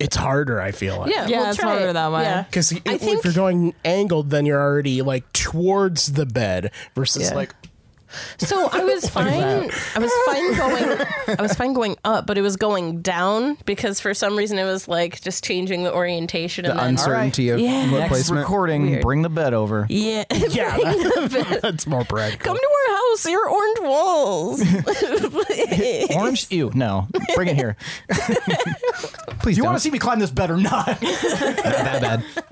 Speaker 1: it's harder. I feel like.
Speaker 9: Yeah,
Speaker 8: Yeah,
Speaker 9: we'll
Speaker 8: it's
Speaker 9: try
Speaker 8: harder
Speaker 9: it.
Speaker 8: that way.
Speaker 9: Yeah.
Speaker 1: Because
Speaker 9: I think-
Speaker 1: if you're going angled, then you're already like towards the bed versus
Speaker 8: Yeah.
Speaker 1: like
Speaker 9: So I was fine. I was fine going. I was fine going up, but it was going down because for some reason it was like just changing the orientation and
Speaker 7: The
Speaker 9: then
Speaker 7: uncertainty of
Speaker 9: Yeah.
Speaker 7: foot
Speaker 2: Next
Speaker 7: placement.
Speaker 2: recording, bring the bed over.
Speaker 9: yeah,
Speaker 1: yeah.
Speaker 9: Bring the
Speaker 1: that-
Speaker 9: bed.
Speaker 1: that's more practical.
Speaker 9: Come to our house. Your orange walls.
Speaker 2: Orange, ew, no, bring it here.
Speaker 7: Please
Speaker 2: you
Speaker 7: don't.
Speaker 2: want to see me climb this bed or not?
Speaker 7: that bad.